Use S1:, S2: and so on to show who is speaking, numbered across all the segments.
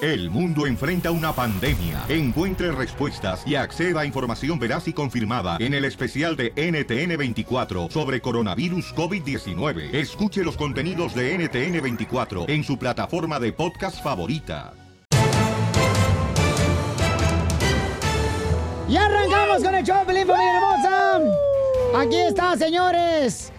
S1: El mundo enfrenta una pandemia. Encuentre respuestas y acceda a información veraz y confirmada en el especial de NTN24 sobre coronavirus COVID-19. Escuche los contenidos de NTN24 en su plataforma de podcast favorita.
S2: Y arrancamos con el show, Pelín, familia hermosa. Aquí está, señores.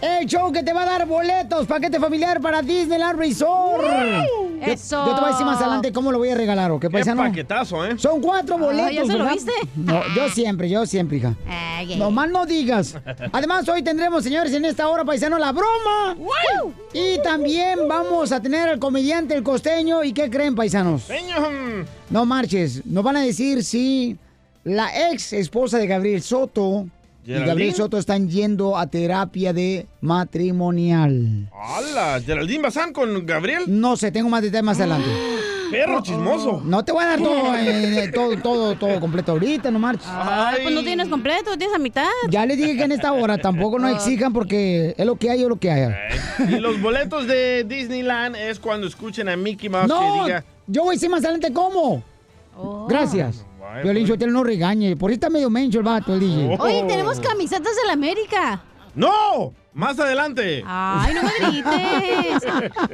S2: El show que te va a dar boletos, paquete familiar para Disneyland Resort. Yo,
S3: Eso.
S2: yo te voy a decir más adelante cómo lo voy a regalar, ¿o qué
S4: Qué
S2: paisano?
S4: paquetazo, ¿eh?
S2: Son cuatro boletos,
S3: ¿ya se lo
S2: ¿verdad?
S3: viste?
S2: No, yo siempre, yo siempre, hija.
S3: Ay, ay,
S2: No más no digas. Además, hoy tendremos, señores, en esta hora, paisano, la broma. Y también vamos a tener al comediante, el costeño. ¿Y qué creen, paisanos?
S4: Señor.
S2: No marches. Nos van a decir si la ex esposa de Gabriel Soto y
S4: ¿Geraldine?
S2: Gabriel Soto están yendo a terapia de matrimonial.
S4: ¡Hala! ¿Geraldine Bazán con Gabriel?
S2: No sé, tengo más detalles más adelante.
S4: ¡Perro chismoso!
S2: No te voy a dar todo, eh, todo, todo, todo completo ahorita, no marches.
S3: ay, pues no tienes completo, tienes a mitad.
S2: Ya les dije que en esta hora tampoco
S3: Ah.
S2: no exijan porque es lo que hay o lo que haya.
S4: Y los boletos de Disneyland es cuando escuchen a Mickey Mouse
S2: No,
S4: que diga...
S2: yo voy a decir más adelante cómo.
S3: Oh.
S2: Gracias.
S4: Vaya,
S2: Violín
S4: pues.
S2: Sotelo no regañe. Por ahí está medio mencho el vato, el DJ.
S3: Oh. Oye, tenemos camisetas de la América.
S4: ¡No! ¡Más adelante!
S2: Ah,
S3: Ay, no me grites.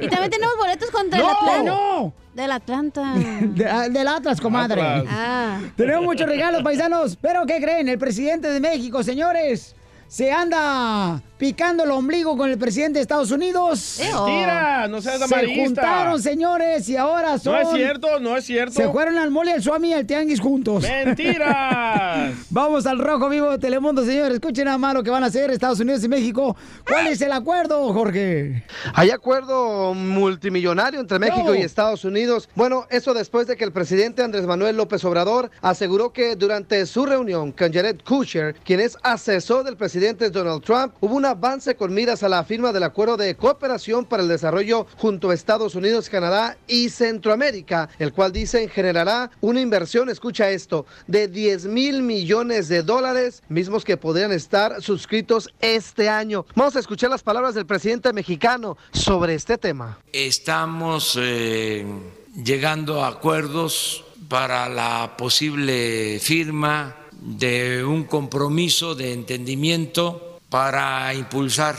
S3: Y también tenemos boletos contra el
S2: ¡No!
S3: Atlanta.
S2: ¡No!
S3: Del Atlanta.
S2: De- ah, del Atlas, comadre.
S4: Atlas.
S3: Ah.
S2: Tenemos muchos regalos, paisanos. Pero, ¿qué creen? El presidente de México, señores, se anda picando el ombligo con el presidente de Estados Unidos.
S3: Eh, oh.
S4: ¡Tira! ¡No seas
S2: Se
S4: amarillista!
S2: juntaron, señores, y ahora son...
S4: No es cierto, no es cierto.
S2: Se fueron al mole, al suami y al tianguis juntos.
S4: ¡Mentiras!
S2: Vamos al rojo vivo de Telemundo, señores. Escuchen nada más lo que van a hacer Estados Unidos y México. ¿Cuál es el acuerdo, Jorge?
S5: Hay acuerdo multimillonario entre México
S2: No.
S5: y Estados Unidos. Bueno, eso después de que el presidente Andrés Manuel López Obrador aseguró que durante su reunión con Jared Kushner, quien es asesor del presidente Donald Trump, hubo un avance con miras a la firma del acuerdo de cooperación para el desarrollo junto a Estados Unidos, Canadá y Centroamérica, el cual dicen generará una inversión, escucha esto, de 10 mil millones de dólares, mismos que podrían estar suscritos este año. Vamos a escuchar las palabras del presidente mexicano sobre este tema.
S6: Estamos eh, llegando a acuerdos para la posible firma de un compromiso de entendimiento para impulsar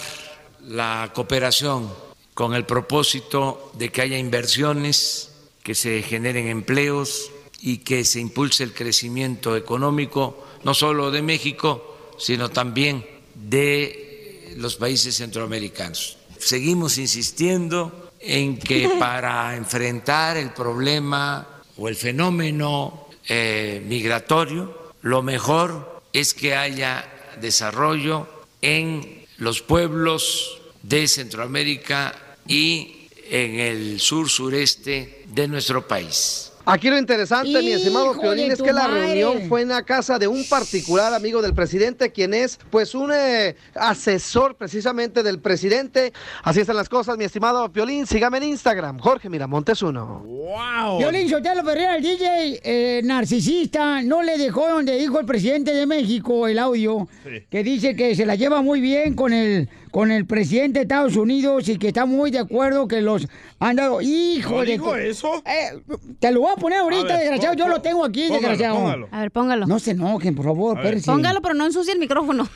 S6: la cooperación con el propósito de que haya inversiones, que se generen empleos y que se impulse el crecimiento económico no solo de México, sino también de los países centroamericanos. Seguimos insistiendo en que para enfrentar el problema o el fenómeno eh, migratorio, lo mejor es que haya desarrollo en los pueblos de Centroamérica y en el sur sureste de nuestro país.
S5: Aquí lo interesante, mi estimado
S2: Hijo
S5: Piolín,
S2: de
S5: es
S2: tu
S5: que la
S2: madre.
S5: reunión fue en la casa de un particular amigo del presidente, quien es pues un eh, asesor precisamente del presidente. Así están las cosas, mi estimado Piolín. Sígame en Instagram, Jorge Miramontes uno.
S4: ¡Wow!
S2: Violín Sotelo Ferreira, el DJ eh, narcisista, no le dejó donde dijo el presidente de México el audio,
S4: Sí.
S2: que dice que se la lleva muy bien con el, con el presidente de Estados Unidos y que está muy de acuerdo que los han dado. ¡Hijo
S4: ¿No
S2: de
S4: digo
S2: tu-
S4: eso?
S2: Eh, te lo voy a poner ahorita,
S4: ver,
S2: desgraciado. Yo
S4: pon-
S2: lo tengo aquí,
S4: póngalo,
S2: desgraciado.
S4: póngalo.
S3: A ver, póngalo.
S2: No se enojen, por favor,
S4: A ver.
S2: espérense.
S3: Póngalo, pero no ensucie el micrófono.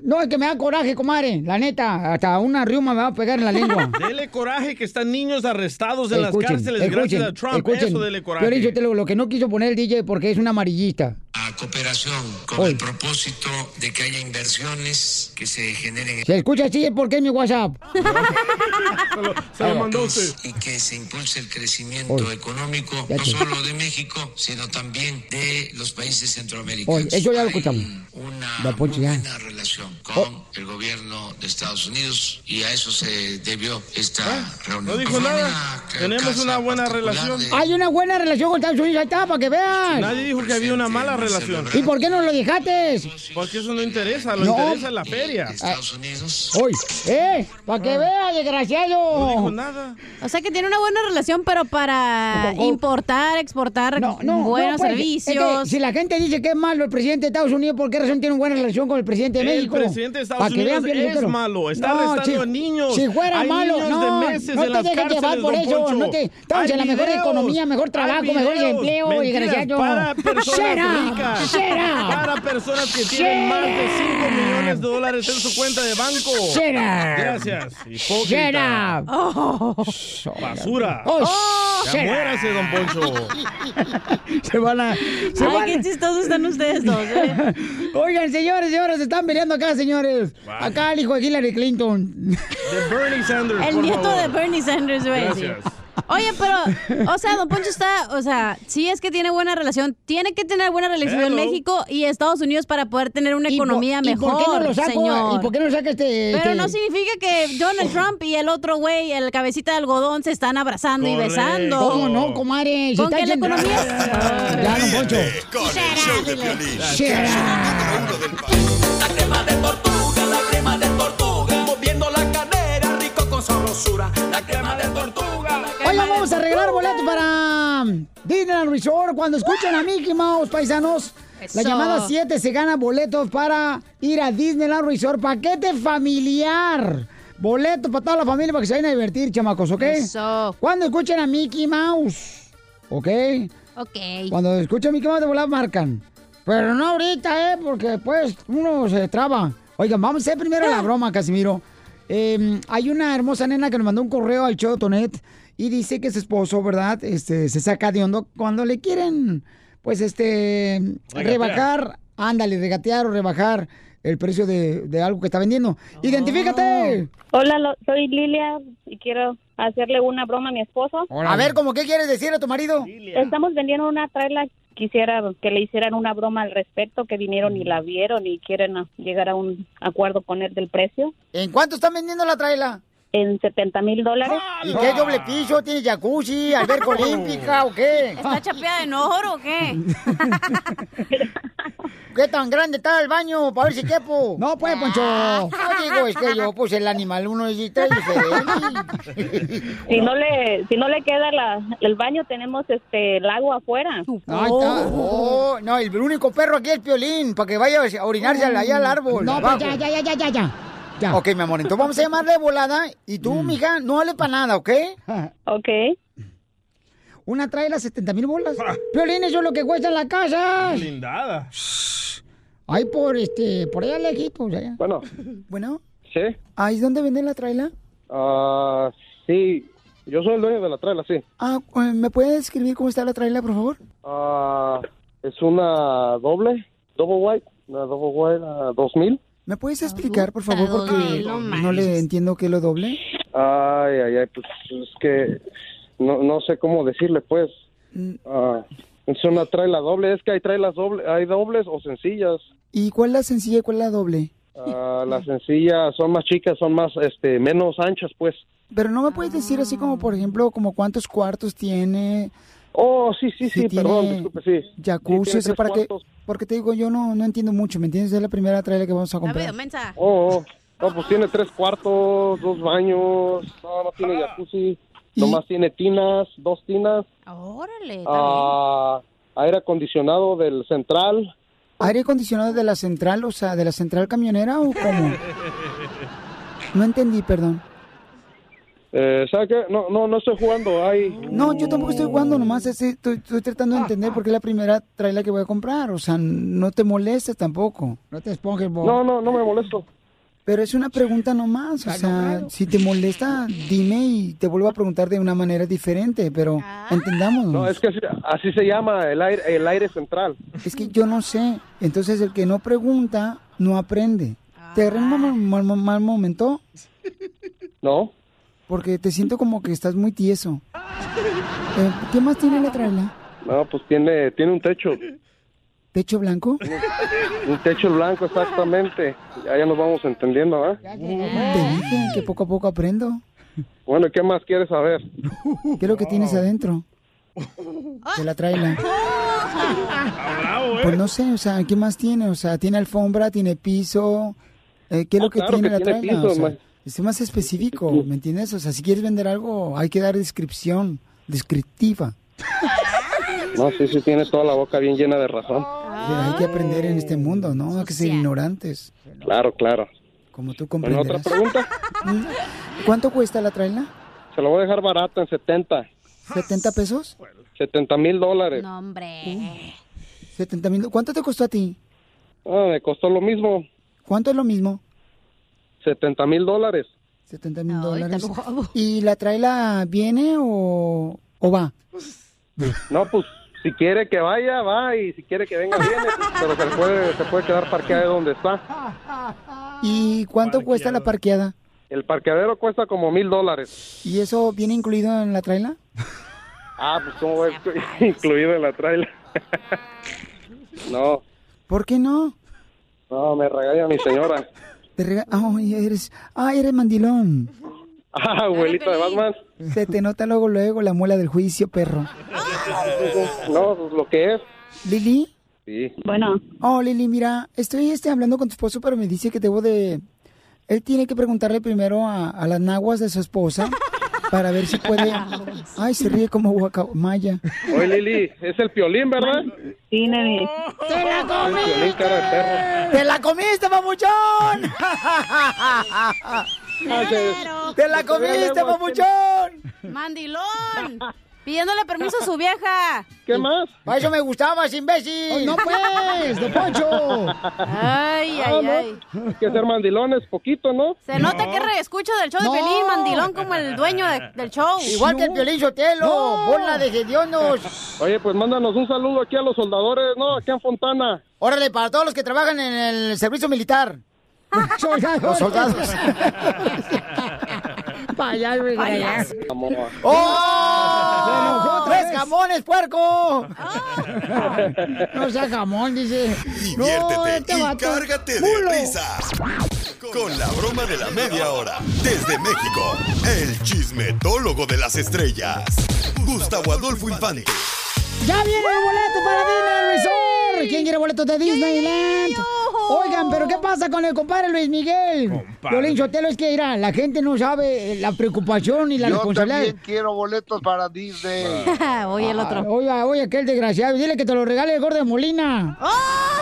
S2: No, es que me da coraje, comadre. La neta, hasta una riuma me va a pegar en la lengua.
S4: Dele coraje que están niños arrestados en las cárceles gracias a Trump. Eso dele
S2: Yo le
S4: coraje.
S2: lo, que no quiso poner el DJ porque es un amarillista.
S6: A cooperación con
S2: Oy.
S6: el propósito de que haya inversiones, que se generen
S2: Se escucha así es porque es mi WhatsApp.
S4: Se lo, se lo mandó usted.
S6: y que se impulse el crecimiento
S2: Oye.
S6: económico
S2: Ya
S6: no
S2: te-
S6: solo de México, sino también de los países centroamericanos.
S2: Oye, eso ya lo Oh.
S6: Hay
S2: escuchamos.
S6: Una
S2: Don Poncho,
S6: muy
S2: ya.
S6: buena relación con el gobierno de Estados Unidos y a eso se debió esta reunión.
S4: Ah, no dijo
S6: Fue
S4: nada.
S6: una ca-
S4: Tenemos
S6: casa
S4: una buena
S6: particular
S4: relación.
S6: de-
S2: Hay una buena relación con Estados Unidos, ahí está, para que vean.
S4: Nadie dijo que había una mala
S6: Presidente
S4: Constitution.
S2: ¿Y por qué no lo dejaste?
S4: Porque eso no interesa, lo
S2: No. Ah.
S4: interesa la feria.
S2: Estados Unidos. ¡Uy! ¡Eh! ¡Para que vea, desgraciado!
S4: No dijo nada.
S3: Ah. O sea que tiene una buena relación, pero para
S2: Ojo.
S3: importar, exportar buenos
S2: pues, es
S3: servicios.
S2: que si la gente dice que es malo el presidente de Estados Unidos, ¿por qué razón tiene buena relación con el presidente de
S4: El
S2: México?
S4: presidente de Estados
S2: Pa' que
S4: Unidos
S2: vean, Piolín
S4: es
S2: Sotelo.
S4: malo, está arrestando a niños.
S2: Si fuera
S4: Hay
S2: malo,
S4: niños
S2: no,
S4: de meses
S2: no
S4: en
S2: te
S4: las
S2: dejes llevar
S4: cárceles,
S2: por
S4: don
S2: eso.
S4: Poncho.
S2: No te, estamos
S4: Hay
S2: en la mejor
S4: videos,
S2: economía, mejor
S4: hay
S2: trabajo, mejor
S4: videos,
S2: empleo,
S4: mentiras
S2: desgraciado.
S4: Para personas
S2: Shut up,
S4: ricas,
S2: shut up.
S4: para personas que
S2: Shut
S4: tienen más de
S2: up.
S4: 5 millones de dólares en su cuenta de banco.
S2: Shut up.
S4: Gracias,
S2: Shut
S4: hipócrita.
S2: up.
S4: Basura.
S2: Oh,
S4: Ya
S2: shut up.
S4: muérase, don Poncho.
S2: Se van a... Se
S3: Ay,
S2: van
S3: qué chistosos están ustedes dos. ¿eh?
S2: Oigan, señores, señores, se están peleando acá, señores.
S4: Vaya.
S2: Acá el hijo de Hillary Clinton.
S4: De Bernie Sanders,
S3: El
S4: por
S3: nieto
S4: favor.
S3: de Bernie Sanders, güey.
S4: Gracias.
S3: Oye, pero, o sea, Don Poncho está, o sea, sí es que tiene buena relación, tiene que tener buena relación
S4: Hello.
S3: en México y Estados Unidos para poder tener una
S2: ¿Y por-
S3: economía
S2: ¿y
S3: mejor,
S2: por qué no lo saco?
S3: señor.
S2: ¿Y por qué no lo saca este...?
S3: Pero
S2: este-
S3: no significa que Donald Trump y el otro güey, el cabecita de algodón, se están abrazando y
S4: Correcto.
S3: besando.
S2: ¿Cómo no, comadre? Se
S3: Con
S2: está
S3: que la
S2: yendo-
S3: economía es-
S2: Ya, don
S4: Este,
S2: Poncho.
S7: Ríete con el show de Piolín.
S2: Shut up.
S7: Número uno del país.
S8: La crema de tortuga, la crema de tortuga, moviendo la cadera, rico con sabrosura. La crema de tortuga. la crema
S2: Hoy
S8: de
S2: vamos a regalar
S8: tortuga.
S2: boletos para Disneyland Resort. Cuando escuchen a Mickey Mouse, paisanos, la
S3: Eso.
S2: llamada 7 se gana boletos para ir a Disneyland Resort. Paquete familiar. Boleto para toda la familia para que se vayan a divertir, chamacos, ¿ok?
S3: Eso.
S2: Cuando escuchen a Mickey Mouse, ¿ok?
S3: Ok.
S2: Cuando escuchen a Mickey Mouse de volar pues marcan. Pero no ahorita, ¿eh? Porque después uno se traba. Oigan, vamos a hacer primero la broma, Casimiro. Eh, hay una hermosa nena que nos mandó un correo al show de Tonet y dice que su esposo, ¿verdad? Este, se saca de hondo cuando le quieren, pues, este,
S4: Regatear.
S2: rebajar, ándale, regatear o rebajar el precio de, de algo que está vendiendo. ¡Identifícate!
S9: Hola, lo- soy Lilia y quiero hacerle una broma a mi esposo.
S2: A ver, ¿cómo qué quieres decir a tu marido?
S9: Estamos vendiendo una trailer. Quisiera que le hicieran una broma al respecto, que vinieron
S2: Mm.
S9: y la vieron y quieren ah, llegar a un acuerdo con él del precio
S2: ¿En cuánto están vendiendo la
S9: Ah.
S2: traila?
S9: en 70 mil dólares.
S2: ¿Y qué doble piso? ¿Tiene jacuzzi, alberca olímpica o qué?
S3: ¿Está chapeada en oro o qué?
S2: ¿Qué tan grande está el baño? Para ver si quepo. No, pues, Poncho. No digo, es que yo puse el animal uno y tres diferentes.
S9: Si no le si no le queda la- el baño, tenemos este el lago afuera.
S2: No, ahí está. Oh, no, el único perro aquí es el piolín, para que vaya a orinarse al- allá al árbol. Oh. No, pues ya, ya, ya, ya, ya, ya. Ok, mi amor, entonces vamos a llamarle de volada y tú, mija, no vale para nada, ¿ok?
S9: ¿Ok?
S2: Una trae las 70 mil bolas. Piolín, eso es lo que cuesta la casa.
S4: Blindada.
S2: Ahí por este, por allá lejitos, allá.
S10: Bueno,
S2: Bueno,
S10: sí.
S2: ahí es donde venden la traila.
S10: ah, sí, yo soy el dueño de la traila, sí.
S2: Ah, eh, ¿me puede describir cómo está la traila, por favor?
S10: Ah, es una doble, double white, una double white ah, 2000.
S2: ¿Me puedes explicar, por favor?
S3: Está
S2: Porque
S3: doble, no
S2: no le entiendo que lo doble.
S10: Ay, ay, ay, pues es que no, no sé cómo decirle, pues.
S2: Mm.
S10: Ah, es una traila doble, es que hay trailas doble, hay dobles o sencillas.
S2: ¿Y cuál es la sencilla y cuál es la doble?
S10: Ah, las sencillas son más chicas, son más, este, menos anchas, pues.
S2: Pero no me puedes decir así como, por ejemplo, como cuántos cuartos tiene,
S10: Oh, sí, sí,
S2: Si
S10: sí, perdón,
S2: tiene
S10: disculpe, sí.
S2: jacuzzi,
S10: Sí, tiene
S2: o sea,
S10: tres
S2: para que...
S10: cuartos.
S2: Porque te digo, yo no, no entiendo mucho, ¿me entiendes? Es la primera traila que vamos a
S3: Rápido,
S2: comprar.
S3: mensa.
S10: Oh, no, pues tiene tres cuartos, dos baños, no, no tiene jacuzzi, nomás tiene tinas, dos tinas,
S2: Eh,
S3: Órale, está bien.
S10: ah, aire acondicionado del central.
S2: ¿Aire acondicionado de la central, o sea, de la central camionera o cómo? No entendí, perdón.
S10: Eh, ¿Sabe qué? No, no, no estoy jugando, hay...
S2: No, yo tampoco estoy jugando, nomás es- eh, estoy, estoy tratando de entender por qué es la primera traila que voy a comprar. O sea, no te molestes tampoco. No te esponjes, vos.
S10: No, no, no me molesto.
S2: Pero es una pregunta nomás, o sea, si te molesta, dime y te vuelvo a preguntar de una manera diferente, pero entendámonos.
S10: No, es que así, así se llama el aire, el aire central.
S2: Es que yo no sé, entonces el que no pregunta, no aprende. ¿Te agarré en un mal, mal- mal- mal momento?
S10: ¿No?
S2: Porque te siento como que estás muy tieso. Eh, ¿Qué más tiene la traila?
S10: No, pues tiene, tiene un techo,
S2: ¿Techo blanco?
S10: un techo blanco exactamente. Ya, ya nos vamos entendiendo, ¿ah?
S2: Te dije que poco a poco aprendo.
S10: Bueno, ¿y ¿qué más quieres saber?
S2: ¿Qué es lo que tienes adentro? De la traila.
S4: ¿eh?
S2: Pues no sé, o sea, ¿qué más tiene? O sea, tiene alfombra, tiene piso. Eh, ¿Qué es lo
S10: Ah,
S2: que
S10: claro
S2: tiene
S10: que
S2: la
S10: tiene
S2: traila?
S10: piso,
S2: O sea,
S10: ma-
S2: es más específico, ¿me entiendes? O sea, si quieres vender algo, hay que dar descripción, descriptiva.
S10: No, sí, sí, tiene toda la boca bien llena de razón.
S2: Hay que aprender en este mundo, ¿no? Hay que ser ignorantes.
S10: Claro, claro.
S2: Como tú
S10: Bueno, otra
S2: comprenderás. Mm.
S10: pregunta.
S2: ¿Cuánto cuesta la traila?
S10: Se la voy a dejar barata en 70.
S2: ¿70 pesos?
S10: 70 mil dólares.
S3: No, hombre.
S2: 70 mil. ¿Cuánto te costó a ti?
S10: Ah, me costó lo mismo.
S2: ¿Cuánto es lo mismo?
S10: 70 mil dólares.
S2: 70 mil dólares. ¿Y la traila viene o, o va?
S10: No, pues si quiere que vaya, va. Y si quiere que venga, viene. pues, Pero se, le puede, se puede quedar parqueada de donde está.
S2: ¿Y cuánto cuesta la parqueada?
S10: El parqueadero cuesta como mil dólares.
S2: ¿Y eso viene incluido en la traila?
S10: Ah, pues como es incluido en la trailer. no,
S2: ¿Por qué no?
S10: no, me regaña mi señora.
S2: Te rega- Ay, eres... Ah, eres mandilón.
S10: Ah, abuelita de Batman.
S2: Se te nota luego, luego la muela del juicio, perro.
S10: No, pues lo que es.
S2: ¿Lili?
S10: Sí.
S9: Bueno.
S2: Oh, Lili, mira, estoy este, hablando con tu esposo, pero me dice que debo de... Él tiene que preguntarle primero a, a las naguas de su esposa para ver si puede... Ay, se ríe como guacamaya.
S10: Oye, Lili, es el piolín, ¿verdad?
S9: Sí, nene.
S2: ¡Te la
S10: El piolín, cara de perro.
S2: ¡Te la comiste, mamuchón! ¡Te la comiste, mamuchón!
S3: ¡Mandilón! Pidiéndole permiso a su vieja.
S10: ¿Qué más?
S2: Para eso me gustabas, imbécil.
S3: no, pues,
S2: don Poncho.
S3: Ay,
S10: Ah,
S3: ay,
S10: no,
S3: ay.
S10: Hay que ser mandilones, poquito, ¿no?
S3: Se nota que reescucha del show
S2: No.
S3: de Pelín, mandilón como el dueño de- del show.
S2: Igual que el Piolín Sotelo, bola de gediondos.
S10: Oye, pues mándanos un saludo aquí a los soldadores, ¿no? Aquí en Fontana.
S2: Órale, para todos los que trabajan en el servicio militar. Los soldados. Payaso, güey,
S8: Payaso.
S2: payaso. ¡Oh! ¡Tres jamones, puerco! No sea jamón, dice. No,
S7: Diviértete
S2: este
S7: y
S2: vato.
S7: cárgate
S2: Culo.
S7: de risas con la broma de la media hora. Desde México, el chismetólogo de las estrellas, Gustavo Adolfo Infante.
S2: ¡Ya viene el boleto para Disney Resort! ¿Quién quiere boletos de Disneyland? Oigan, ¿pero qué pasa con el compadre Luis Miguel? Violín Sotelo, es que, mira, la gente no sabe eh, la preocupación y la
S11: Yo
S2: responsabilidad.
S11: también quiero boletos para Disney.
S3: Oye, el otro.
S2: Ah, Oye, oye, aquel desgraciado. Dile que te lo regale el gordo de Molina.
S11: Ah,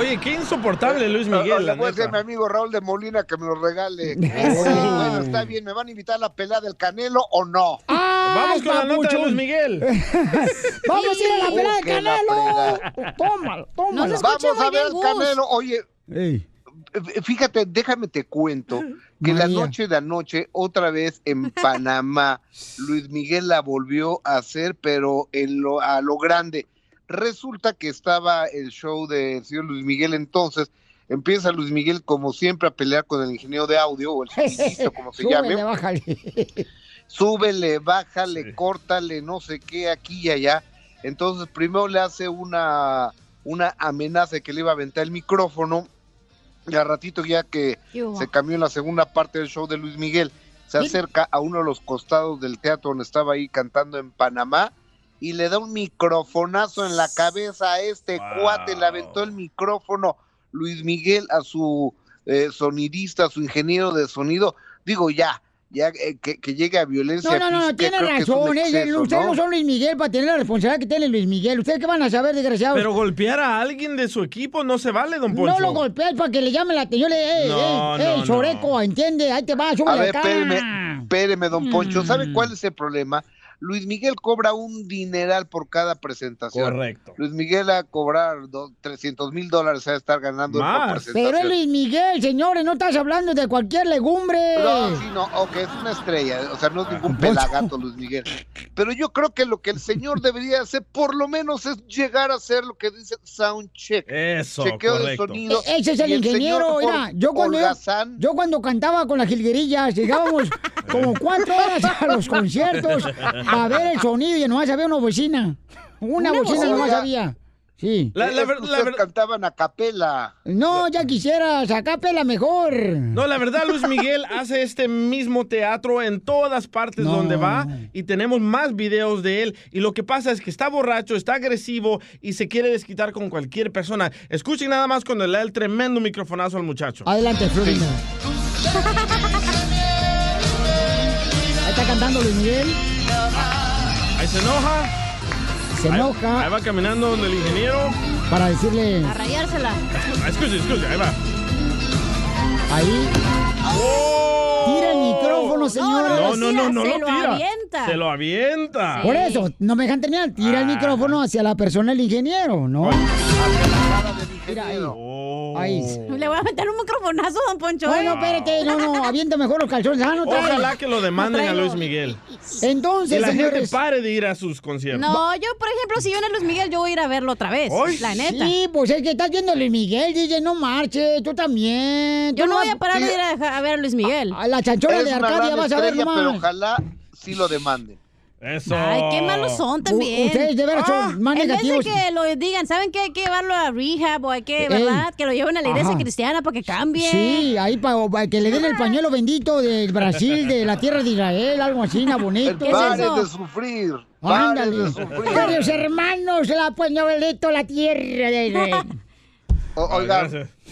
S4: Oye, qué insoportable Luis Miguel,
S11: Le
S4: la
S11: voy a decir a mi
S4: neta.
S11: amigo Raúl de Molina que me los regale.
S4: Eso.
S11: Bueno, está bien. ¿Me van a invitar a la pelea del Canelo o no?
S4: Vamos con la nota de Luis Miguel.
S2: Vamos a ir a la pelea del
S11: que la
S2: Canelo. Tómalo, tómalo.
S11: Vamos a ver al Canelo. Oye, eh, fíjate, déjame te cuento que la
S2: María.
S11: noche de anoche, otra vez en Panamá, Luis Miguel la volvió a hacer, pero en lo, a lo grande. Resulta que estaba el show del señor Luis Miguel entonces. Empieza Luis Miguel, como siempre, a pelear con el ingeniero de audio o el sonidista, como se llame
S2: Súbele, bájale.
S11: súbele, bájale, córtale, no sé qué, aquí y allá. Entonces, primero le hace una, una amenaza de que le iba a aventar el micrófono. Y al ratito, ya que
S8: ¿Qué hubo?
S11: se cambió en la segunda parte del show de Luis Miguel, se
S8: Bien.
S11: acerca a uno de los costados del teatro donde estaba ahí cantando en Panamá y le da un microfonazo en la cabeza a este cuate, le aventó el micrófono Luis Miguel a su eh, sonidista, a su ingeniero de sonido. Digo, ya, ya eh, que, que llegue a violencia.
S2: No, no, no,
S11: física,
S2: tiene
S11: creo que es un
S2: razón. eh,
S11: exceso,
S2: ustedes
S11: ¿no?
S2: no son Luis Miguel para tener la responsabilidad que tiene Luis Miguel. ¿Ustedes qué van a saber, desgraciados?
S4: Pero golpear a alguien de su equipo no se vale, don Poncho.
S2: no lo golpees para que le eh, llame la atención. ¡Ey,
S4: No,
S2: ey, ey,
S4: no,
S2: Soreco! ¿Entiende? Ahí te va, súbele
S11: A ver,
S2: acá. Mm.
S11: espéreme, espéreme, don Poncho. ¿Sabe cuál es el problema? Luis Miguel cobra un dineral por cada presentación.
S4: Correcto.
S11: Luis Miguel a cobrar do- 300 mil dólares se va a estar ganando por presentación.
S2: Pero es Luis Miguel, señores, no estás hablando de cualquier legumbre.
S11: No, sí, no, ok, es una estrella, o sea, no Eh. Ah, es ningún pelagato Luis Miguel. Pero yo creo que lo que el señor debería hacer, por lo menos, es llegar a hacer lo que dice sound check.
S4: Eso,
S11: chequeo
S4: correcto.
S11: de sonido.
S2: E- Ese es el
S11: Y
S2: ingeniero,
S11: señor
S2: mira,
S11: Hol-
S2: yo cuando, yo,
S11: holgazán,
S2: yo cuando cantaba con las jilguerillas, llegábamos como cuatro horas a los conciertos a ver el sonido y nomás había una bocina.
S11: Una
S2: Una, bocina nomás
S11: bocina.
S2: había. Sí.
S11: La, la, ver- la ver- cantaban a capela.
S2: No, ya quisieras, acá pela mejor.
S4: No, la verdad, Luis Miguel hace este mismo teatro en todas partes donde va y tenemos más videos de él. Y lo que pasa es que está borracho, está agresivo y se quiere desquitar con cualquier persona. Escuchen nada más cuando le da el tremendo microfonazo al muchacho.
S2: Adelante, Florina. Ahí está cantando Luis Miguel.
S4: Ahí se enoja.
S2: Se enoja.
S4: Ahí, ahí va caminando donde el ingeniero. Ah,
S2: Para decirle.
S3: A rayársela.
S4: Escuche, escuche, ahí va.
S2: Ahí. Tira el micrófono, señora.
S4: No, no, no, no
S3: se
S4: lo
S3: lo
S4: tira.
S3: avienta.
S4: Se lo Ah. avienta.
S2: Por eso, no me dejan terminar. Tira el micrófono hacia la persona, el ingeniero, ¿no?
S3: Mira ahí.
S2: Ahí.
S3: Le voy a meter un microfonazo, don Poncho.
S2: No,
S3: ¿eh?
S2: no, espérate, no, no, avienta mejor los calzones. Ah, no trae.
S4: Ojalá que lo demanden a Luis Miguel.
S2: Entonces,
S4: y la gente
S2: señores.
S4: pare de ir a sus conciertos.
S3: No, yo, por ejemplo, si yo a Luis Miguel, yo voy a ir a verlo otra vez.
S4: Ay.
S3: La neta.
S2: Sí, pues es que estás viendo a Luis Miguel, DJ, no marche, tú también.
S3: Yo
S2: Tú
S3: no voy a
S2: vas-
S3: parar de ir a, dejar- a ver a Luis Miguel.
S2: A la chanchona
S11: Eres
S2: de
S11: una
S2: Arcadia
S11: gran
S2: vas a ver
S11: estrella, pero
S2: nomás.
S11: ojalá sí lo demanden.
S4: Eso.
S3: Ay, qué malos son también. Ah,
S2: U- ustedes de veras son más
S3: en
S2: negativos.
S3: vez de que lo digan, ¿saben qué? Hay que llevarlo a rehab o hay que,
S2: Ey.
S3: ¿verdad? Que lo lleven a la iglesia
S2: Ajá.
S3: cristiana para que cambie.
S2: Sí, ahí para que le den
S3: Ah.
S2: el pañuelo bendito de Brasil, de la tierra de Israel, algo así, na bonito.
S11: Paren de sufrir. Paren
S2: Ándale.
S11: de sufrir.
S2: Varios hermanos, la pañuelito, la tierra de Israel.
S11: O- oigan,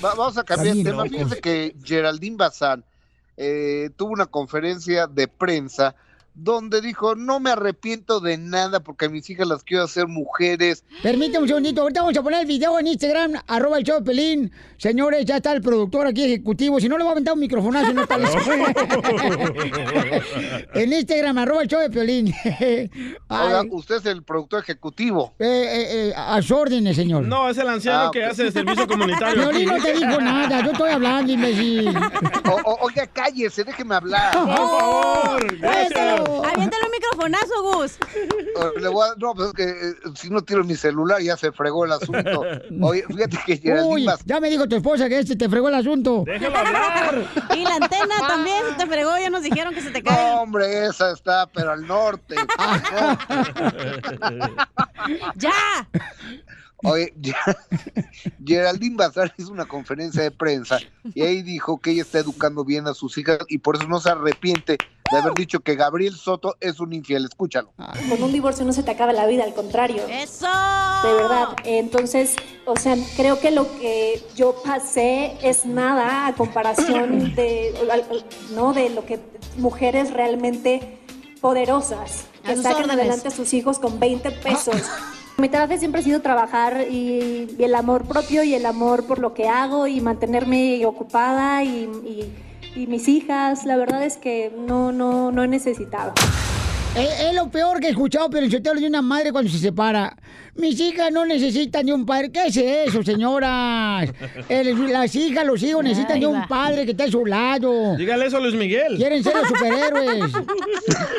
S11: va- vamos a cambiar el tema. Fíjense que Geraldine Bazán eh, tuvo una conferencia de prensa donde dijo, no me arrepiento de nada porque a mis hijas las quiero hacer mujeres.
S2: Permíteme un segundito, ahorita vamos a poner el video en Instagram, arroba el show de Pelín. Señores, ya está el productor aquí ejecutivo, si no le voy a aventar un microfonazo, no está listo. en Instagram, arroba el show de Pelín.
S11: Oiga,
S2: Ay,
S11: usted es el productor ejecutivo. Ah,
S2: eh, eh, eh, a sus órdenes, señor.
S4: No, es el anciano que hace servicio comunitario.
S2: Piolín no te dijo nada, yo estoy hablando, imbécil.
S11: O- o- oiga, cállese, déjeme hablar.
S2: Por
S3: favor, Aviéntalo aviéntale un microfonazo, Gus.
S11: Eh, le voy a- no, pues es que eh, si no tiro mi celular ya se fregó el asunto. Oye, fíjate que Geraldine
S2: Uy,
S11: Bazán...
S2: ya me dijo tu esposa que este te fregó el asunto.
S3: Y la antena también se te fregó, ya nos dijeron que se te cae.
S11: No, hombre, esa está, pero al norte.
S3: ¡Ya!
S11: Oye, Ger- Geraldine Bazán hizo una conferencia de prensa y ahí dijo que ella está educando bien a sus hijas y por eso no se arrepiente de haber dicho que Gabriel Soto es un infiel. Escúchalo.
S12: Con un divorcio no se te acaba la vida, al contrario.
S3: ¡Eso!
S12: De verdad. Entonces, o sea, creo que lo que yo pasé es nada a comparación de, ¿no? de lo que mujeres realmente poderosas
S3: A
S12: que
S3: sus
S12: sacan
S3: órdenes.
S12: adelante a sus hijos con 20 pesos. Mi trabajo siempre ha sido Ah. trabajar y, y el amor propio y el amor por lo que hago y mantenerme ocupada y, y- y mis hijas. La verdad es que no, no, no he necesitado.
S2: Es, es lo peor que he escuchado, pero yo te hablo de una madre cuando se separa. Mis hijas no necesitan de un padre. ¿Qué es eso, señoras? El- las hijas, los hijos necesitan de un padre que esté a su lado.
S4: Dígale eso a Luis Miguel.
S2: Quieren ser los superhéroes.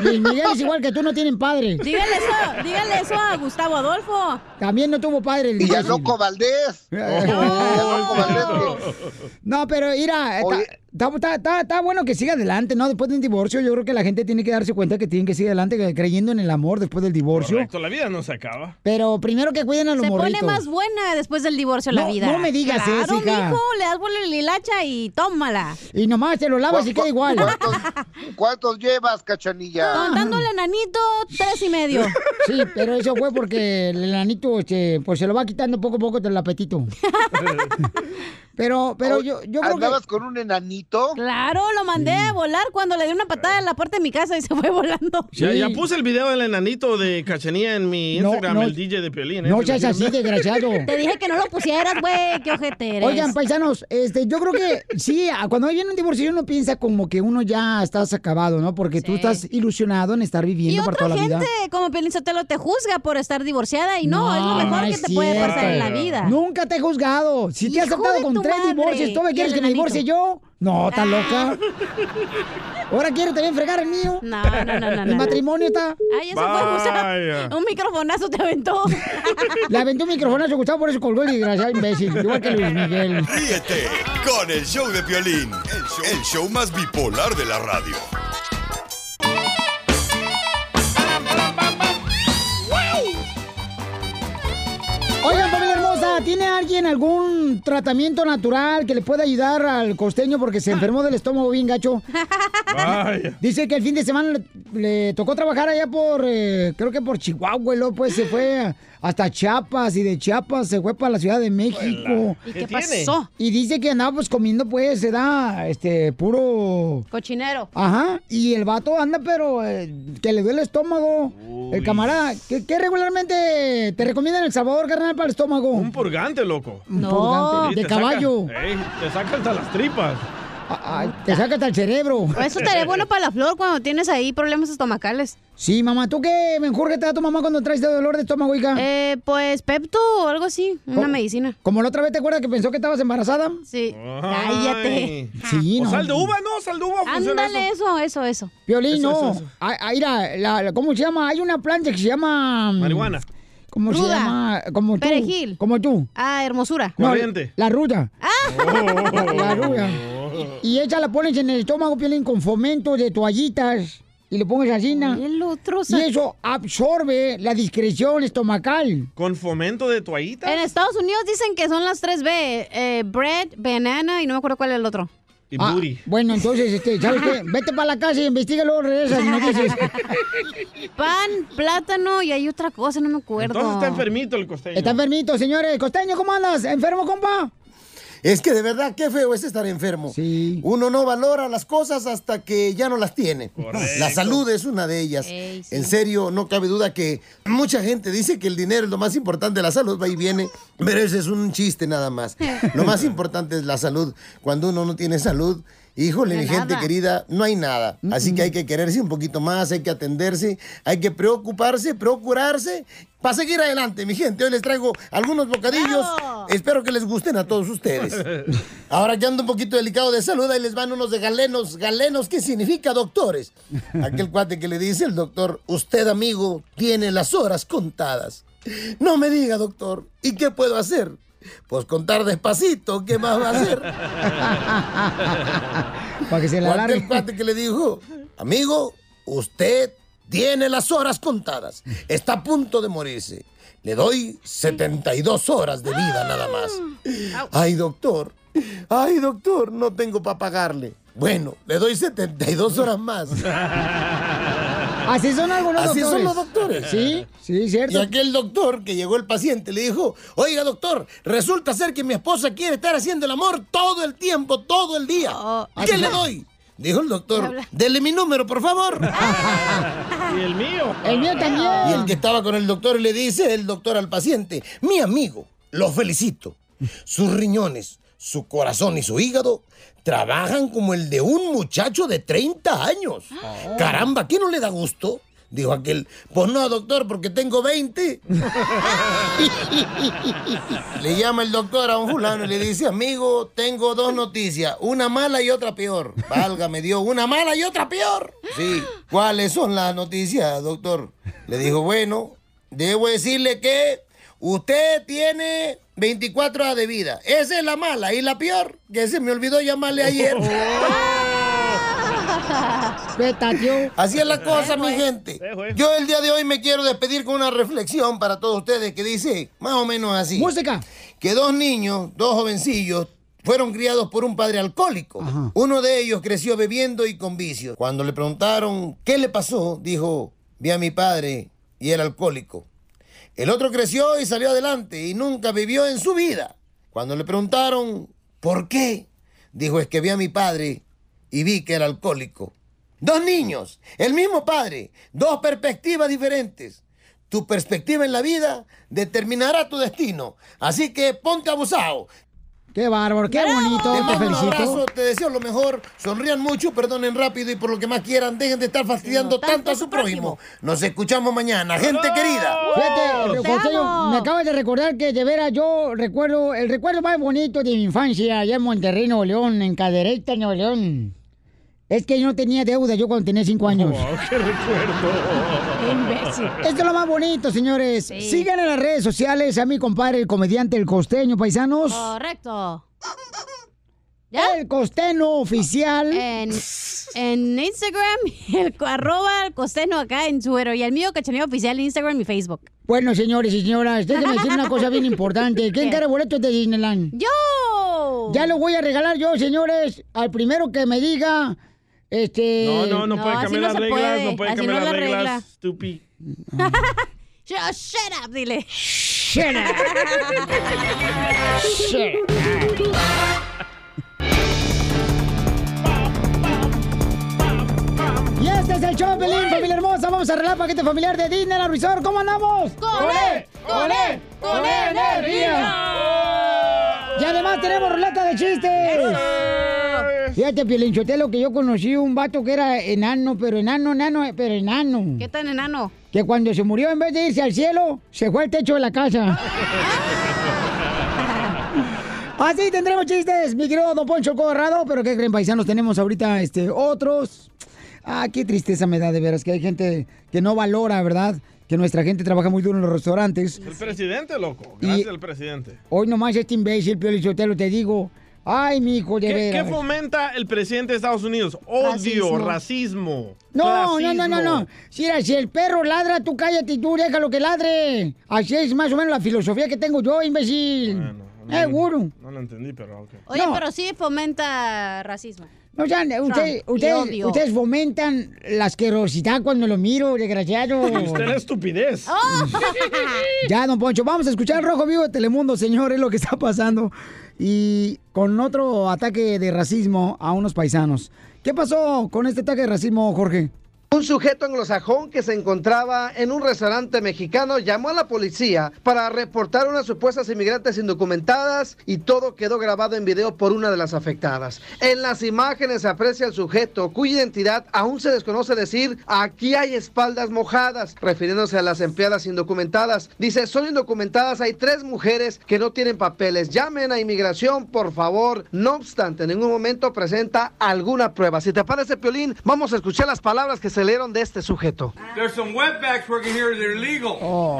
S2: Luis Miguel es igual que tú, no tienen padre.
S3: Dígale eso, dígale eso a Gustavo Adolfo.
S2: También no tuvo padre. El y loco
S11: Valdés.
S2: No, pero mira, está- está está- está- está bueno que siga adelante, ¿no? Después de un divorcio, yo creo que la gente tiene que darse cuenta que tienen que seguir adelante que- creyendo en el amor después del divorcio.
S4: Correcto, la vida no se acaba.
S2: Pero primero que cuiden a los
S3: Se
S2: morritos.
S3: pone más buena después del divorcio
S2: No,
S3: la vida.
S2: no me digas
S3: claro,
S2: eso, hija.
S3: mijo, le das vuelo la hilacha y tómala.
S2: Y nomás te lo lavas y queda igual.
S11: ¿Cuántos llevas,
S2: Ah.
S11: cachanilla?
S3: Contándole al nanito, tres y medio.
S2: Sí, pero eso fue porque el enanito este, pues se lo va quitando poco a poco del apetito. Pero, pero yo, yo creo que.
S11: ¿Andabas con un enanito?
S3: Claro, lo mandé a volar cuando le di una patada en la puerta de mi casa y se fue volando.
S4: Ya, ya puse el video del enanito de Cachanía en mi
S2: No,
S4: Instagram,
S2: no.
S4: el DJ de Piolín. ¿eh? Si
S2: No
S4: lo
S2: seas
S4: quieren
S2: así,
S4: ver.
S2: desgraciado.
S3: Te dije que no lo pusieras, güey, qué ojete eres.
S2: Oigan, paisanos, este, yo creo que sí, a- cuando viene un divorcio uno piensa como que uno ya estás acabado, ¿no? Porque tú estás ilusionado en estar
S3: y
S2: viviendo para
S3: otra
S2: toda la
S3: gente
S2: vida.
S3: como Pelín Sotelo te juzga por estar divorciada y no, es lo mejor
S2: no
S3: que
S2: es
S3: te puede
S2: cierto.
S3: pasar en la vida.
S2: Nunca te he juzgado. Si te he aceptado
S3: de
S2: con
S3: tu
S2: tres
S3: madre.
S2: divorcios, ¿tú me
S3: Y
S2: quieres
S3: el Ah.
S2: que me
S3: enanito.
S2: divorcie yo? No, está loca. Ahora quiero también fregar el mío.
S3: No, no, no, no,
S2: El
S3: no.
S2: matrimonio está.
S3: Ay, eso fue Gustavo. Un microfonazo te aventó.
S2: Le aventó un microfonazo, Gustavo, por eso colgó el desgraciado imbécil. Igual que Luis Miguel.
S7: Ríete con el show de Piolín, el show, el show más bipolar de la radio.
S2: Oigan, familia hermosa, ¿tiene alguien algún tratamiento natural que le pueda ayudar al costeño porque se enfermó del estómago bien gacho?
S8: Vaya.
S2: Dice que el fin de semana le, le tocó trabajar allá por, eh, creo que por Chihuahua, y luego pues se fue hasta Chiapas y de Chiapas se fue para la Ciudad de México.
S3: Pues, ¿Y qué ¿Qué tiene? pasó?
S2: Y dice que andaba pues comiendo pues, se da, este, puro...
S3: Cochinero.
S2: Ajá, y el vato anda, pero eh, que le duele el estómago. El camarada, ¿qué, qué regularmente te recomiendan El Salvador, carnal, para el estómago?
S4: Un purgante, loco.
S2: Un No. purgante.
S4: Sí,
S2: De
S4: te saca-
S2: caballo.
S4: Ey, te saca hasta las tripas.
S2: Te saca hasta el cerebro.
S3: Eso estaría bueno para la flor cuando tienes ahí problemas estomacales.
S2: Sí, mamá, ¿tú qué menjurje te da tu mamá cuando traes de dolor de estómago, hija?
S3: Eh, pues Pepto o algo así, una
S2: Co-
S3: medicina.
S2: Como la otra vez, ¿te acuerdas que pensó que estabas embarazada?
S3: Sí.
S2: Cállate. Sí,
S4: O
S2: no.
S4: sal de uva, no, sal de uva. funciona
S3: Ándale, eso, eso, eso.
S2: Violín,
S4: Eso,
S2: no.
S4: eso, eso.
S2: Ah, ah, mira, la- la- ¿cómo se llama? Hay una planta que se llama... mm,
S4: Marihuana.
S2: ¿Cómo se
S3: Ruda.
S2: llama? Como tú.
S3: Perejil.
S2: Como tú.
S3: Ah, hermosura.
S2: No, la ruda.
S4: Oh.
S2: La, la ruda. Y esa la pones en el estómago, Piolín, con fomento de toallitas. Y le pones así, na.
S3: Y,
S2: eso absorbe la discreción estomacal.
S4: Con fomento de toallita.
S3: En Estados Unidos dicen que son las 3B, eh, bread, banana y no me acuerdo cuál es el otro.
S4: Y
S2: Ah,
S4: booty.
S2: bueno, entonces, este, ¿sabes qué? Vete para la casa y investigalo, regresas y me dices.
S3: Pan, plátano y hay otra cosa, no me acuerdo.
S4: Entonces está enfermito el costeño.
S2: Está enfermito, señores. Costeño, ¿cómo andas? ¿Enfermo, compa?
S13: Es que de verdad, qué feo es estar enfermo. Uno no valora las cosas hasta que ya no las tiene. La salud es una de ellas. En serio, no cabe duda que mucha gente dice que el dinero es lo más importante, la salud va y viene, pero ese es un chiste nada más. Lo más importante es la salud. Cuando uno no tiene salud, híjole,
S14: No
S13: mi gente
S14: nada.
S13: querida, no hay nada. Así que hay que quererse un poquito más, hay que atenderse, hay que preocuparse, procurarse. Para seguir adelante, mi gente, hoy les traigo algunos bocadillos. Espero que les gusten a todos ustedes. Ahora que ando un poquito delicado de salud, ahí les van unos de galenos. Galenos, ¿qué significa, doctores? Aquel cuate que le dice el doctor, usted, amigo, tiene las horas contadas. No me diga, doctor, ¿y qué puedo hacer? Pues contar despacito, ¿qué más va a hacer?
S2: Para que se la
S13: O aquel
S2: alargue.
S13: cuate que le dijo, amigo, usted tiene las horas contadas. Está a punto de morirse. Le doy 72 horas de vida nada más. Ay, doctor. Ay, doctor, no tengo para pagarle. Bueno, le doy 72 horas más.
S2: Así son algunos
S13: Así son
S2: doctores.
S13: los doctores.
S2: Sí, sí, cierto.
S13: Y aquel doctor que llegó el paciente le dijo, oiga doctor, resulta ser que mi esposa quiere estar haciendo el amor todo el tiempo, todo el día.
S2: Ah,
S13: ¿Qué le doy? Dijo el doctor,
S8: Habla.
S13: dele mi número, por favor.
S4: Y el mío.
S13: Y el que estaba con el doctor le dice el doctor al paciente, mi amigo, lo felicito. Sus riñones, su corazón y su hígado trabajan como el de un muchacho de 30 años. Oh. Caramba, ¿qué no le da gusto? Dijo aquel, pues no, doctor, porque tengo 20. le llama el doctor a un fulano y le dice, amigo, tengo dos noticias, una mala y otra peor. Válgame Dios, una mala y otra peor. Sí, ¿cuáles son las noticias, doctor? Le dijo, bueno, debo decirle que usted tiene 24 horas de vida. Esa es la mala y la peor, que se me olvidó llamarle ayer. Oh. Así es la cosa, mi gente. Yo el día de hoy me quiero despedir con una reflexión para todos ustedes que dice más o menos así.
S2: Música.
S13: Que dos niños, dos jovencillos, fueron criados por un padre alcohólico. Uno de ellos creció bebiendo y con vicios. Cuando le preguntaron qué le pasó, dijo, vi a mi padre y era alcohólico. El otro creció y salió adelante y nunca vivió en su vida. Cuando le preguntaron por qué, dijo, es que vi a mi padre y vi que era alcohólico. Dos niños, el mismo padre, dos perspectivas diferentes. Tu perspectiva en la vida determinará tu destino. Así que ponte abusado.
S2: Qué bárbaro, qué bonito,
S13: Te
S2: te
S13: mando un abrazo,
S2: felicito.
S13: te deseo lo mejor. Sonrían mucho, perdonen rápido y por lo que más quieran, dejen de estar fastidiando tanto a su prójimo. Nos escuchamos mañana, gente querida.
S2: Fíjate, José, me acabas de recordar que de veras yo recuerdo el recuerdo más bonito de mi infancia allá en Monterrey, Nuevo León, en Cadereyta, Nuevo León. Es que yo no tenía deuda yo cuando tenía cinco años.
S8: Wow, qué recuerdo. Oh.
S2: Esto es lo más bonito, señores. Sigan en las redes Pues,
S3: Oh,
S2: sociales a mi compadre, el comediante El Costeño, paisanos.
S3: Correcto.
S2: El costeño oficial.
S3: En, en Instagram, el, co- arroba el costeño acá en Twitter. Y el mío, cachaneo oficial en Instagram y Facebook.
S2: Bueno, señores y señoras, déjenme decir una cosa bien importante. ¿Quién quiere boletos de Disneyland?
S3: ¡Yo!
S2: Ya lo voy a regalar yo, señores, al primero que me diga, este...
S4: No, no, no, puede cambiar las reglas, no puede cambiar las reglas, stupid.
S3: Yo, shut up, dile.
S2: Shut up. Y este es el show, Pelín, familia hermosa. Vamos a arreglar paquete familiar de Disneyland Resort. ¿Cómo andamos?
S8: ¡Con él! ¡Con él! ¡Con energía!
S2: Y además tenemos ruleta de chistes. Fíjate, Pielinchotelo, que yo conocí un vato que era enano, pero enano, enano, pero enano.
S3: ¿Qué tan enano?
S2: Que cuando se murió, en vez de irse al cielo, se fue al techo de la casa. Así tendremos chistes, mi querido Don Poncho Corrado, pero ¿qué creen, paisanos? Tenemos ahorita este, otros. Ah, qué tristeza me da de veras, que hay gente que no valora, ¿verdad? Que nuestra gente trabaja muy duro en los restaurantes.
S4: El presidente, loco.
S2: Y-
S4: Gracias al presidente.
S2: Hoy nomás este imbécil, Pielinchotelo, te digo. Ay, mi hijo, de
S4: ¿Qué,
S2: veras.
S4: qué fomenta el presidente de Estados Unidos?
S2: Racismo.
S4: Odio, racismo.
S2: No, no, no, no,
S4: clasismo.
S2: no. Mira, si el perro ladra, tú cállate y tú déjalo que ladre. Así es más o menos la filosofía que tengo yo, imbécil. eh, guru.
S4: No lo entendí, pero ok.
S3: Oye, pero sí fomenta racismo.
S2: No, o sea, usted-
S3: y
S2: ustedes,
S3: odio.
S2: ustedes fomentan la asquerosidad cuando lo miro, desgraciado.
S4: Usted es estupidez.
S2: Ya, don Poncho, vamos a escuchar el Rojo Vivo de Telemundo, señores, lo que está pasando. Y con otro ataque de racismo a unos paisanos. ¿Qué pasó con este ataque de racismo, Jorge?
S5: Un sujeto anglosajón que se encontraba en un restaurante mexicano llamó a la policía para reportar unas supuestas inmigrantes indocumentadas y todo quedó grabado en video por una de las afectadas. En las imágenes se aprecia al sujeto cuya identidad aún se desconoce decir aquí hay espaldas mojadas, refiriéndose a las empleadas indocumentadas. Dice, son indocumentadas, hay tres mujeres que no tienen papeles, llamen a inmigración por favor. No obstante, en ningún momento presenta alguna prueba. Si te parece, Piolín, vamos a escuchar las palabras que se leyeron de este sujeto.
S14: There's some wetbacks working here that are illegal.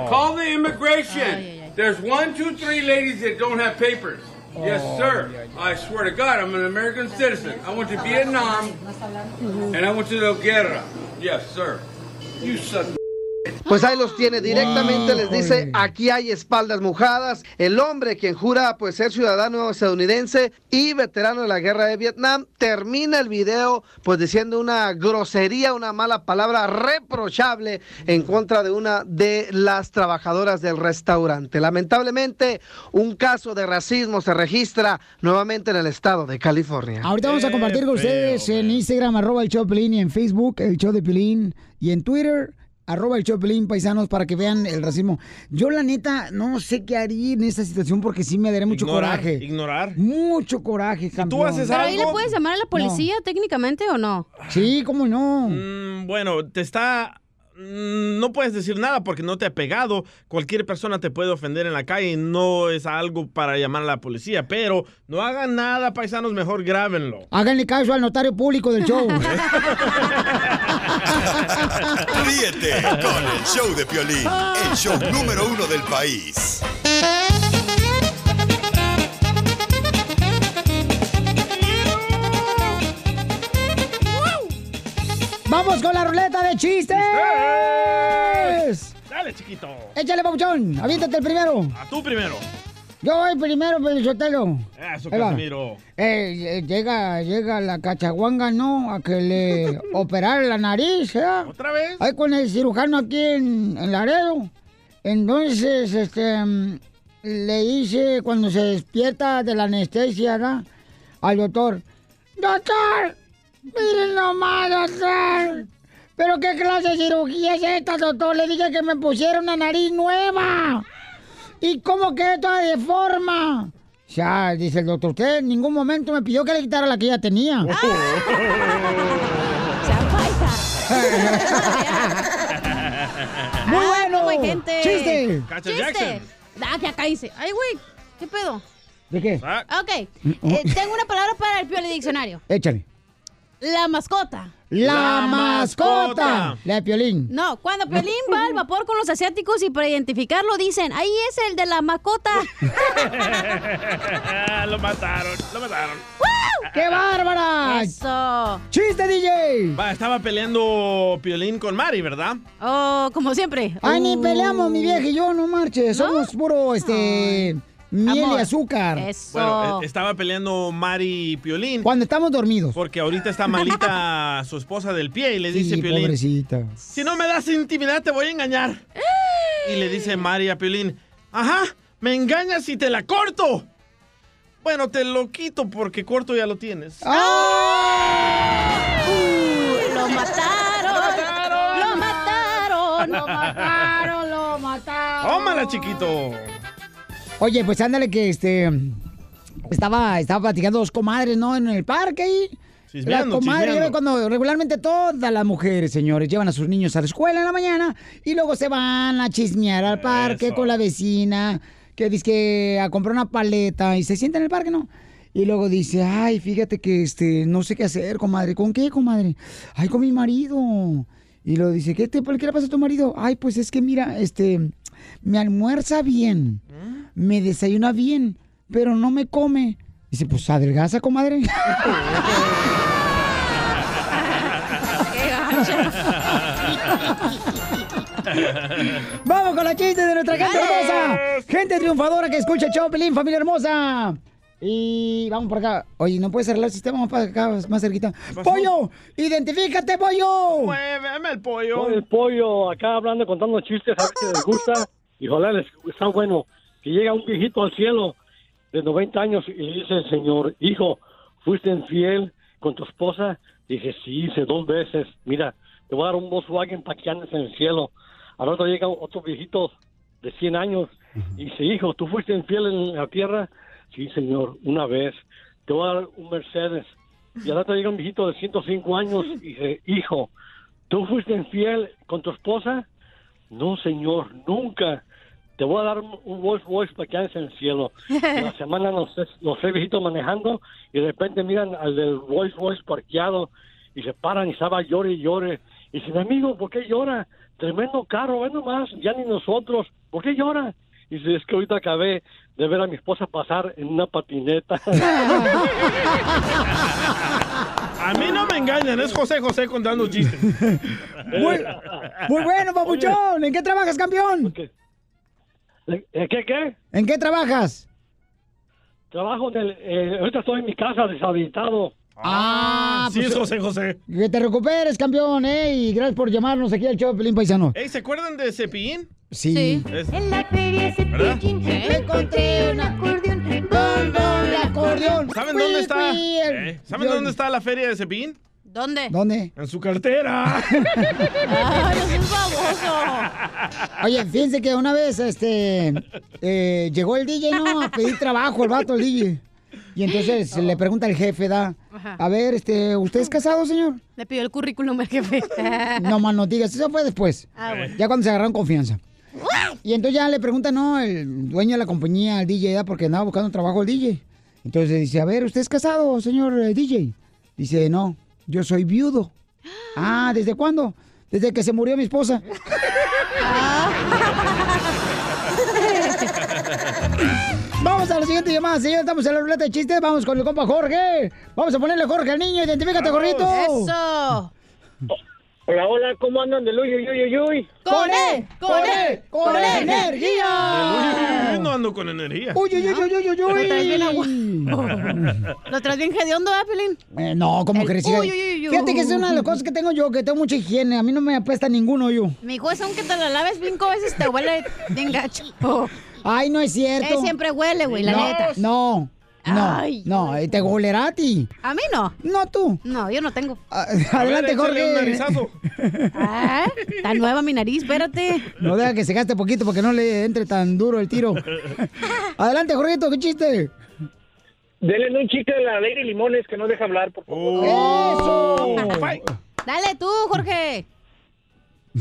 S14: Call the immigration. There's one, two, three ladies that don't have papers. Yes, sir. I swear to God, I'm an American citizen. I went to Vietnam and I went to the guerra. Yes, sir. You son.
S5: Pues ahí los tiene directamente, les dice, aquí hay espaldas mojadas. El hombre quien jura pues ser ciudadano estadounidense y veterano de la guerra de Vietnam, termina el video pues diciendo una grosería, una mala palabra reprochable en contra de una de las trabajadoras del restaurante. Lamentablemente, un caso de racismo se registra nuevamente en el estado de California.
S2: Ahorita vamos a compartir con ustedes en Instagram, arroba el show de Piolín, y en Facebook, el show de Pilín, y en Twitter, arroba el show de Piolín, paisanos, para que vean el racismo. Yo, la neta, no sé qué haría en esta situación porque sí me daría mucho
S4: Ignorar,
S2: coraje.
S4: Ignorar.
S2: Mucho coraje, campeón.
S3: ¿Pero ahí le puedes llamar a la policía técnicamente o no?
S2: Sí, cómo no.
S4: Mm, Bueno, te está... mm, No puedes decir nada porque no te ha pegado. Cualquier persona te puede ofender en la calle y no es algo para llamar a la policía. Pero no hagan nada, paisanos, mejor grábenlo.
S2: Háganle caso al notario público del show.
S7: Ríete con el show de Piolín, el show número uno del país.
S2: ¡Vamos con la ruleta de chistes!
S4: Dale, chiquito. Ah.
S2: Échale, papuchón. Aviéntate el primero.
S4: A tú primero.
S2: Yo voy primero, Pelizotelo.
S4: Eso,
S2: Ahí va.
S4: Casimiro.
S2: Eh, eh, llega, llega la cachaguanga, ¿no? A que le operara la nariz, ¿eh?
S4: ¿Otra vez?
S2: Ahí con el cirujano aquí en, en Laredo. Entonces, este, mm, le dice cuando se despierta de la anestesia, ¿no? Al doctor, ¡Doctor! ¡Miren nomás, doctor! ¿Pero qué clase de cirugía es esta, doctor? Le dije que me pusieron una nariz nueva. ¿Y cómo quedé toda deforma? Ya, dice el doctor, usted en ningún momento me pidió que le quitara la que ya tenía.
S3: Muy
S2: bueno.
S3: gente.
S2: Chiste.
S3: Cacha
S2: Cacha Jackson.
S3: Ah, que acá dice. Ay, güey, ¿qué pedo?
S2: ¿De qué?
S4: Ah.
S3: Ok, eh, tengo una palabra para el Pioli Diccionario.
S2: Échale.
S3: la mascota.
S2: La, mascota. La de Piolín.
S3: No, cuando Pelín va al vapor con los asiáticos y para identificarlo dicen, ahí es el de la mascota.
S4: lo mataron, lo mataron.
S2: ¡Qué bárbara!
S3: Eso.
S2: ¡Chiste, DJ!
S4: Va, estaba peleando Piolín con Mari, ¿verdad?
S3: Oh, como siempre. Uh.
S2: Ay, ni peleamos, mi vieja y yo, no marches. Somos puro, este... Miel
S4: Amor.
S2: y azúcar.
S4: Bueno, e- estaba peleando Mari y Piolín.
S2: Cuando estamos dormidos.
S4: Porque ahorita está malita su esposa del pie y le eh, dice
S2: Sí,
S4: Piolín,
S2: pobrecita.
S4: si no me das intimidad te voy a engañar. Y le dice Mari a Piolín, ajá, me engañas y te la corto. Bueno, te lo quito porque corto ya lo tienes.
S3: Ah, Lo mataron. Lo mataron.
S2: Lo mataron, lo mataron.
S4: ¡Tómala, chiquito!
S2: Oye, pues ándale que este estaba, estaba platicando dos comadres, ¿no? En el parque ahí. La
S4: Chismeando,
S2: comadre
S4: chismeando.
S2: ya ve cuando regularmente todas las mujeres, señores, llevan a sus niños a la escuela en la mañana y luego se van a chismear al parque con la vecina que dice que a comprar una paleta y se sienta en el parque, ¿no? Y luego dice, ay, fíjate que este, no sé qué hacer, comadre. ¿Con qué, comadre? Ay, con mi marido. Y luego dice, ¿qué, te, ¿qué le pasa a tu marido? Ay, pues es que mira, este, me almuerza bien, me desayuna bien, pero no me come. Dice, pues adelgaza, comadre. Vamos con la chiste de nuestra gente
S8: Dale.
S2: hermosa. Gente triunfadora que escucha el show, Pelín, familia hermosa. Y vamos por acá. Oye, no puedes arreglar el sistema, vamos para acá, más cerquita. ¡Pollo! ¡Identifícate, pollo!
S4: ¡Muéveme el pollo!
S15: Soy el pollo, acá hablando, contando chistes, a ver si les gusta. Y ojalá les está bueno. Que llega un viejito al cielo de 90 años y le dice el Señor, hijo, ¿fuiste infiel con tu esposa? Dice, sí, hice dos veces. Mira, te voy a dar un Volkswagen para que andes en el cielo. Al otro llega otro viejito de 100 años y dice, hijo, ¿tú fuiste infiel en la tierra? Sí, señor, una vez. Te voy a dar un Mercedes. Y al otro llega un viejito de 105 años y dice, hijo, ¿Tú fuiste infiel con tu esposa? No, señor, nunca. Te voy a dar un- un voice voice para que andes en el cielo. La semana los tres, los tres viejitos manejando y de repente miran al del voice voice parqueado y se paran y estaba llore y llore. Y dice, mi amigo, ¿por qué llora? Tremendo carro, ve nomás, ya ni nosotros. ¿Por qué llora? Y dice, es que ahorita acabé de ver a mi esposa pasar en una patineta.
S4: A mí no me engañan, es José José contando chistes.
S2: Muy, Muy bueno, papuchón. ¿En qué trabajas, campeón?
S15: ¿Eh, ¿Qué, qué?
S2: ¿En qué trabajas?
S15: Trabajo en el... eh, ahorita estoy en mi casa deshabilitado.
S2: Ah,
S4: sí, es José José.
S2: Que te recuperes, campeón, ¿eh? Y gracias por llamarnos aquí al show de Pelín Paisano.
S4: Ey, ¿se acuerdan de Cepillín?
S2: Sí. Sí.
S4: Es-
S2: En la feria
S4: ¿Verdad?
S2: Me encontré un acordeón, don, don, el acordeón.
S4: ¿Saben dónde está?
S2: Fui, fui, el-
S4: Eh, ¿Saben dónde está la feria de Cepillín?
S3: ¿Dónde?
S2: ¿Dónde?
S4: En su cartera.
S3: Ay, es un baboso.
S2: Oye, fíjense que una vez este eh, llegó el DJ, ¿no? A pedir trabajo el vato, el DJ. Y entonces le pregunta al jefe, da,
S3: Oh. Ajá.
S2: a ver, este, ¿usted es casado, señor?
S3: Le pidió el currículum al jefe.
S2: No más no digas, eso fue después.
S3: Ah, bueno.
S2: Ya cuando se agarraron confianza. Y entonces ya le pregunta, ¿no? El dueño de la compañía, al DJ, ¿da? porque andaba buscando trabajo el DJ. Entonces dice, a ver, ¿usted es casado, señor eh, DJ? Dice, no, yo soy viudo. Ah, ¿desde cuándo? Desde que se murió mi esposa. Vamos a la siguiente llamada, señor. Estamos en la ruleta de chistes. Vamos con el compa Jorge. Vamos a ponerle Jorge al niño. Identifícate, Jorrito.
S3: Eso.
S15: Hola, hola, ¿cómo andan del uy, uy, uy, uy, uy?
S2: ¡Con él! ¡Con él! ¡Con
S16: E.
S2: energía!
S4: Yo no ando con energía.
S2: Uy, uy, uy, uy, uy, uy.
S3: Lo traes bien Lo traes bien hediondo, ¿verdad, Pelín?
S2: Eh, no, como
S3: El-
S2: que recibe.
S3: uy, uy, uy, uy.
S2: Fíjate que es una de las cosas que tengo yo, que tengo mucha higiene. A mí no me apesta ninguno yo.
S3: Mi hijo es aunque te la laves cinco veces, te huele bien gacho.
S2: Ay, no es cierto.
S3: Eh, siempre huele, güey, la
S2: no,
S3: neta.
S2: No, no,
S3: Ay.
S2: no, eh, te golerá a ti.
S3: A mí no.
S2: No, tú.
S3: No, yo no tengo.
S2: Adelante, Jorge.
S3: Ah, Está nueva mi nariz, espérate.
S2: No deja que se gaste poquito porque no le entre tan duro el tiro. Adelante, Jorgito, qué chiste.
S15: Denle un chiste de la ley de limones que no deja hablar, por favor.
S4: Oh.
S3: Dale tú, Jorge.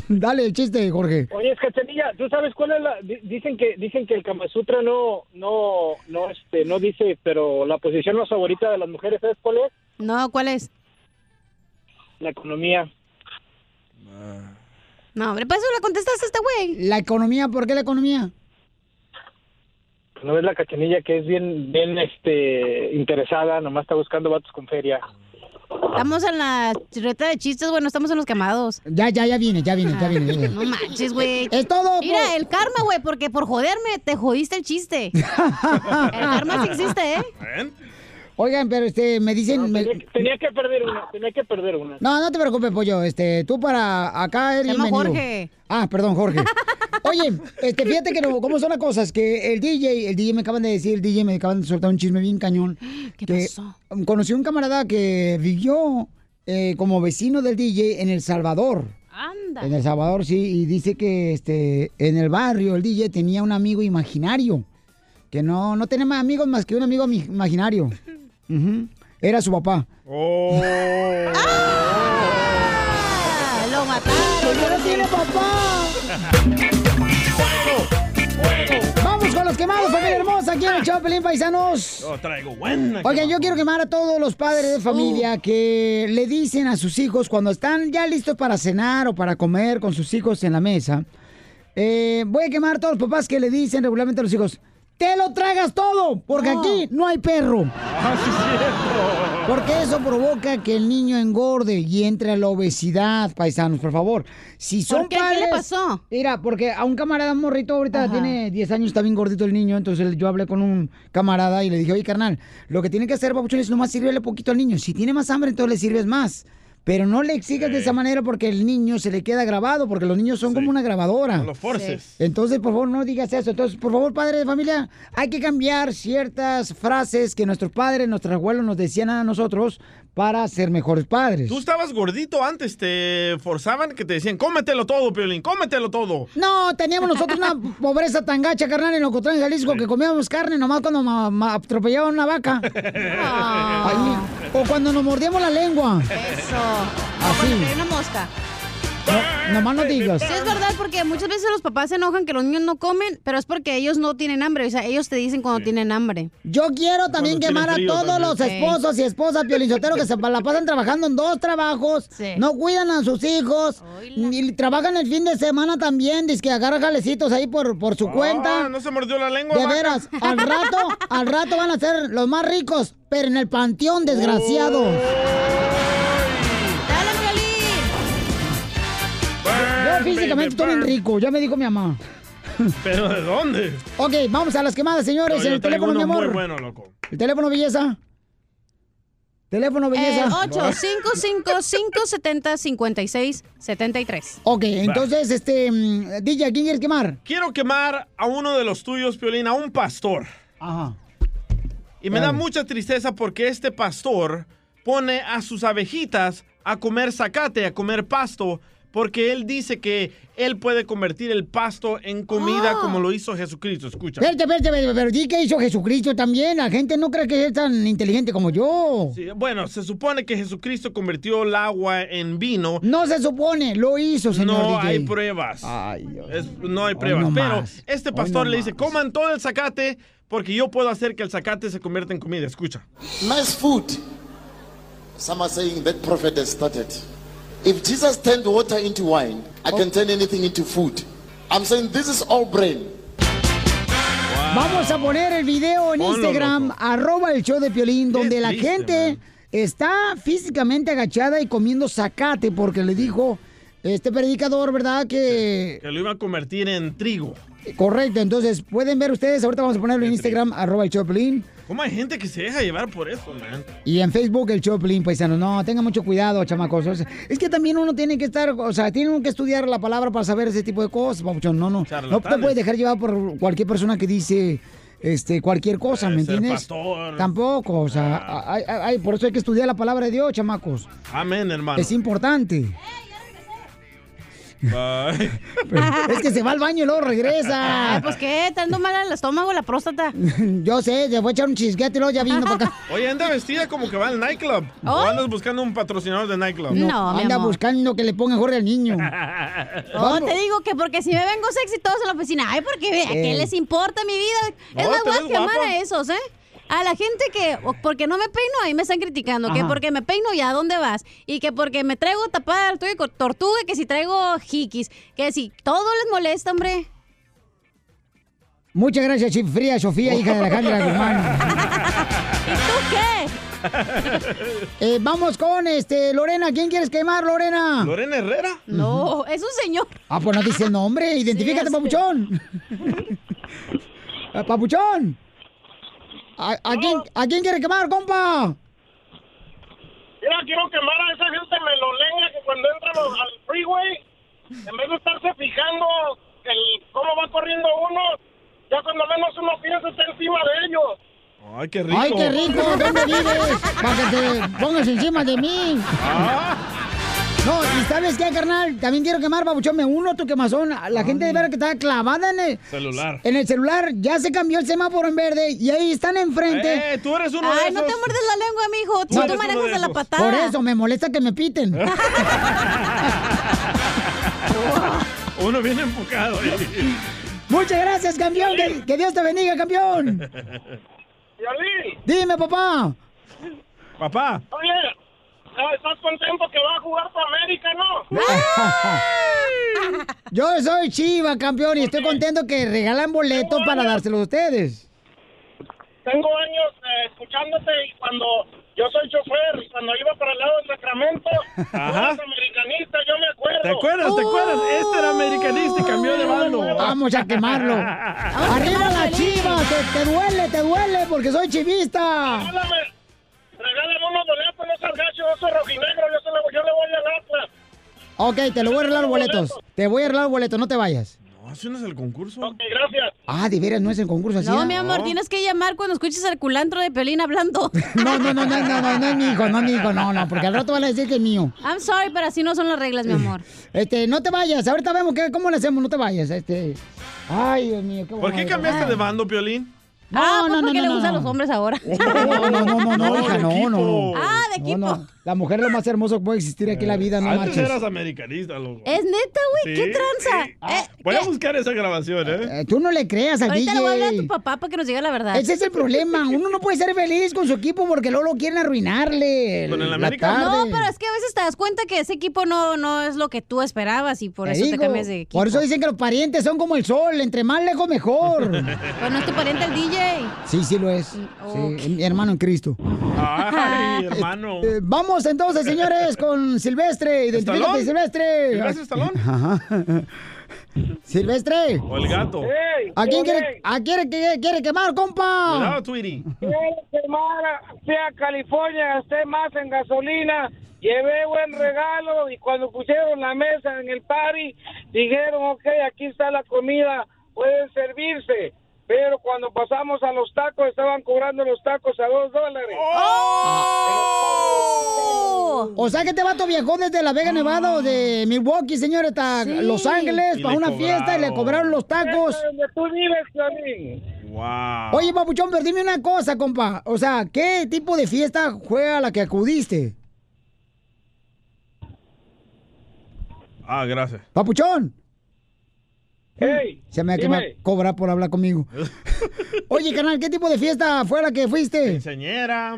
S2: Dale el chiste, Jorge.
S15: Oye, es Cachanilla, ¿tú sabes cuál es la...? di- Dicen que, dicen que el Kama Sutra no, no, no, este, no dice, pero la posición más favorita de las mujeres, ¿sabes cuál es?
S3: No, ¿cuál es?
S17: la economía.
S3: No, hombre, para eso la contestaste a este güey.
S2: La economía, ¿por qué la economía?
S17: No es la cachanilla que es bien, bien este, interesada, nomás está buscando vatos con feria.
S3: Estamos en la reta de chistes, bueno, estamos en los quemados. Ah,
S2: Ya, ya, ya viene, ya viene, ya viene. ya viene.
S3: No manches, güey.
S2: Es todo.
S3: Mira, el karma, güey, porque por joderme te jodiste el chiste. el karma sí existe, ¿eh?
S2: Oigan, pero este, me dicen... me-
S17: Tenía que perder una, tenía que perder una.
S2: No, no te preocupes, pollo. Este, tú para acá eres
S17: Se llama
S2: bienvenido.
S17: Jorge.
S2: Ah, perdón, Jorge. Oye, este, fíjate que no, cómo son las cosas, que el DJ, el DJ me acaban de decir, el DJ me acaban de soltar un chisme bien cañón.
S3: ¿Qué
S2: que
S3: pasó?
S2: Conocí un camarada que vivió eh, como vecino del DJ en El Salvador.
S3: Anda.
S2: En El Salvador, sí, y dice que este, en el barrio el DJ tenía un amigo imaginario. Que no, no tenía más amigos más que un amigo mi- imaginario. Ujú. Era su papá.
S3: ¡Oh! Ah, lo mataron.
S2: no tiene papá. Vamos con los quemados, familia hermosa, aquí
S3: Ah.
S2: en el show, Pelín Paisanos.
S4: Yo traigo buena.
S2: Oigan, yo quiero quemar a todos los padres de familia que le dicen a sus hijos cuando están ya listos para cenar o para comer con sus hijos en la mesa. eh, voy a quemar a todos los papás que le dicen regularmente a los hijos, te lo tragas todo, porque aquí no hay perro. Porque eso provoca que el niño engorde y entre a la obesidad, paisanos, por favor. Si son
S3: ¿Por qué? ¿Qué le
S2: padres-
S3: pasó?
S2: Mira, porque a un camarada morrito ahorita
S3: Ajá.
S2: tiene 10 años, está bien gordito el niño, entonces yo hablé con un camarada y le dije, oye, carnal, lo que tiene que hacer, papuchón, es nomás sirvele poquito al niño. Si tiene más hambre, entonces le sirves más. Pero no le exijas de esa manera porque el niño se le queda grabado, porque los niños son como una grabadora.
S4: No lo forces. Sí.
S2: Entonces, por favor, no digas eso. Entonces, por favor, padre de familia, hay que cambiar ciertas frases que nuestros padres, nuestros abuelos nos decían a nosotros para ser mejores padres.
S4: Tú estabas gordito antes, te forzaban que te decían, cómetelo todo, Piolín, cómetelo todo.
S2: No, teníamos nosotros una pobreza tan gacha, carnal, en Locotrán, Jalisco, que comíamos carne nomás cuando ma- ma- atropellaban una vaca. Ahí. o cuando nos mordíamos la lengua.
S3: Eso.
S2: Así.
S3: Hay una mosca.
S2: Nomás no digas.
S3: Sí, es verdad, porque muchas veces los papás se enojan que los niños no comen, pero es porque ellos no tienen hambre. O sea, ellos te dicen cuando tienen hambre.
S2: Yo quiero también
S3: Cuando
S2: quemar a
S3: tienen frío
S2: todos
S3: también.
S2: los
S3: Ey.
S2: esposos y esposas piolizoteros que se la pasan trabajando en dos trabajos, no cuidan a sus hijos, y trabajan el fin de semana también, dice que agarran jalecitos ahí por, por su cuenta.
S4: Ah, no se mordió la lengua.
S2: De
S4: vaca?
S2: veras, al rato, al rato van a ser los más ricos, pero en el panteón, desgraciado. Yo físicamente estoy bien rico, ya me dijo mi mamá.
S4: ¿Pero de dónde?
S2: Ok, vamos a las quemadas,
S4: No,
S2: señores.
S4: yo
S2: el
S4: traigo
S2: teléfono,
S4: uno
S2: mi amor.
S4: Muy bueno, loco.
S2: El teléfono, belleza. Teléfono, belleza.
S3: El 855-570-5673.
S2: Ok, entonces, este, mm, DJ, ¿quién quieres quemar?
S4: Quiero quemar a uno de los tuyos, Piolín, a un pastor.
S2: Ajá.
S4: Y me da
S2: Dale.
S4: mucha tristeza porque este pastor pone a sus abejitas a comer zacate, a comer pasto, porque él dice que él puede convertir el pasto en comida como lo hizo Jesucristo. Escucha.
S2: Ah. Espérate, espérate, espérate, pero di que hizo Jesucristo también. La gente no cree que es tan inteligente como yo.
S4: Sí, bueno, se supone que Jesucristo convirtió el agua en vino.
S2: No se supone, lo hizo, señor
S4: No
S2: DJ.
S4: hay pruebas. Es- no hay pruebas.
S2: no
S4: pero
S2: más.
S4: este
S2: Hoy
S4: pastor
S2: no
S4: le dice, coman todo el zacate porque yo puedo hacer que el zacate se convierta en comida. Escucha.
S16: Nice food. Some are saying that prophet has started. If Jesus turned water into wine, I can turn anything into food. I'm saying this is all brain.
S2: Vamos a poner el video en
S16: Ponlo,
S2: Instagram, arroba el show de Piolín, donde la
S16: triste,
S2: gente está físicamente agachada y comiendo zacate porque le dijo este predicador, ¿verdad? Que...
S4: Que lo iba a convertir en trigo.
S2: Correcto, entonces pueden ver ustedes, ahorita vamos a ponerlo en Instagram, arroba el show de Piolín,
S4: ¿Cómo hay gente que se deja llevar por eso, man?
S2: Y en Facebook el show de Piolín, paisanos. No, tengan mucho cuidado, chamacos. O sea, es que también uno tiene que estar, o sea, tiene uno que estudiar la palabra para saber ese tipo de cosas, papuchón. No, no. No te
S4: Charlatanes.
S2: puedes dejar llevar por cualquier persona que dice este cualquier cosa,
S4: Eh,
S2: ¿me
S4: ser
S2: entiendes?
S4: pastor. Ah.
S2: Tampoco, o sea, ay, ay, ay, por eso hay que estudiar la palabra de Dios, chamacos.
S4: Amén, hermano.
S2: Es importante.
S4: Bye.
S2: es que se va al baño y luego regresa.
S3: Ay, pues qué, tanto mal el estómago, la próstata.
S2: Yo sé, le voy a echar un chisguete y luego ya vino para acá.
S4: Oye, anda vestida como que va al nightclub. ¿O andas buscando un patrocinador de nightclub?
S2: anda buscando que le ponga Jorge al niño.
S3: No,
S2: Vamos.
S3: te digo que porque si me vengo sexy todos en la oficina, ay, porque ¿a qué
S2: Eh.
S3: les importa mi vida?
S2: No,
S3: es más,
S2: te
S3: voy a
S2: ves
S3: quemar
S2: guapa.
S3: a esos, ¿eh? a la gente que o- porque no me peino ahí me están criticando, que
S18: Ajá.
S3: porque me peino ya, ¿a dónde vas? Y que porque me traigo tapada, estoy con tortuga, que si traigo jiquis, que si todo les molesta, hombre.
S2: Muchas gracias, Chip Fría, Sofía, hija de Alejandra Guzmán. Eh, vamos con este Lorena. ¿Quién quieres quemar, Lorena?
S4: ¿Lorena Herrera?
S3: No, es un señor.
S2: Ah, pues no dice el nombre. Identifícate, Papuchón. Eh, Papuchón. ¿A, a quién, a quién quiere quemar, compa?
S19: Mira, quiero quemar a esa gente melolenga que cuando entran los- al freeway, en vez de estarse fijando el cómo va corriendo uno, ya cuando menos uno piensa está encima de ellos.
S4: Ay, qué rico.
S2: Ay, qué rico. ¿Dónde vives? Para que te pongas encima de mí.
S4: Ah.
S2: No, y sabes qué, carnal, también quiero quemar, babuchón, me uno a tu quemazón. La gente de verdad que está clavada en el
S4: Ah, Celular.
S2: En el celular ya se cambió el semáforo en verde y ahí están enfrente.
S4: Eh, tú eres uno de
S3: Ay, no te
S4: esos.
S3: muerdes la lengua, mijo.
S2: No,
S3: Si
S2: eres
S3: tú
S2: uno
S3: manejas
S2: de
S3: a la
S2: esos.
S3: patada.
S2: Por eso me molesta que me piten.
S4: Uno viene enfocado. ahí.
S2: Muchas gracias, campeón. Que, que Dios te bendiga, campeón. Dime, papá.
S4: Papá.
S19: Oye, ah, ¿estás contento que va a jugar tu América, no?
S2: Yo soy Chiva, campeón, y estoy contento que regalan boletos para dárselos a ustedes.
S19: Tengo años eh, escuchándote y cuando yo soy chofer, cuando iba para el lado de Sacramento,
S4: Ajá.
S19: tú eras americanista, yo me acuerdo.
S4: ¿Te acuerdas? ¿Te acuerdas? Este era americanista y cambió de bando.
S2: Vamos a quemarlo. Arriba la chiva, te, te duele, te duele, porque soy chivista.
S19: Regálame, regálame unos boletos, no seas gacho, yo soy rojinegro, yo, se lo- yo le voy al Atlas.
S2: Ok, te lo voy a arreglar boletos. Te voy a arreglar boletos, no te vayas.
S4: No, ¿Así no es el concurso?
S19: Ok, gracias.
S2: Ah, de veras, no es el concurso así.
S3: No,
S2: ah?
S3: mi amor, tienes que llamar cuando escuches al culantro de Pelín hablando.
S2: No, no, no, no, no, no, no es mi hijo, no es mi hijo, no, no, porque al rato van a decir que es mío.
S3: I'm sorry, pero así no son las reglas, mi amor.
S2: Este, no te vayas, ahorita vemos qué, cómo le hacemos, no te vayas, este. Ay, Dios mío, qué
S4: ¿Por qué
S2: bonito.
S4: cambiaste
S2: Ay.
S4: de bando, Piolín?
S2: No,
S3: ah, pues
S2: no, no,
S3: porque
S2: no,
S3: le
S2: no,
S3: gustan
S2: no.
S3: los hombres ahora.
S2: No, no, no, no, no, hija, no, no.
S3: Ah, de
S2: No,
S3: equipo.
S2: no. La mujer es lo más hermoso que puede existir aquí en la vida, no
S4: Antes
S2: marches.
S4: eras americanista, loco.
S3: Es neta, güey, qué
S4: Sí,
S3: tranza. Eh,
S4: Voy a buscar esa grabación, ¿eh?
S2: Tú no le creas al
S3: ahorita
S2: DJ.
S3: le voy a hablar a tu papá para que nos diga la verdad.
S2: Ese es el problema. Uno no puede ser feliz con su equipo porque luego lo quieren arruinarle.
S4: Con el
S2: la
S4: América.
S2: tarde.
S3: No, pero es que a veces te das cuenta que ese equipo no, no es lo que tú esperabas y por
S2: Te
S3: eso te
S2: digo,
S3: cambias de equipo.
S2: Por eso dicen que los parientes son como el sol. Entre más lejos, mejor.
S3: Pues no es tu pariente el DJ.
S2: sí, sí lo es. Sí, es mi hermano en Cristo.
S4: Ay, hermano.
S2: Eh, vamos entonces, señores, con Silvestre. Identifícate,
S4: ¿Estalón?
S2: Silvestre.
S4: ¿Silvestre Estalón?
S2: Ajá. Silvestre.
S4: O el gato.
S2: ¿A quién quiere, a quiere, que- quiere quemar, compa?
S4: Cuidado, Tweety.
S20: Quiero quemar a- fui a California, gasté más en gasolina, llevé buen regalo y cuando pusieron la mesa en el party, dijeron, ok, aquí está la comida, pueden servirse. Pero cuando pasamos a los tacos, estaban cobrando los tacos a dos dólares.
S2: ¡Oh! O sea que te vato viajó desde La Vega, Nevada o de Milwaukee, señores, hasta
S20: Sí.
S2: Los Ángeles
S20: Y
S2: para
S20: le
S2: una fiesta y le
S20: cobraron.
S2: cobraron los tacos.
S20: Tú vives, Piolín.
S4: Wow.
S2: Oye, papuchón, pero dime una cosa, compa. O sea, ¿qué tipo de fiesta fue a la que acudiste?
S4: Ah, gracias.
S2: Papuchón.
S20: Hey,
S2: Se me va a
S4: dime.
S2: quemar- cobrar por hablar conmigo. Oye, canal, ¿qué tipo de fiesta fue a la que fuiste?
S4: Quinceañera.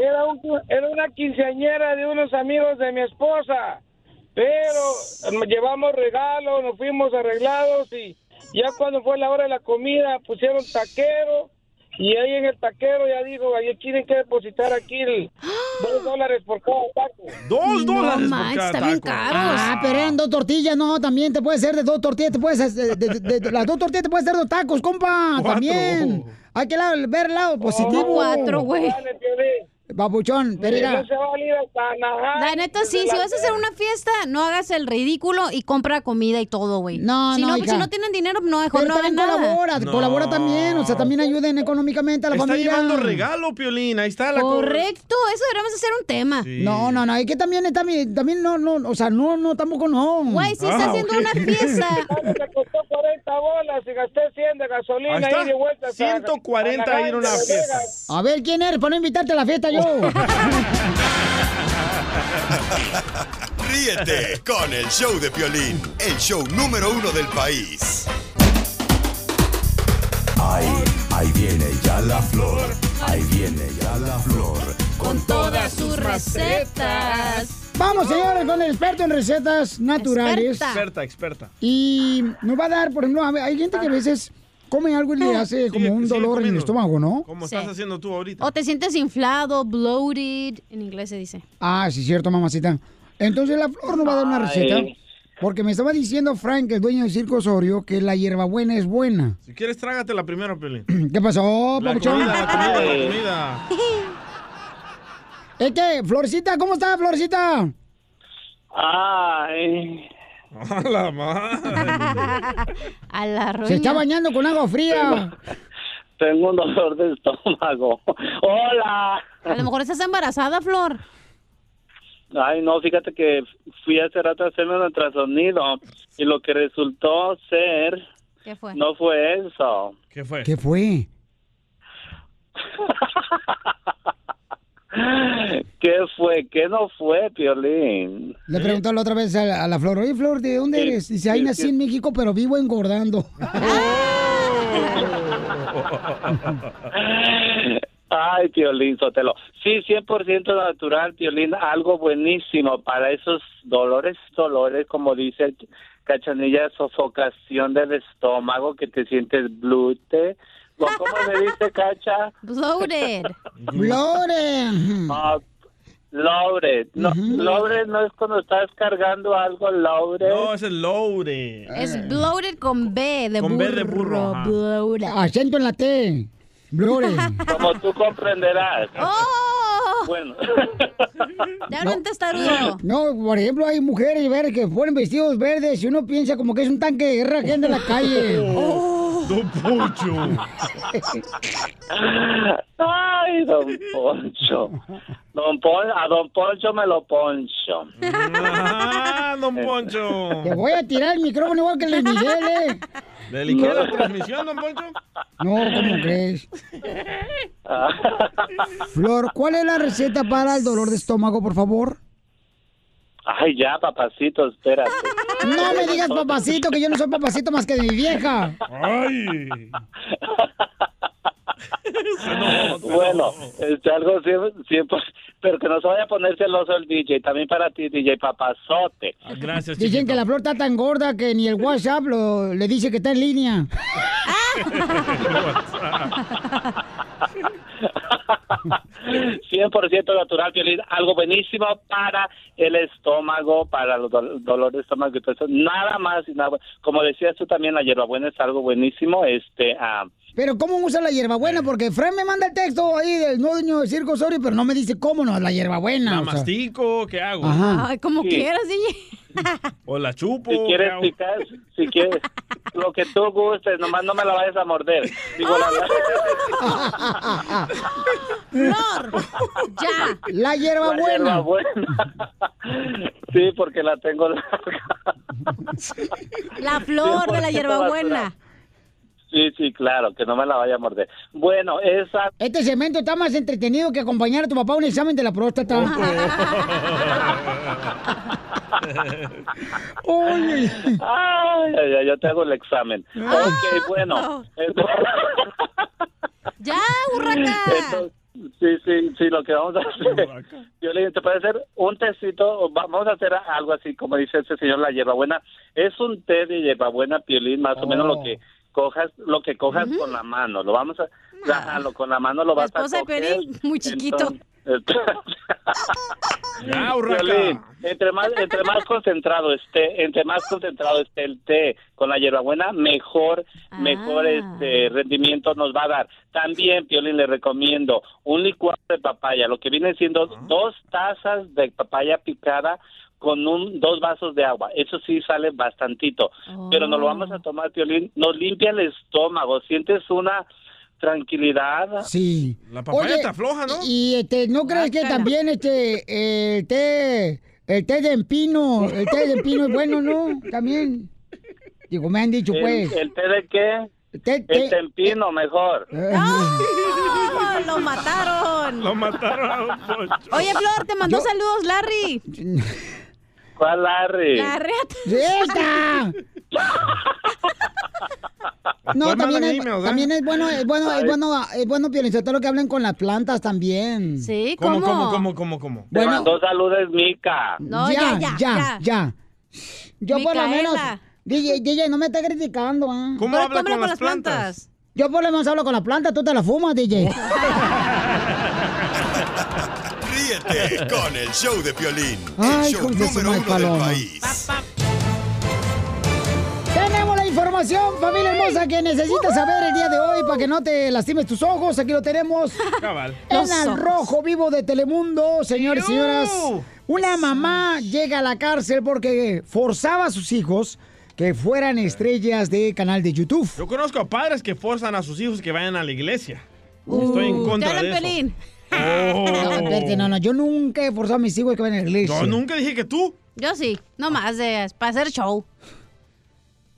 S20: Era, un- era una quinceañera de unos amigos de mi esposa, pero llevamos regalos, nos fuimos arreglados y ya cuando fue la hora de la comida pusieron taquero y ahí en el taquero ya digo, ahí tienen que depositar aquí el dos dólares por cada taco.
S4: Dos
S20: dólares por
S2: manches,
S20: cada
S2: está bien
S20: taco.
S2: caro. Ah, pero eran dos tortillas, no, también te puede ser de dos tortillas, te puedes hacer- de, de- de- las dos tortillas te puedes hacer dos tacos, compa,
S20: Cuatro.
S2: también. Hay que la- ver el lado positivo.
S20: Dale, Piolín.
S2: Papuchón, pero mira,
S20: No se va a ir hasta Najar.
S3: La neta, sí, si vas a hacer una fiesta, no hagas el ridículo y compra comida y todo, güey.
S2: No,
S3: si
S2: no,
S3: no,
S2: hija.
S3: Si no tienen dinero, no, mejor
S2: pero
S3: no hagan
S2: también
S3: nada.
S2: colabora, colabora también, o sea, también ayuden económicamente a la
S4: Está
S2: familia.
S4: llevando regalo, Piolín. Ahí está la co-
S3: Correcto, eso deberíamos hacer un tema.
S2: No, no, no, y que también, también, también no, no, o sea, no, no, tampoco no.
S20: Mm.
S3: Güey, si está Ah, haciendo ok. una fiesta.
S20: Me costó 40 bolas y gasté 100 de gasolina
S2: Ahí está.
S20: ida y vuelta. hasta-
S2: 140
S20: hasta
S2: ir a una
S20: Las
S2: fiesta.
S20: Vegas.
S2: A ver, ¿quién eres para no invitarte a la fiesta yo?
S7: Ríete con el show de Piolín, el show número uno del país.
S21: Ahí, ahí viene ya la flor. Ahí
S18: Ahí viene ya la flor con
S2: todas sus recetas. Vamos, señores, con el experto en recetas naturales.
S4: Experta, experta.
S2: Y nos va a dar, por ejemplo, a ver, hay gente que a veces come algo y le hace como un dolor en el estómago, ¿no?
S4: Como estás haciendo tú ahorita.
S3: O te sientes inflado, bloated, en inglés se dice.
S2: Ah, sí, cierto, mamacita. Entonces la flor nos va a dar una receta.
S4: Ay.
S2: Porque me estaba diciendo Frank, el dueño del circo Osorio, que la hierbabuena es buena.
S4: Si quieres, trágate la primera, Pelín.
S2: ¿Qué pasó,
S4: La
S2: papuchón?
S4: comida, la comida, la comida.
S2: Es que, Florcita, ¿cómo está, Florcita?
S17: Ay.
S4: A la madre.
S3: A la ruina.
S2: Se está bañando con agua fría.
S17: Tengo un dolor de estómago. Hola.
S3: A lo mejor estás embarazada, Flor.
S17: Ay, no, fíjate que fui hace rato a hacerme un ultrasonido y lo que resultó ser
S3: ¿Qué fue?
S17: no fue eso.
S4: ¿Qué fue?
S2: ¿Qué fue?
S17: ¿Qué fue? ¿Qué no fue, Piolín?
S2: Le preguntó la otra vez a la, a la Flor, oye, Flor, ¿de dónde eres? Dice, ahí nací en México, pero vivo engordando.
S3: Ah.
S17: Ay, Piolín Sotelo. Sí, 100% natural, Piolín. Algo buenísimo para esos dolores, dolores, como dice Cachanilla, sofocación del estómago, que te sientes blute. ¿O ¿Cómo me dice Cacha?
S3: Bloated.
S2: Loren.
S17: Ah, Lobre. No, Lobre no es cuando estás cargando algo, Lobre.
S4: No, es el Loure.
S3: Es bloated con B de
S4: Con
S3: burro.
S4: B de burro, ajá.
S3: bloated.
S2: Acento en la T. Loren.
S17: Como tú comprenderás.
S3: Oh,
S17: Bueno.
S3: Ya no, testarudo.
S2: No, por ejemplo, hay mujeres ver, que ponen vestidos verdes y uno piensa como que es un tanque de guerra que anda en la calle.
S4: Don Poncho.
S17: Ay, don Poncho. Don Pon- a don Poncho me lo poncho.
S4: Ah, don Poncho.
S2: Te voy a tirar el micrófono igual que el Luis Miguel, ¿eh?
S4: ¿Le liqué la transmisión, don Poncho?
S2: No, ¿cómo crees? Flor, ¿cuál es la receta para el dolor de estómago, por favor?
S17: Ay, ya, papacito, espérate.
S2: No me digas papacito, que yo no soy papacito más que de mi vieja.
S4: Ay.
S17: bueno, este, algo siempre, siempre- pero que no se vaya a poner celoso el DJ, también para ti, DJ Papazote.
S4: Ah, Gracias,
S2: Dicen que la flor está tan gorda que ni el WhatsApp lo- le dice que está en línea.
S17: Cien 100% natural, Piolín, algo buenísimo para el estómago, para los dol- dolor de estómago y todo eso. Nada más, y nada, más. como decías tú también, la hierbabuena es algo buenísimo, este, ah,
S2: Pero ¿cómo usa la hierbabuena?
S3: Eh.
S2: Porque Fran me manda el texto ahí del nuevo dueño del circo Osorio, pero no me dice cómo no, la hierbabuena.
S4: ¿La
S2: o sea.
S4: mastico? ¿Qué hago?
S2: Ajá.
S3: Ay, como quieras, DJ.
S4: O la chupo.
S17: Si quieres
S4: ¿qué hago?
S17: picar, si quieres, lo que tú gustes, nomás no me la vayas a morder. Digo, la
S3: Flor, ya.
S2: La hierbabuena.
S17: Sí, porque la tengo larga.
S3: La flor de la
S17: 100%
S3: hierbabuena.
S17: basura. Sí, sí, claro, que no me la vaya a morder. Bueno, esa...
S2: Este cemento está más entretenido que acompañar a tu papá a un examen de la próstata. Oye.
S17: Ay, ay, ay, yo te hago el examen. Ok, bueno.
S3: ya, hurraca.
S17: Sí, sí, sí, lo que vamos a hacer. Yo le digo, ¿te puede hacer un tecito? O va- Vamos a hacer algo así, como dice este señor, la hierbabuena. Es un té de hierbabuena, piolín, más o menos lo que
S3: Oh.
S17: cojas, lo que cojas con la mano. Lo vamos a, ajá, lo- con la mano lo vas a
S3: Ah. esposa de
S17: coger.
S3: Pelín, muy chiquito.
S4: Ya, urraca.
S17: Piolín, entre más, entre más concentrado esté, entre más concentrado esté el té con la hierbabuena, mejor, mejor este rendimiento nos va a dar. También, Piolín, le recomiendo un licuado de papaya, lo que viene siendo
S4: Ah.
S17: dos tazas de papaya picada con un, dos vasos de agua. Eso sí sale bastantito, pero nos lo vamos a tomar, Piolín, nos limpia el estómago, sientes una tranquilidad.
S2: Sí.
S4: La
S2: Oye, Y este, ¿no crees que también este eh, el té, el té de empino, el té de empino es bueno, no? También. Digo, me han dicho pues.
S17: ¿El, el té de qué?
S2: té- Eh.
S17: el tempino, mejor.
S3: ¡No! ¡Oh! ¡Lo mataron!
S4: Lo mataron.
S3: Oye, Flor, te mandó
S17: Yo-
S3: saludos, Larry.
S17: ¿Cuál Larry?
S3: La reta.
S2: ¡Esta! No,
S8: Pues
S2: también
S8: manda
S2: es,
S8: emails, ¿eh?
S2: también es bueno, es bueno, es
S8: Ay.
S2: bueno, es bueno, lo que hablen con las plantas también. Sí,
S4: ¿Cómo, cómo, cómo, cómo, cómo?
S17: Te mandó saludos, Mica.
S2: ya, ya, ya, Yo por lo menos,
S17: Micaela.
S2: DJ, DJ, no me está criticando, ¿ah?
S8: ¿Cómo Pero habla tú habla con con las las plantas? plantas.
S2: Yo por lo menos hablo con las plantas, tú te la fumas, DJ.
S7: Ríete con el show de Piolín, el
S2: Ay,
S7: show
S2: con que se
S7: número
S2: me
S7: uno del
S2: paloma.
S7: país.
S2: Tenemos la información, familia hermosa, que necesitas saber el día de hoy para que no te lastimes tus ojos. Aquí lo tenemos.
S4: Cabal.
S2: En
S4: Los
S2: al
S4: ojos.
S2: rojo vivo de Telemundo, señores y señoras. Una mamá llega a la cárcel porque forzaba a sus hijos que fueran estrellas de canal de YouTube.
S4: Yo conozco a padres que forzan a sus hijos que vayan a la iglesia. Uh, Estoy en contra de eso. Oh.
S2: No, espérate, no, no, yo nunca he forzado a mis hijos que vayan a la iglesia.
S4: Yo nunca dije que tú.
S3: Yo sí, nomás de, para hacer show.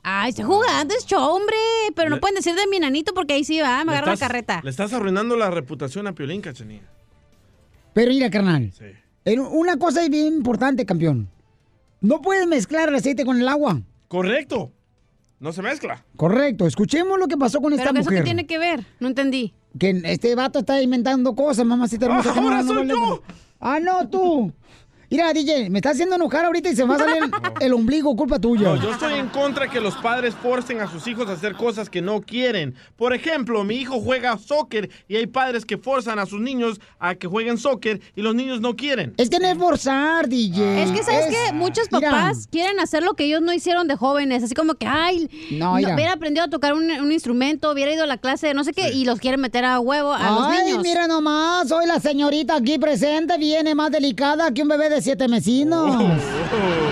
S3: Ay, estoy jugando, es show, hombre. Pero no
S4: Le-
S3: pueden decir de mi nanito porque ahí sí va,
S4: Le
S3: me agarra la
S4: estás-
S3: carreta.
S4: Le estás arruinando la reputación a Piolín, Cachanilla.
S2: Pero mira, carnal.
S4: Sí.
S2: en- Una cosa es bien importante, campeón. No puedes mezclar el aceite con el agua.
S4: Correcto. No se mezcla.
S2: Correcto, escuchemos lo que pasó con esta
S3: Pero que eso
S2: mujer.
S3: que tiene que ver, no entendí.
S2: Que este vato está inventando cosas, mamacita hermosa.
S3: Ah,
S2: que no-
S3: ahora
S2: no
S3: soy
S2: vale- Ah, no, tú. Mira, DJ, me está haciendo enojar ahorita y se me va a salir el, el ombligo, culpa tuya.
S4: No, yo estoy en contra que los padres forcen a sus hijos a hacer cosas que no quieren. Por ejemplo, mi hijo juega soccer y hay padres que forzan a sus niños a que jueguen soccer y los niños no quieren.
S2: Es que no es forzar, DJ.
S3: Es que, ¿sabes que Muchos
S2: Mira.
S3: papás quieren hacer lo que ellos no hicieron de jóvenes. Así como que, ay,
S2: No,
S3: no,
S2: mira.
S3: hubiera aprendido a tocar un, un instrumento, hubiera ido a la clase de no sé qué, y los quieren meter a huevo a los
S2: Ay,
S3: niños.
S2: mira nomás, hoy la señorita aquí presente viene más delicada que un bebé de siete mesinos.
S4: Oh.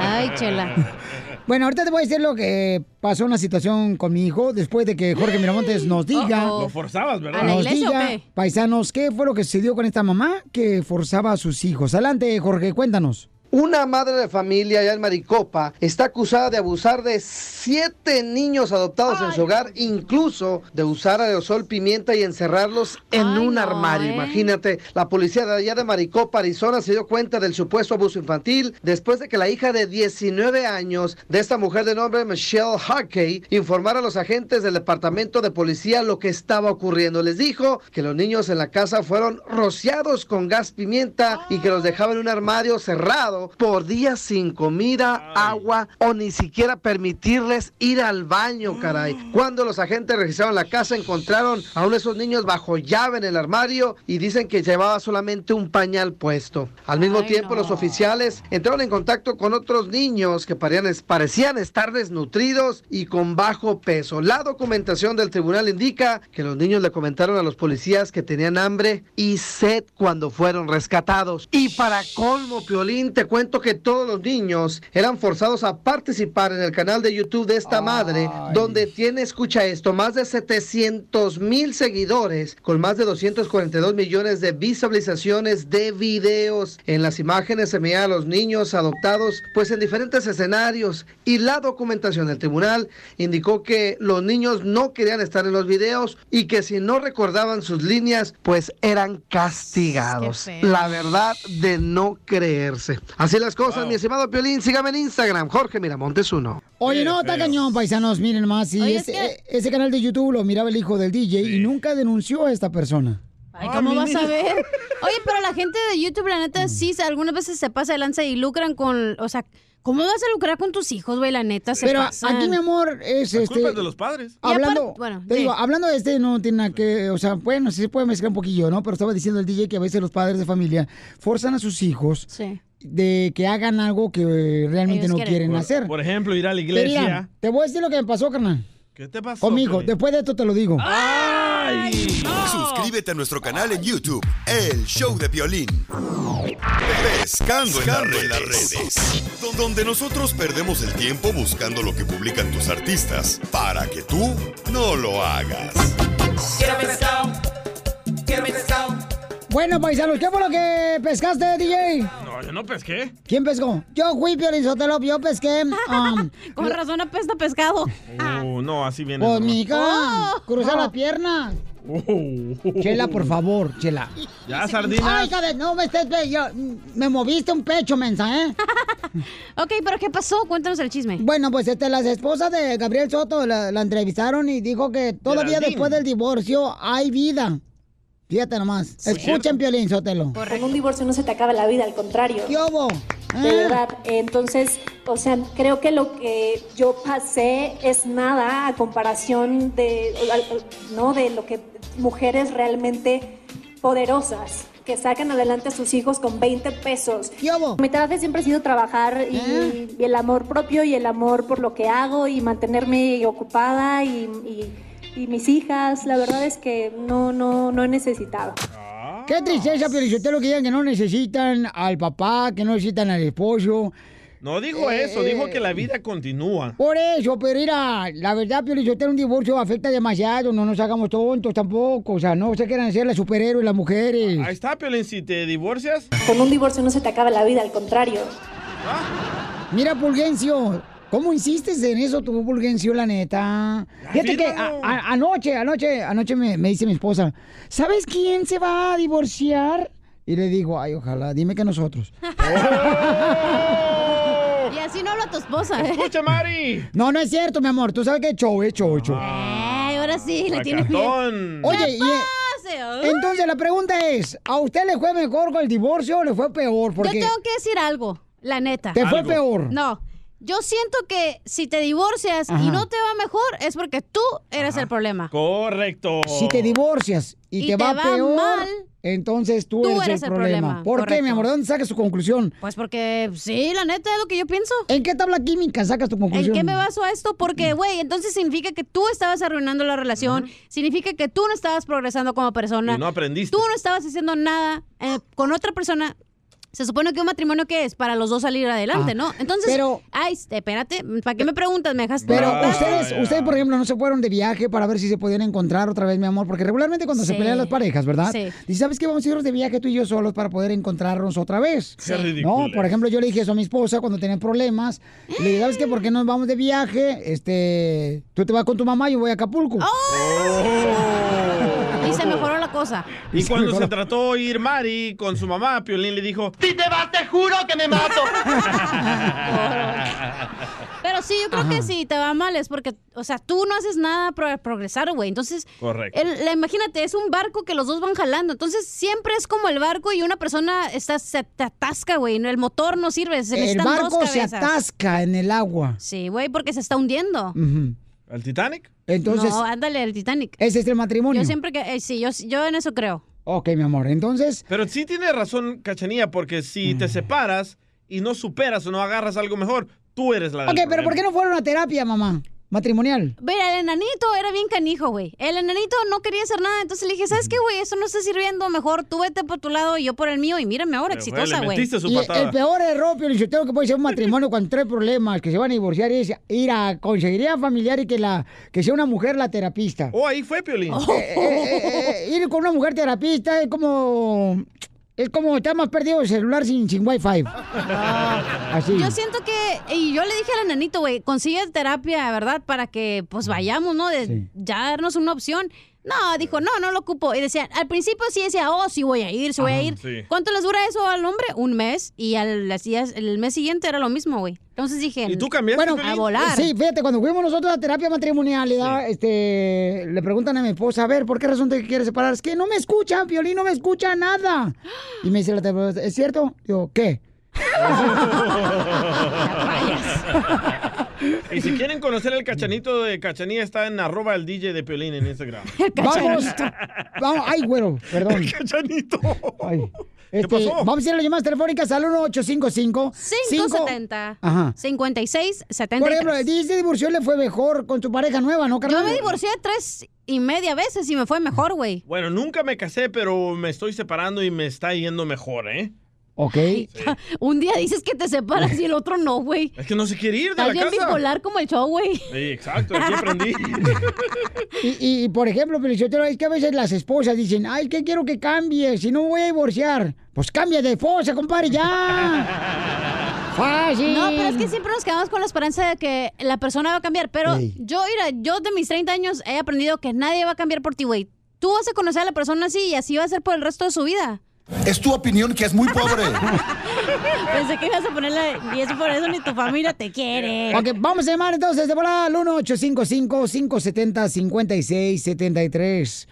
S3: Ay, chela.
S2: Bueno, ahorita te voy a decir lo que pasó una situación con mi hijo después de que Jorge Miramontes nos diga.
S4: Lo forzabas, ¿verdad?
S2: Nos diga, paisanos, ¿qué fue lo que sucedió con esta mamá que forzaba a sus hijos? Adelante, Jorge, cuéntanos.
S5: Una madre de familia allá en Maricopa está acusada de abusar de siete niños adoptados en su hogar, incluso de usar aerosol pimienta y encerrarlos en un armario. Imagínate, la policía de allá de Maricopa, Arizona, se dio cuenta del supuesto abuso infantil después de que la hija de 19 años de esta mujer de nombre Michelle Harkey informara a los agentes del departamento de policía lo que estaba ocurriendo. Les dijo que los niños en la casa fueron rociados con gas pimienta y que los dejaba en un armario cerrado por días sin comida, agua o ni siquiera permitirles ir al baño, caray. Cuando los agentes registraron la casa encontraron a uno de esos niños bajo llave en el armario y dicen que llevaba solamente un pañal puesto. Al mismo tiempo los oficiales entraron en contacto con otros niños que parían- parecían estar desnutridos y con bajo peso. La documentación del tribunal indica que los niños le comentaron a los policías que tenían hambre y sed cuando fueron rescatados. Y para colmo, Piolín, te cuento que todos los niños eran forzados a participar en el canal de YouTube de esta madre, donde tiene, escucha esto, más de 700 mil seguidores, con más de 242 millones de visualizaciones de videos. En las imágenes se veían a los niños adoptados, pues en diferentes escenarios. Y la documentación del tribunal indicó que los niños no querían estar en los videos y que si no recordaban sus líneas, pues eran castigados.
S8: Qué feo.
S5: La verdad de no creerse. Así las cosas, mi estimado Piolín. Sígame en Instagram, Jorge Miramontes 1.
S2: Oye, no, está cañón, paisanos, miren más. Y
S5: Oye, es
S2: ese, eh,
S5: que-
S2: ese canal de YouTube lo miraba el hijo del DJ y nunca denunció a esta persona.
S3: Ay,
S4: Ah,
S3: ¿cómo vas a ver? Oye, pero la gente de YouTube, la
S4: Mm.
S3: neta, sí, se- algunas veces se pasa de lanza y lucran con, o sea, ¿cómo vas a lucrar con tus hijos, güey? La neta, se
S2: Pero
S3: pasan.
S2: aquí, mi amor, es
S4: La
S2: este.
S4: culpa es de los padres.
S3: Y aparte-
S2: Hablando,
S3: bueno,
S2: te
S3: sí.
S2: digo, hablando de este, no tiene nada que, o sea, bueno, sí se puede mezclar un poquillo, ¿no? Pero estaba diciendo el DJ que a veces los padres de familia forzan a sus hijos de que hagan algo que eh, realmente no quieren
S4: Por-
S2: hacer.
S4: Por ejemplo, ir a la
S2: Pero mira,
S4: iglesia.
S2: te voy a decir lo que me pasó, carnal.
S4: ¿Qué Ah. te pasó?
S2: Conmigo,
S4: Piolín?
S2: después de esto te lo digo.
S7: Suscríbete a nuestro canal en YouTube, El Show de Piolín. Pescando en las redes. Donde nosotros perdemos el tiempo buscando lo que publican tus artistas para que tú no lo hagas.
S8: Quiero pescado, quiero pescado.
S2: Bueno, paisanos, ¿qué fue lo que pescaste, DJ?
S4: No, yo no pesqué.
S2: ¿Quién pescó? Yo fui Piolín Sotelo, yo pesqué. um,
S3: Con razón apesta pescado.
S4: Oh, no, así viene.
S2: Ah. Pues,
S4: nomás.
S3: Oh.
S2: mija, cruza la pierna. Chela, por favor, Chela.
S4: Uh. Ya, sardinas.
S2: Ay, cabrón, no me estés... pe- yo- me moviste un pecho, mensa, ¿eh?
S3: ok, pero ¿qué pasó? Cuéntanos el chisme.
S2: Bueno, pues este, las esposas de Gabriel Soto la, la entrevistaron y dijo que todavía
S3: Geraldine.
S2: después del divorcio hay vida. Fíjate nomás. Escuchen, Piolín Sotelo.
S12: Con un divorcio no se te acaba la vida, al contrario. De verdad. Entonces, o sea, creo que lo que yo pasé es nada a comparación de, ¿no? de lo que mujeres realmente poderosas que sacan adelante a sus hijos con 20 pesos. Mi trabajo siempre ha sido trabajar y, y el amor propio y el amor por lo que hago y mantenerme ocupada y, y- y mis hijas. La verdad es que no, no, no he necesitado.
S2: Qué tristeza, Piolín Sotelo, que digan que no necesitan al papá, que no necesitan al esposo.
S4: No dijo
S2: Eh,
S4: eso, dijo que la vida continúa.
S2: Por eso, pero mira, la verdad, Piolín Sotelo, un divorcio afecta demasiado. No nos hagamos tontos tampoco. O sea, no se quieran hacer las superhéroes las mujeres.
S4: Ahí está, Piolín, si te divorcias.
S12: Con un divorcio no se te acaba la vida, al contrario.
S2: ¿Ah? Mira, Pulgencio, ¿cómo insistes en eso tú, Pulgencio, la neta? Fíjate que a- a- anoche, anoche, anoche me, me dice mi esposa, ¿sabes quién se va a divorciar? Y le digo, ay, ojalá, dime que nosotros.
S3: Oh. Y así no habla tu esposa, ¿eh?
S4: ¡Escucha, Mari!
S2: No, no es cierto, mi amor, tú sabes que es show, es show, es show.
S12: Eh,
S3: Ay, ahora sí, le tiene
S2: Sacatón.
S3: miedo.
S2: Oye,
S3: ¿Qué
S2: y- eh,
S3: pasa?
S2: Entonces la pregunta es, ¿a usted le fue mejor con el divorcio o le fue peor? Porque...
S3: Yo tengo que decir algo, la neta.
S2: ¿Te fue Algo. peor?
S3: No. Yo siento que si te divorcias y
S2: Ajá.
S3: no te va mejor, es porque tú eres el problema.
S4: Correcto.
S2: Si te divorcias y,
S3: Oh. Y
S2: te,
S3: te
S2: va,
S3: va
S2: peor,
S3: mal,
S2: entonces tú,
S3: tú
S2: eres,
S3: eres
S2: el,
S3: el
S2: problema.
S3: problema,
S2: ¿Por qué, mi
S3: correcto.
S2: amor? ¿De dónde sacas tu conclusión?
S3: Pues porque sí, la neta es lo que yo pienso.
S2: ¿En qué tabla química sacas tu
S3: ¿En
S2: conclusión? Mm.
S3: qué me baso a esto? Porque, güey, entonces significa que tú estabas arruinando la relación, significa que tú no estabas progresando como persona.
S4: Y no aprendiste.
S3: Tú no estabas haciendo nada eh, con otra persona. Se supone que un matrimonio que es para los dos salir adelante,
S2: Ah,
S3: ¿no? Entonces,
S2: pero-
S3: ay, espérate, ¿para qué me preguntas? Me dejaste.
S2: Pero
S3: preguntar?
S2: ustedes, ustedes, por ejemplo, no se fueron de viaje para ver si se podían encontrar otra vez, mi amor, porque regularmente cuando se
S3: Sí.
S2: pelean las parejas, ¿verdad?
S3: Sí.
S2: Y sabes que vamos a irnos de viaje tú y yo solos para poder encontrarnos otra vez.
S8: Qué Sí.
S2: No,
S8: ridículo.
S2: por ejemplo, yo le dije eso a mi esposa cuando tenía problemas. Le dije, ¿sabes qué? ¿Por qué nos vamos de viaje? Este, tú te vas con tu mamá y yo voy a Acapulco. Oh.
S3: Y se mejoró la cosa.
S4: Y cuando se trató de ir Mari con su mamá, Piolín le dijo...
S3: Si te vas, te juro que me mato. Pero sí, yo creo
S4: Ajá.
S3: que si te va mal es porque, o sea, tú no haces nada para progresar, güey. Entonces,
S4: Correcto.
S3: el- la- imagínate, es un barco que los dos van jalando. Entonces, siempre es como el barco y una persona está, se te atasca, güey. El motor no sirve. Se
S2: el
S3: necesitan dos
S2: barco se
S3: cabezas.
S2: atasca en el agua.
S3: Sí, güey, porque se está hundiendo.
S4: ¿Al Titanic?
S2: Entonces,
S3: no, ándale, el Titanic.
S2: ese es el matrimonio.
S3: Yo siempre que, eh, sí, yo, yo en eso creo.
S2: Ok, mi amor, entonces... Mm.
S4: Pero sí tiene razón, Cachanía, porque si te separas y no superas o no agarras algo mejor, tú eres la del
S2: Ok, pero
S4: problema.
S2: ¿por qué no fueron a terapia, mamá? Matrimonial.
S3: Mira, el enanito era bien canijo, güey. El enanito no quería hacer nada, entonces le dije, ¿sabes qué, güey? Eso no está sirviendo. Mejor tú vete por tu lado y yo por el mío. Y mírame ahora,
S4: Pero, güey,
S3: exitosa,
S4: le
S3: güey.
S4: metiste su
S2: Y
S4: patada.
S2: el peor error, Piolichotero, que puede ser un matrimonio cuando trae problemas, que se van a divorciar, es ir a conseguiría familiar y que la que sea una mujer la terapista.
S4: Oh, ahí fue, Piolín.
S2: Eh, eh, eh, ir con una mujer terapista es como. Es como estar más perdido el celular sin, sin wifi. Así.
S3: Yo siento que, y yo le dije al enanito, güey, consigue terapia, ¿verdad? Para que pues vayamos, ¿no? De, Ya darnos una opción. No, dijo, no, no lo ocupo. Y decía, al principio sí decía, oh, sí voy a ir, sí voy
S8: Ajá,
S3: a ir.
S8: sí.
S3: ¿Cuánto les dura eso al hombre? Un mes. Y al, las días- el mes siguiente era lo mismo, güey. Entonces dije,
S2: Bueno,
S3: a volar.
S2: Sí, fíjate, cuando fuimos nosotros a terapia matrimonial, le, daba, este, le preguntan a mi esposa, a ver, ¿por qué razón te quieres separar? Es que no me escucha, Piolín, no me escucha nada. Y me dice la terapeuta, ¿es cierto? Digo, ¿qué?
S4: eh. Y si quieren conocer el cachanito de Cachanía, está en arroba el DJ de Piolín en Instagram.
S2: Vamos, vamos, ay, güero, perdón.
S4: cachanito.
S2: Ay, este,
S4: pasó?
S2: Vamos a ir a las llamadas telefónicas al 1855
S3: 570.
S2: Ajá.
S3: 56, 70.
S2: Por ejemplo, el DJ se divorció le fue mejor con tu pareja nueva, ¿no,
S3: Yo
S2: carnal?
S3: me divorcié tres y media veces y me fue mejor, güey.
S4: Bueno, nunca me casé, pero me estoy separando y me está yendo mejor, ¿eh?
S2: Ok.
S3: Un día dices que te separas y el otro no, güey.
S4: Es que no se quiere ir de
S3: Estás
S4: la
S3: bien
S4: casa.
S3: bipolar como el show, güey.
S4: Sí, exacto, aquí aprendí.
S2: Y, y- y, por ejemplo, Felicitero, es que a veces las esposas dicen, ay, que quiero que cambie, si no voy a divorciar. Pues cambia de esposa, compadre, ya. Fácil.
S3: No, pero es que siempre nos quedamos con la esperanza de que la persona va a cambiar. Pero
S2: Ey.
S3: yo, mira, yo de mis 30 años he aprendido que nadie va a cambiar por ti, güey. tú vas a conocer a la persona así y así va a ser por el resto de su vida.
S21: Es tu opinión que es muy pobre.
S3: Pensé que ibas a ponerle y eso por eso ni tu familia te quiere.
S2: Ok, vamos a llamar entonces de volada al 1-855-570-5673.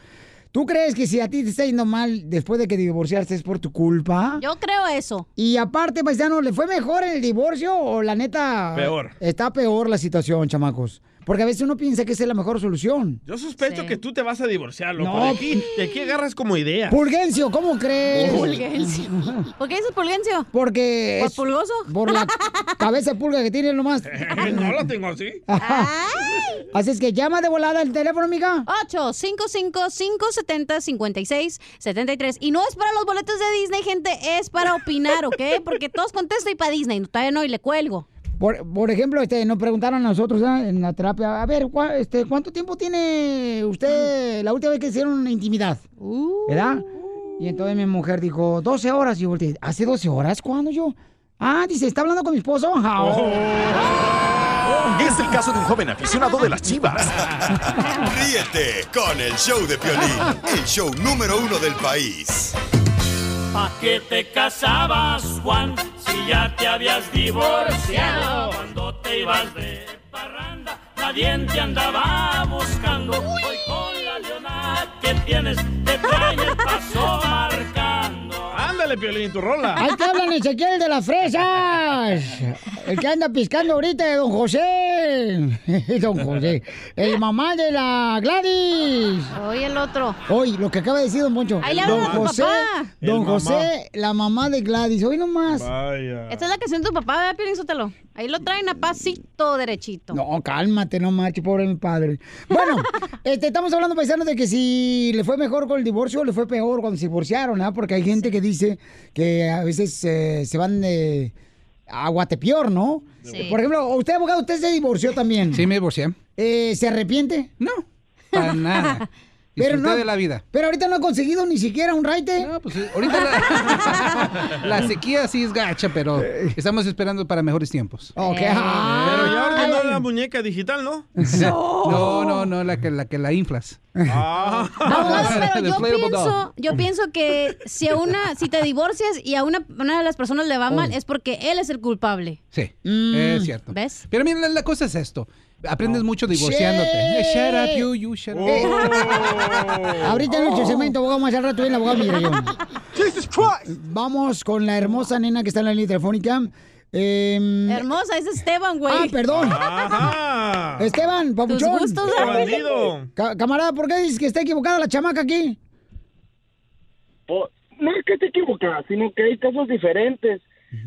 S2: ¿Tú crees que si a ti te está yendo mal después de que te divorciaste es por tu culpa?
S3: Yo creo eso.
S2: Y aparte, paisano, ¿le fue mejor el divorcio o la neta?
S4: Peor.
S2: Está peor la situación, chamacos. Porque a veces uno piensa que esa es la mejor solución.
S4: Yo sospecho que tú te vas a divorciar, loco.
S2: No.
S4: De, aquí, de aquí agarras como idea.
S2: Pulgencio, ¿cómo crees?
S3: Pulgencio. ¿Por qué dices Pulgencio?
S2: Porque.
S3: ¿Por
S2: es-
S3: pulgoso?
S2: Por la cabeza de pulga que tiene nomás.
S4: no la tengo así.
S3: Ah.
S2: Así es que llama de volada el teléfono, amiga.
S3: 855-570-5673. Y no es para los boletos de Disney, gente, es para opinar, ¿ok? Porque todos contestan y para Disney, todavía no, y le cuelgo.
S2: Por, por ejemplo, este, nos preguntaron a nosotros ¿ah? en la terapia, a ver, ¿cuá- este, ¿cuánto tiempo tiene usted la última vez que hicieron una intimidad?
S3: Uh.
S2: ¿Verdad? Y entonces mi mujer dijo, 12 horas. Y yo volteé, ¿hace 12 horas? ¿Cuándo yo? Ah, dice, ¿está hablando con mi esposo? Ah, oh.
S18: Es el caso de un joven aficionado de las chivas.
S7: Ríete con el show de Piolín, el show número uno del país.
S8: ¿Pa qué te casabas, Juan? Si ya te habías divorciado. Cuando te ibas de parranda, nadie te andaba buscando. Hoy con la leona que tienes, te trae el paso marcando.
S4: Ándale, Piolín, tu rola.
S2: Ahí te hablan Ezequiel de las fresas. El que anda piscando ahorita de don José. Don José. El mamá de la Gladys.
S3: Hoy el otro.
S2: Hoy, lo que acaba de decir don Poncho.
S3: Ahí le
S2: don
S3: hablan a tu
S2: José.
S3: papá.
S2: Don
S3: El mamá.
S2: José, la mamá de Gladys. Hoy nomás.
S4: Vaya.
S3: Esta es la canción de tu papá, ¿verdad, Piolín Sotelo? Ahí lo traen a pasito derechito.
S2: No, cálmate, no marches, pobre mi padre. Bueno, este, estamos hablando, paisanos, de que si le fue mejor con el divorcio o le fue peor cuando se divorciaron, ¿ah? Porque hay gente que dice que a veces eh, se van de a Guatepeor, ¿no?
S22: Sí.
S2: Por ejemplo, usted, abogado, usted se divorció también. Sí, me divorcié. ¿Se arrepiente? No,
S22: para nada. Disfruté de la vida.
S2: Pero ahorita no ha conseguido ni siquiera un raite. No,
S22: pues ahorita La sequía sí es gacha, pero estamos esperando para mejores tiempos.
S2: Ok.
S4: Pero ya ordenó la muñeca digital, ¿no?
S22: No, no, no, la que la, que la inflas.
S4: Ah.
S3: Abogado, pero
S22: The
S3: yo
S22: inflatable
S3: pienso,
S22: doll.
S3: yo pienso que si a una, si te divorcias y a una, una de las personas le va mal,
S22: Oh.
S3: es porque él es el culpable.
S22: Sí,
S3: Mm.
S22: es cierto.
S3: ¿Ves?
S22: Pero mira, la, la cosa es esto. Aprendes
S4: Oh.
S22: mucho divorciándote.
S2: Sí.
S22: Eh, Shut up, you, you, shut up.
S4: Oh.
S2: Ahorita en el cemento, abogado, más al rato viene el abogado Miguelón. Vamos con la hermosa nena que está en la línea telefónica. Em,
S3: Hermosa, es Esteban, güey.
S2: Ah, perdón. Esteban, papuchón.
S3: gustos, Qué Raúl. bandido.
S2: Ca- camarada, ¿por qué dices que está equivocada la chamaca aquí?
S23: po- no es que te equivocas, sino que hay casos diferentes.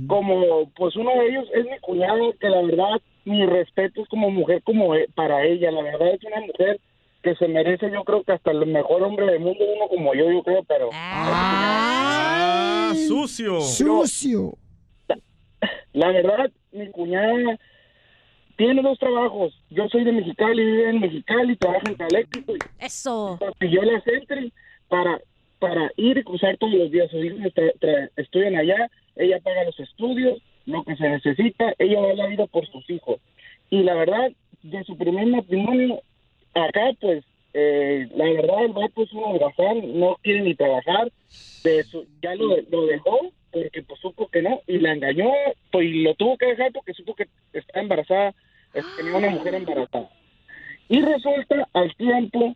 S23: Como, pues uno de ellos es mi cuñado, que la verdad, mi respeto es como mujer, como e- para ella. La verdad es una mujer que se merece, yo creo que hasta el mejor hombre del mundo, uno como yo, yo creo, pero.
S4: Ah, sucio.
S2: Sucio.
S23: La verdad, mi cuñada tiene dos trabajos. Yo soy de Mexicali, vive en Mexicali, trabaja en Caléxico y
S3: Eso.
S23: yo las entre para, para ir y cruzar todos los días. Sus hijos tra- tra- estudian allá, ella paga los estudios, lo que se necesita, ella da la vida por sus hijos. Y la verdad, de su primer matrimonio, acá pues, eh, la verdad, el vato es un holgazán, no quiere ni trabajar, de su- ya lo, lo dejó porque pues supo que no, y la engañó, pues, y lo tuvo que dejar porque supo que está embarazada, es- tenía una mujer embarazada. Y resulta, al tiempo,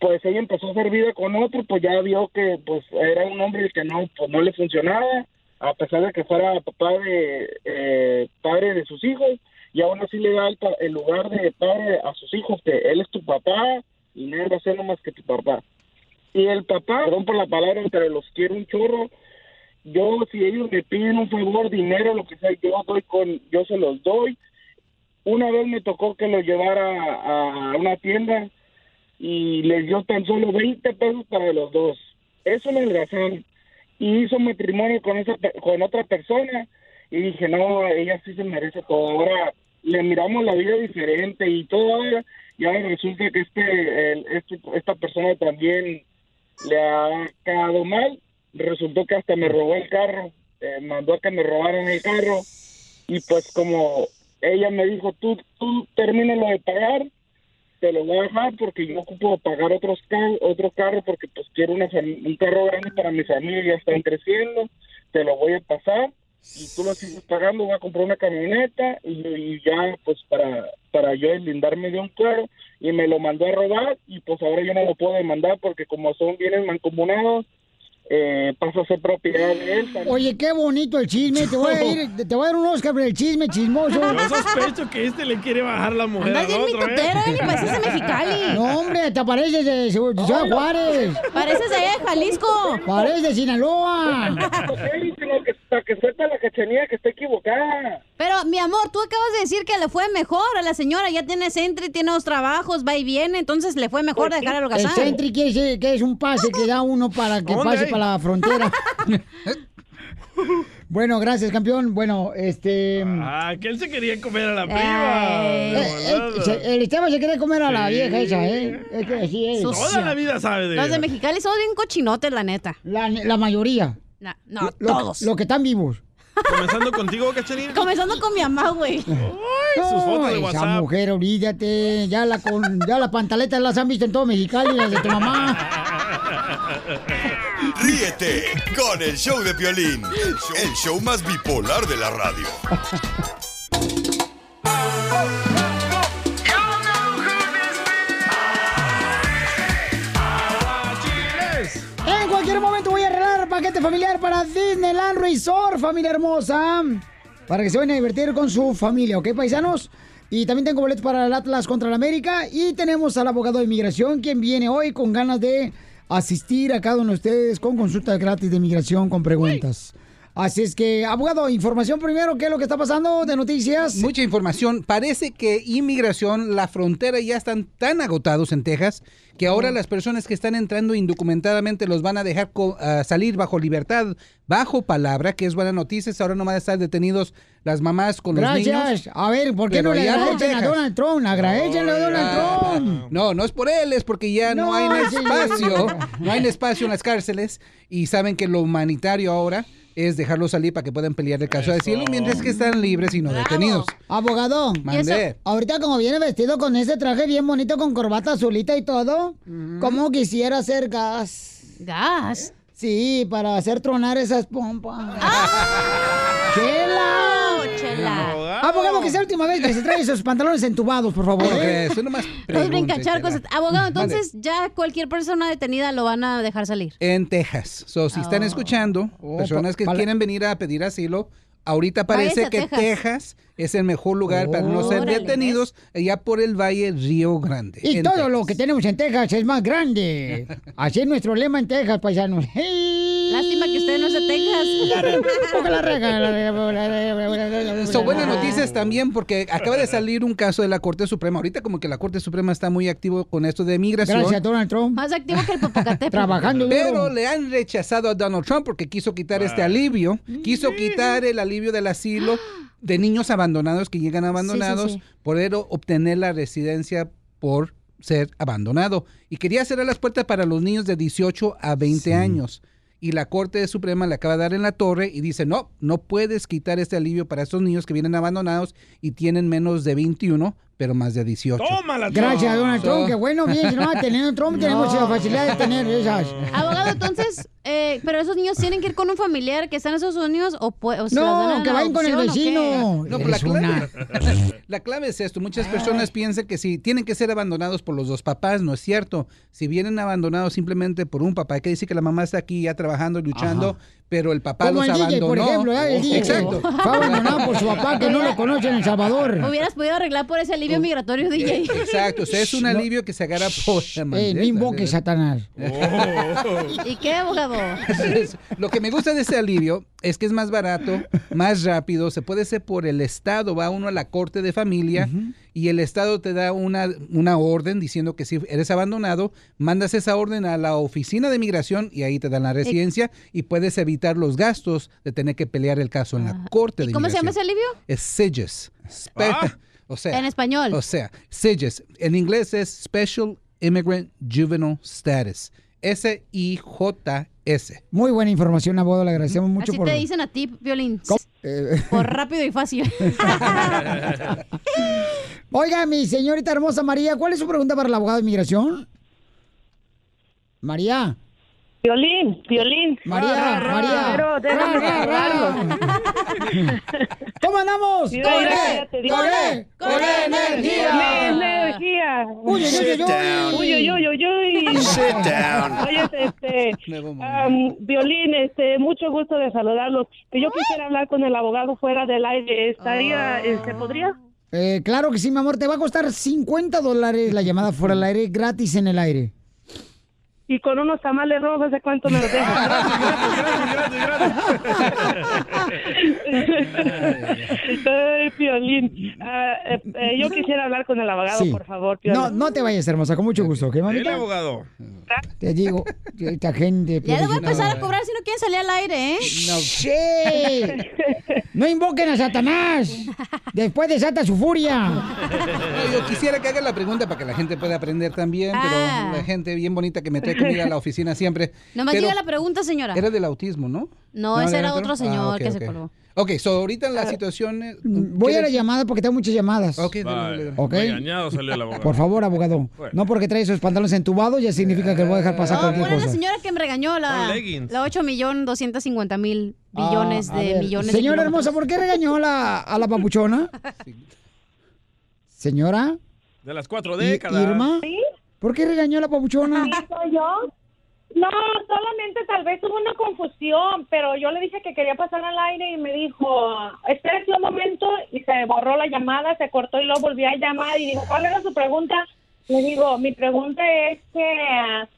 S23: pues ella empezó a hacer vida con otro, pues ya vio que pues era un hombre el que no, pues no le funcionaba, a pesar de que fuera papá de eh, padre de sus hijos, y aún así le da el, pa- el lugar de padre a sus hijos, que él es tu papá y nadie va a ser más que tu papá. Y el papá, perdón por la palabra, pero los quiero un chorro. Yo, si ellos me piden un favor, dinero, lo que sea, yo doy con, yo se los doy. Una vez me tocó que lo llevara a- a una tienda y les dio tan solo 20 pesos para los dos. Es un holgazán. Y hizo matrimonio con, esa, pe- con otra persona y dije, no, ella sí se merece todo. Ahora le miramos la vida diferente y todo. ahora- Y ahora resulta que este, el- este- esta persona también le ha quedado mal. Resultó que hasta me robó el carro. eh, mandó a que me robaran el carro. Y pues como ella me dijo, tú, tú termina lo de pagar, te lo voy a dejar porque yo ocupo pagar otros ca- otro carro porque pues quiero una fam- un carro grande para mi familia, ya están creciendo, te lo voy a pasar y tú lo sigues pagando, voy a comprar una camioneta y, y ya pues para, para yo deslindarme de un carro y me lo mandó a robar y pues ahora yo no lo puedo demandar porque como son bienes mancomunados, eh, pasa a ser propiedad de él.
S2: Oye, qué bonito el chisme. Te voy a, ir- te voy a dar un Oscar por el chisme chismoso.
S4: Yo sospecho que este le quiere bajar la mujer
S2: Andas
S4: al
S2: bien
S4: otro, ¿eh?
S2: mitotero,
S3: Ni pareces de Mexicali.
S2: No, hombre, te pareces de Ciud- de Ciudad Juárez.
S3: Pareces de allá de Jalisco.
S2: Pareces de Sinaloa.
S23: Hasta que suelta la cachanilla que está equivocada.
S3: Pero, mi amor, tú acabas de decir que le fue mejor a la señora. Ya tiene Sentry, tiene dos trabajos, va y viene. Entonces le fue mejor dejar al
S2: Pues El
S3: holgazán.
S2: Sentry quiere decir que es un pase que da uno para que
S3: ¿Dónde
S2: pase
S3: hay?
S2: para la frontera. bueno, gracias, campeón. Bueno, este...
S4: Ah, que él se quería comer a la piba.
S2: Eh, eh, se- el Esteban se quiere comer a la vieja esa, ¿eh? Es que sí es.
S4: Toda la vida sabe de
S3: Los de
S4: ella.
S3: Mexicali son bien cochinotes, la neta.
S2: La, la mayoría.
S3: No, no,
S2: Lo-
S3: todos.
S2: Lo que están vivos.
S4: Comenzando contigo, Cachanilla.
S3: Comenzando con mi mamá, güey.
S4: sus fotos de
S2: esa
S4: WhatsApp.
S2: mujer, olvídate. Ya la, con, ya la pantaleta las han visto en todo Mexicali, las de tu mamá.
S7: Ríete con el show de Piolín, el show más bipolar de la radio.
S2: En cualquier momento voy a arreglar paquete familiar para Disneyland Resort, familia hermosa. Para que se vayan a divertir con su familia, ¿ok, paisanos? Y también tengo boletos para el Atlas contra el América. Y tenemos al abogado de inmigración, quien viene hoy con ganas de asistir a cada uno de ustedes con consultas gratis de inmigración, con preguntas. Así es que, abogado, información primero, ¿qué es lo que está pasando de noticias?
S22: Mucha información. Parece que inmigración, la frontera ya están tan agotados en Texas que ahora las personas que están entrando indocumentadamente los van a dejar co- a salir bajo libertad, bajo palabra, que es buena noticia. Ahora no van a estar detenidos las mamás con los niños.
S2: Gracias. A ver, ¿por qué
S22: Pero
S2: no le
S22: ya no
S2: agradecen a
S22: dejas.
S2: Donald Trump? Agradecen a Donald Trump.
S22: No, no es por él, es porque ya no,
S2: No,
S22: hay
S2: sí.
S22: espacio, no hay espacio en las cárceles y saben que lo humanitario ahora es dejarlos salir para que puedan pelear el caso de asilo mientras que están libres y no detenidos.
S2: Abogado,
S22: Mandé.
S2: eso, ahorita como viene vestido con ese traje bien bonito con corbata azulita y todo, ¿cómo quisiera hacer gas?
S3: ¿Gas?
S2: Sí, para hacer tronar esas pompas.
S3: ¡Ah!
S2: ¡Chela!
S3: No, Chela.
S2: Abogado, que sea la última vez que se trae esos pantalones entubados, por favor.
S22: ¿Cómo
S2: ¿eh?
S22: crees? Tú nomás
S3: Los
S22: pregunta,
S3: brincacharcos.
S22: Chela.
S3: Abogado, entonces ya cualquier persona detenida lo van a dejar salir.
S4: Eh,
S22: En Texas. So, si están
S3: Oh.
S22: escuchando,
S3: Oh,
S22: personas
S3: pa-
S22: que
S3: pa-
S22: quieren venir a pedir asilo, ahorita
S3: Váyanse
S22: parece
S3: a
S22: que
S3: Texas.
S22: Texas. es el mejor lugar para no ser
S2: Órale,
S22: detenidos allá por el Valle Río Grande.
S2: Y
S22: En
S2: todo
S22: Texas.
S2: lo que tenemos en Texas es más grande. Así es nuestro lema en Texas, paisanos. Lástima
S3: que usted no es de
S2: Texas.
S22: Son buenas noticias también porque acaba de salir un caso de la Corte Suprema. Ahorita como que la Corte Suprema está muy activo con esto de migración.
S2: Gracias, Donald Trump.
S3: Más activo que el Popocatépetl.
S2: Trabajando duro.
S22: Pero le han rechazado a Donald Trump porque quiso quitar este alivio, quiso quitar el alivio del asilo de niños abandonados que llegan abandonados,
S1: sí.
S22: poder o- obtener la residencia por ser abandonado. Y quería cerrar las puertas para los niños de 18 a 20 años. Y la Corte Suprema le acaba de dar en la torre y dice, no, no puedes quitar este alivio para estos niños que vienen abandonados y tienen menos de 21, pero más de 18.
S4: ¡Tómala,
S2: Gracias, Donald
S22: So-
S2: Trump. Qué bueno, bien, si no, teniendo Trump tenemos
S3: No.
S2: la facilidad de tener esas.
S3: Abogado, entonces, eh, pero esos niños tienen que ir con un familiar que está en Estados Unidos o, pue- o se los dan
S2: No,
S3: en
S2: que vayan con el
S3: adopción, ¿o qué?
S2: vecino.
S22: No, pero la
S2: Eres una-
S22: clave, la clave es esto. Muchas personas piensan que si tienen que ser abandonados por los dos papás, no es cierto. Si vienen abandonados simplemente por un papá, hay que decir que la mamá está aquí ya trabajando, luchando, pero el papá
S2: Como
S22: los
S2: el DJ,
S22: abandonó.
S2: por ejemplo, ¿eh? el DJ
S22: Exacto.
S2: fue abandonado por su papá que no lo conoce en El Salvador.
S3: Hubieras podido arreglar por ese
S2: Oh,
S3: alivio migratorio, DJ.
S2: eh,
S22: Exacto, o sea, es un
S2: No.
S22: alivio que se agarra por la
S2: Eh,
S22: mandeta.
S2: no invoques, Satanás.
S22: Oh.
S3: ¿Y qué, abogado?
S22: Entonces, Lo que me gusta de ese alivio es que es más barato, más rápido, se puede hacer por el Estado, va uno a la corte de familia y el Estado te da una, una orden diciendo que si eres abandonado, mandas esa orden a la oficina de migración y ahí te dan la residencia y puedes evitar los gastos de tener que pelear el caso en la corte de
S3: Ah, ¿Cómo se llama ese
S22: migración.
S3: alivio?
S22: Es SIGES. Spe-
S2: Ah.
S22: O sea,
S3: En español.
S22: O sea, SIGES. En inglés es Special Immigrant Juvenile Status. S-I-J-E-S. S.
S2: Muy buena información, abogado. Le agradecemos mucho
S3: Así
S2: por.
S3: te dicen a ti, Violín.
S2: Eh,
S3: Por rápido y fácil.
S2: Oiga, mi señorita hermosa María, ¿cuál es su pregunta para el abogado de inmigración? María.
S1: Violín, violín.
S2: María, María.
S1: Pero déjame
S2: Ra, ra,
S1: decir
S2: ra.
S1: algo.
S2: ¿Cómo andamos? E,
S1: Sí,
S2: ¡Corre!
S1: ya te digo.
S2: ¡Corre! ¡Corre E, energía!
S1: ¡Corre
S9: Ah.
S1: energía!
S2: Uy,
S1: Uy,
S2: uy, uy, uy, uy.
S1: uy, uy, uy, uy.
S2: Sit down.
S1: Oye, este, am, Violín, este, mucho gusto de saludarlos. Yo quisiera hablar con el abogado fuera del aire.
S2: Ah.
S1: ¿Estaría, este, podría?
S2: Eh, claro que sí, mi amor. Te va a costar 50 dólares la llamada fuera del aire, gratis en el aire.
S1: Y con unos tamales rojos, ¿de cuánto me los dejas? Ay, Piolín. Ah, eh, eh, yo quisiera hablar con el abogado,
S2: Sí.
S1: por favor, Piolín.
S2: No, no te vayas, hermosa, con mucho gusto, ¿ok,
S4: El
S2: mamita?
S4: abogado.
S2: Te digo, esta gente. pues,
S3: Ya le voy a
S2: pobrecita.
S3: empezar a cobrar si no quieren salir al aire, ¿eh?
S2: No, sí. No invoquen a Satanás. Después desata su furia.
S22: No, yo quisiera que haga la pregunta para que la gente pueda aprender también,
S3: Ah.
S22: pero la gente bien bonita que me trae conmigo a la oficina siempre.
S3: Nomás
S22: Pero
S3: diga la pregunta, señora.
S22: Era del autismo, ¿no?
S3: No, ese era otro
S22: Ah,
S3: señor
S22: ok,
S3: que se
S22: ok.
S3: colgó.
S22: Ok, so ahorita la situación... es-
S2: Voy a la
S22: ¿quieres-
S2: llamada porque tengo muchas llamadas. Ok,
S4: Vaya, Regañado salió el abogado.
S2: Por favor, abogado. No porque trae sus pantalones entubados ya significa que voy a dejar pasar
S3: No,
S2: cualquier
S3: fue la
S2: cosa.
S3: señora que me regañó la,
S2: Con leggings.
S3: la 8 millón 250 mil billones
S2: Ah, a
S3: de
S2: ver,
S3: millones de
S2: Señora
S3: kilómetros.
S2: hermosa, ¿por qué regañó a la, a la papuchona? Señora,
S4: De las cuatro
S2: I-
S4: décadas.
S2: Irma, ¿por qué regañó a la papuchona?
S24: ¿Soy yo? No, solamente tal vez hubo una confusión, pero yo le dije que quería pasar al aire y me dijo, espérese un momento, y se borró la llamada, se cortó y lo volví a llamar y dijo, ¿cuál era su pregunta? Le digo, mi pregunta es que, ah,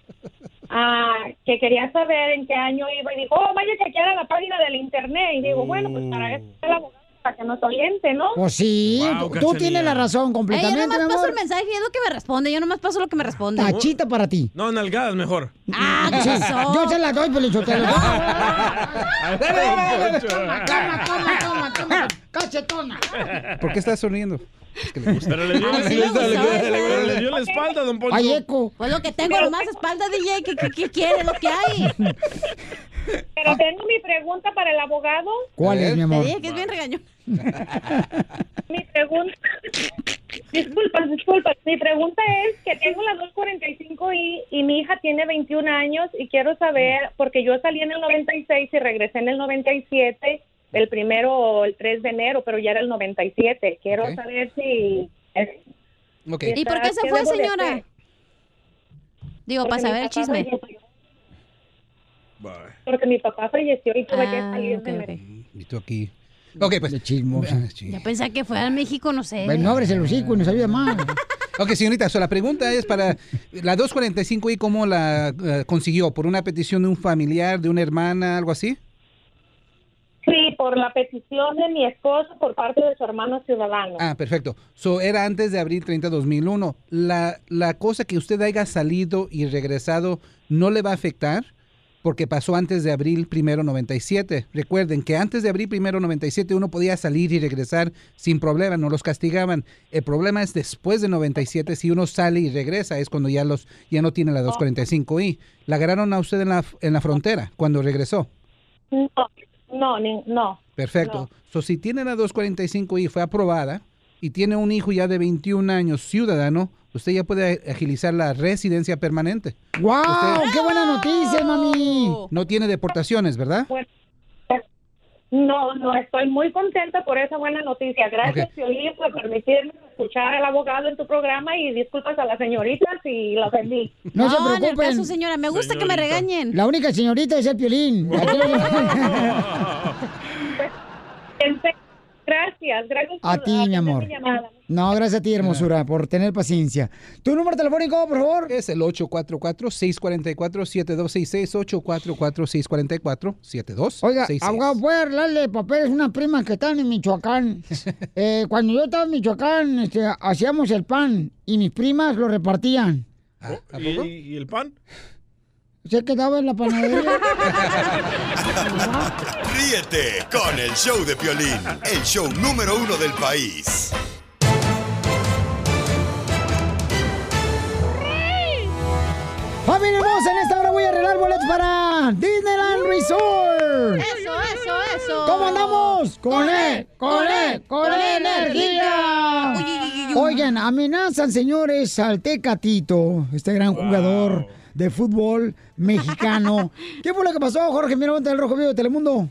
S24: ah, que quería saber en qué año iba y dijo, oh, vaya que aquí era la página del internet y digo, bueno, pues para eso está el abogado, para que nos oriente, ¿no?
S2: Mm. Pues sí,
S24: Wow,
S2: tú- tú
S24: cachanilla.
S2: tienes la razón
S3: Ey, yo
S2: completamente, mi
S3: nomás paso
S2: amor. Ah,
S3: el mensaje y es lo que me responde. Yo nomás paso lo que me responde.
S2: Tachita para ti.
S4: No, nalgadas mejor.
S3: Ah,
S2: Sí,
S3: chizón.
S2: Yo se la doy, Pelichotelo.
S4: Toma,
S2: toma, toma, toma. Cachetona.
S22: ¿Por qué estás sonriendo? Es que le gusta.
S4: Pero le dio,
S22: Ah,
S4: le
S22: sí
S4: dio-
S22: le gustó,
S4: le dio-
S22: ¿eh?
S4: le dio- le dio la espalda, don Poncho.
S3: Pues lo que tengo nomás espalda, DJ. ¿Qué, qué, qué quiere? Lo que hay.
S24: Pero tengo mi pregunta para el abogado.
S2: ¿Cuál es, mi amor?
S3: Te dije que es bien regañón.
S24: Mi pregunta, disculpa, disculpa, mi pregunta es que tengo las 245 y, y mi hija tiene 21 años y quiero saber, porque yo salí en el 96 y regresé en el 97, el primero o el 3 de enero, pero ya era el 97. Quiero
S22: Ok.
S24: saber si... es-
S22: Ok.
S24: si
S3: ¿Y por
S24: está-
S3: qué se
S24: ¿qué
S3: fue,
S24: debo de
S3: señora?
S24: hacer?
S3: Digo,
S24: Porque
S3: para saber
S24: mi
S3: el
S24: papá
S3: chisme.
S24: falleció- Porque mi papá falleció y tuve
S3: Ah,
S24: que salir de
S22: Y tú aquí. Ok, pues.
S2: Mm. De chismosa.
S3: Ya pensé que fue a México, no sé.
S22: Bueno,
S2: abres el hocico y nos ayuda más.
S22: Ok, señorita, so la pregunta es para la 245 y cómo la eh, consiguió, por una petición de un familiar, de una hermana, algo así.
S24: Sí, por la petición de mi esposo por parte de su hermano ciudadano.
S22: Ah, perfecto. So era antes de abril 30, 2001. La, la cosa que usted haya salido y regresado no le va a afectar porque pasó antes de abril primero 97. Recuerden que antes de abril primero 97 uno podía salir y regresar sin problema, no los castigaban. El problema es después de 97 si uno sale y regresa es cuando ya los ya no tiene la 245i. La agarraron a usted en la en la frontera cuando regresó.
S24: No, no, ni- no.
S22: Perfecto. So, si tiene la 245 y fue aprobada y tiene un hijo ya de 21 años ciudadano, usted ya puede agilizar la residencia permanente.
S2: ¡Wow! ¡Qué buena noticia, mami!
S22: No tiene deportaciones, ¿verdad?
S24: No, no, estoy muy contenta por esa buena noticia. Gracias,
S22: Ok.
S24: Piolín, por permitirme escuchar al abogado en tu programa y disculpas a las señoritas si la ofendí.
S2: No se preocupen.
S3: señora. Me gusta que me
S24: Señorita.
S3: regañen.
S2: La única señorita es el piolín. Aquí lo-
S24: En serio, Gracias, gracias
S2: A
S24: por
S2: ti, mi
S24: atender
S2: amor.
S24: llamada.
S2: No, gracias a ti, hermosura, por tener paciencia. ¿Tu número telefónico, por favor?
S22: Es el 844-644-7266, 844-644-7266.
S2: Oiga, abogado, voy a arreglarle papeles a Pues, una prima que están en Michoacán. Eh, cuando yo estaba en Michoacán, este, hacíamos el pan y mis primas lo repartían.
S4: Oh, ¿Y, y el pan?
S2: Se quedaba en la panadería.
S7: Ríete con el show de Piolín, el show número uno del país.
S2: ¡Familia hermosa! En esta hora voy a arreglar regalar boletos para Disneyland Resort.
S3: Eso, eso, eso.
S2: ¿Cómo andamos? Con E, con E, con E energía. Oigan, amenazan, señores, al Tecatito, este gran jugador de fútbol mexicano. ¿Qué fue lo que pasó, Jorge Miramonte del Rojo Vivo de Telemundo?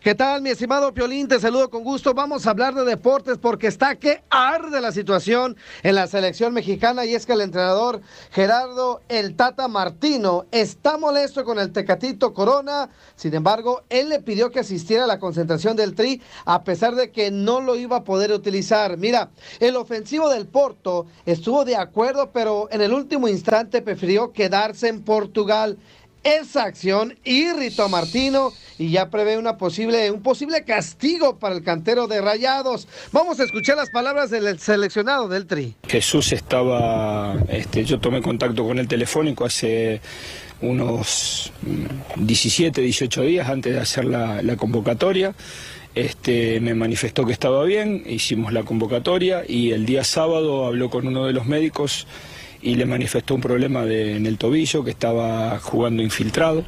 S5: ¿Qué tal, mi estimado Piolín? Te saludo con gusto. Vamos a hablar de deportes porque está que arde la situación en la selección mexicana y es que el entrenador Gerardo El Tata Martino está molesto con el Tecatito Corona. Sin embargo, él le pidió que asistiera a la concentración del Tri a pesar de que no lo iba a poder utilizar. Mira, el ofensivo del Porto estuvo de acuerdo, pero en el último instante prefirió quedarse en Portugal. Esa acción irritó a Martino y ya prevé una posible, un posible castigo para el cantero de Rayados. Vamos a escuchar las palabras del seleccionado del Tri.
S9: Jesús estaba, este, yo tomé contacto con él telefónico hace unos 17, 18 días antes de hacer la, la convocatoria. Este, me manifestó que estaba bien, hicimos la convocatoria y el día sábado habló con uno de los médicos y le manifestó un problema de- en el tobillo que estaba jugando infiltrado.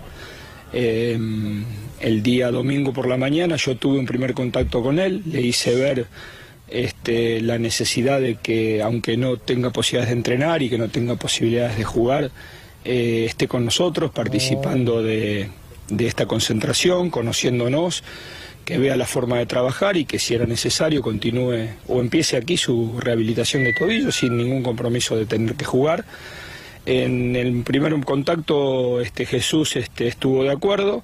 S9: Eh, el día domingo por la mañana yo tuve un primer contacto con él, le hice ver este, la necesidad de que aunque no tenga posibilidades de entrenar y que no tenga posibilidades de jugar, eh, esté con nosotros participando de, de esta concentración, conociéndonos, que vea la forma de trabajar y que si era necesario continúe o empiece aquí su rehabilitación de tobillo sin ningún compromiso de tener que jugar. En el primer contacto este, Jesús este, estuvo de acuerdo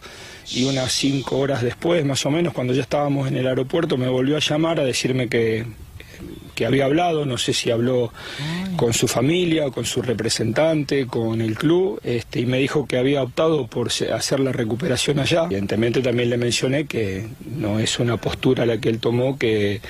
S9: y unas cinco horas después, más o menos, cuando ya estábamos en el aeropuerto, me volvió a llamar a decirme que, que había hablado, no sé si habló con su familia, con su representante, con el club, este, y me dijo que había optado por se- hacer la recuperación allá. Evidentemente también le mencioné que no es una postura la que él tomó que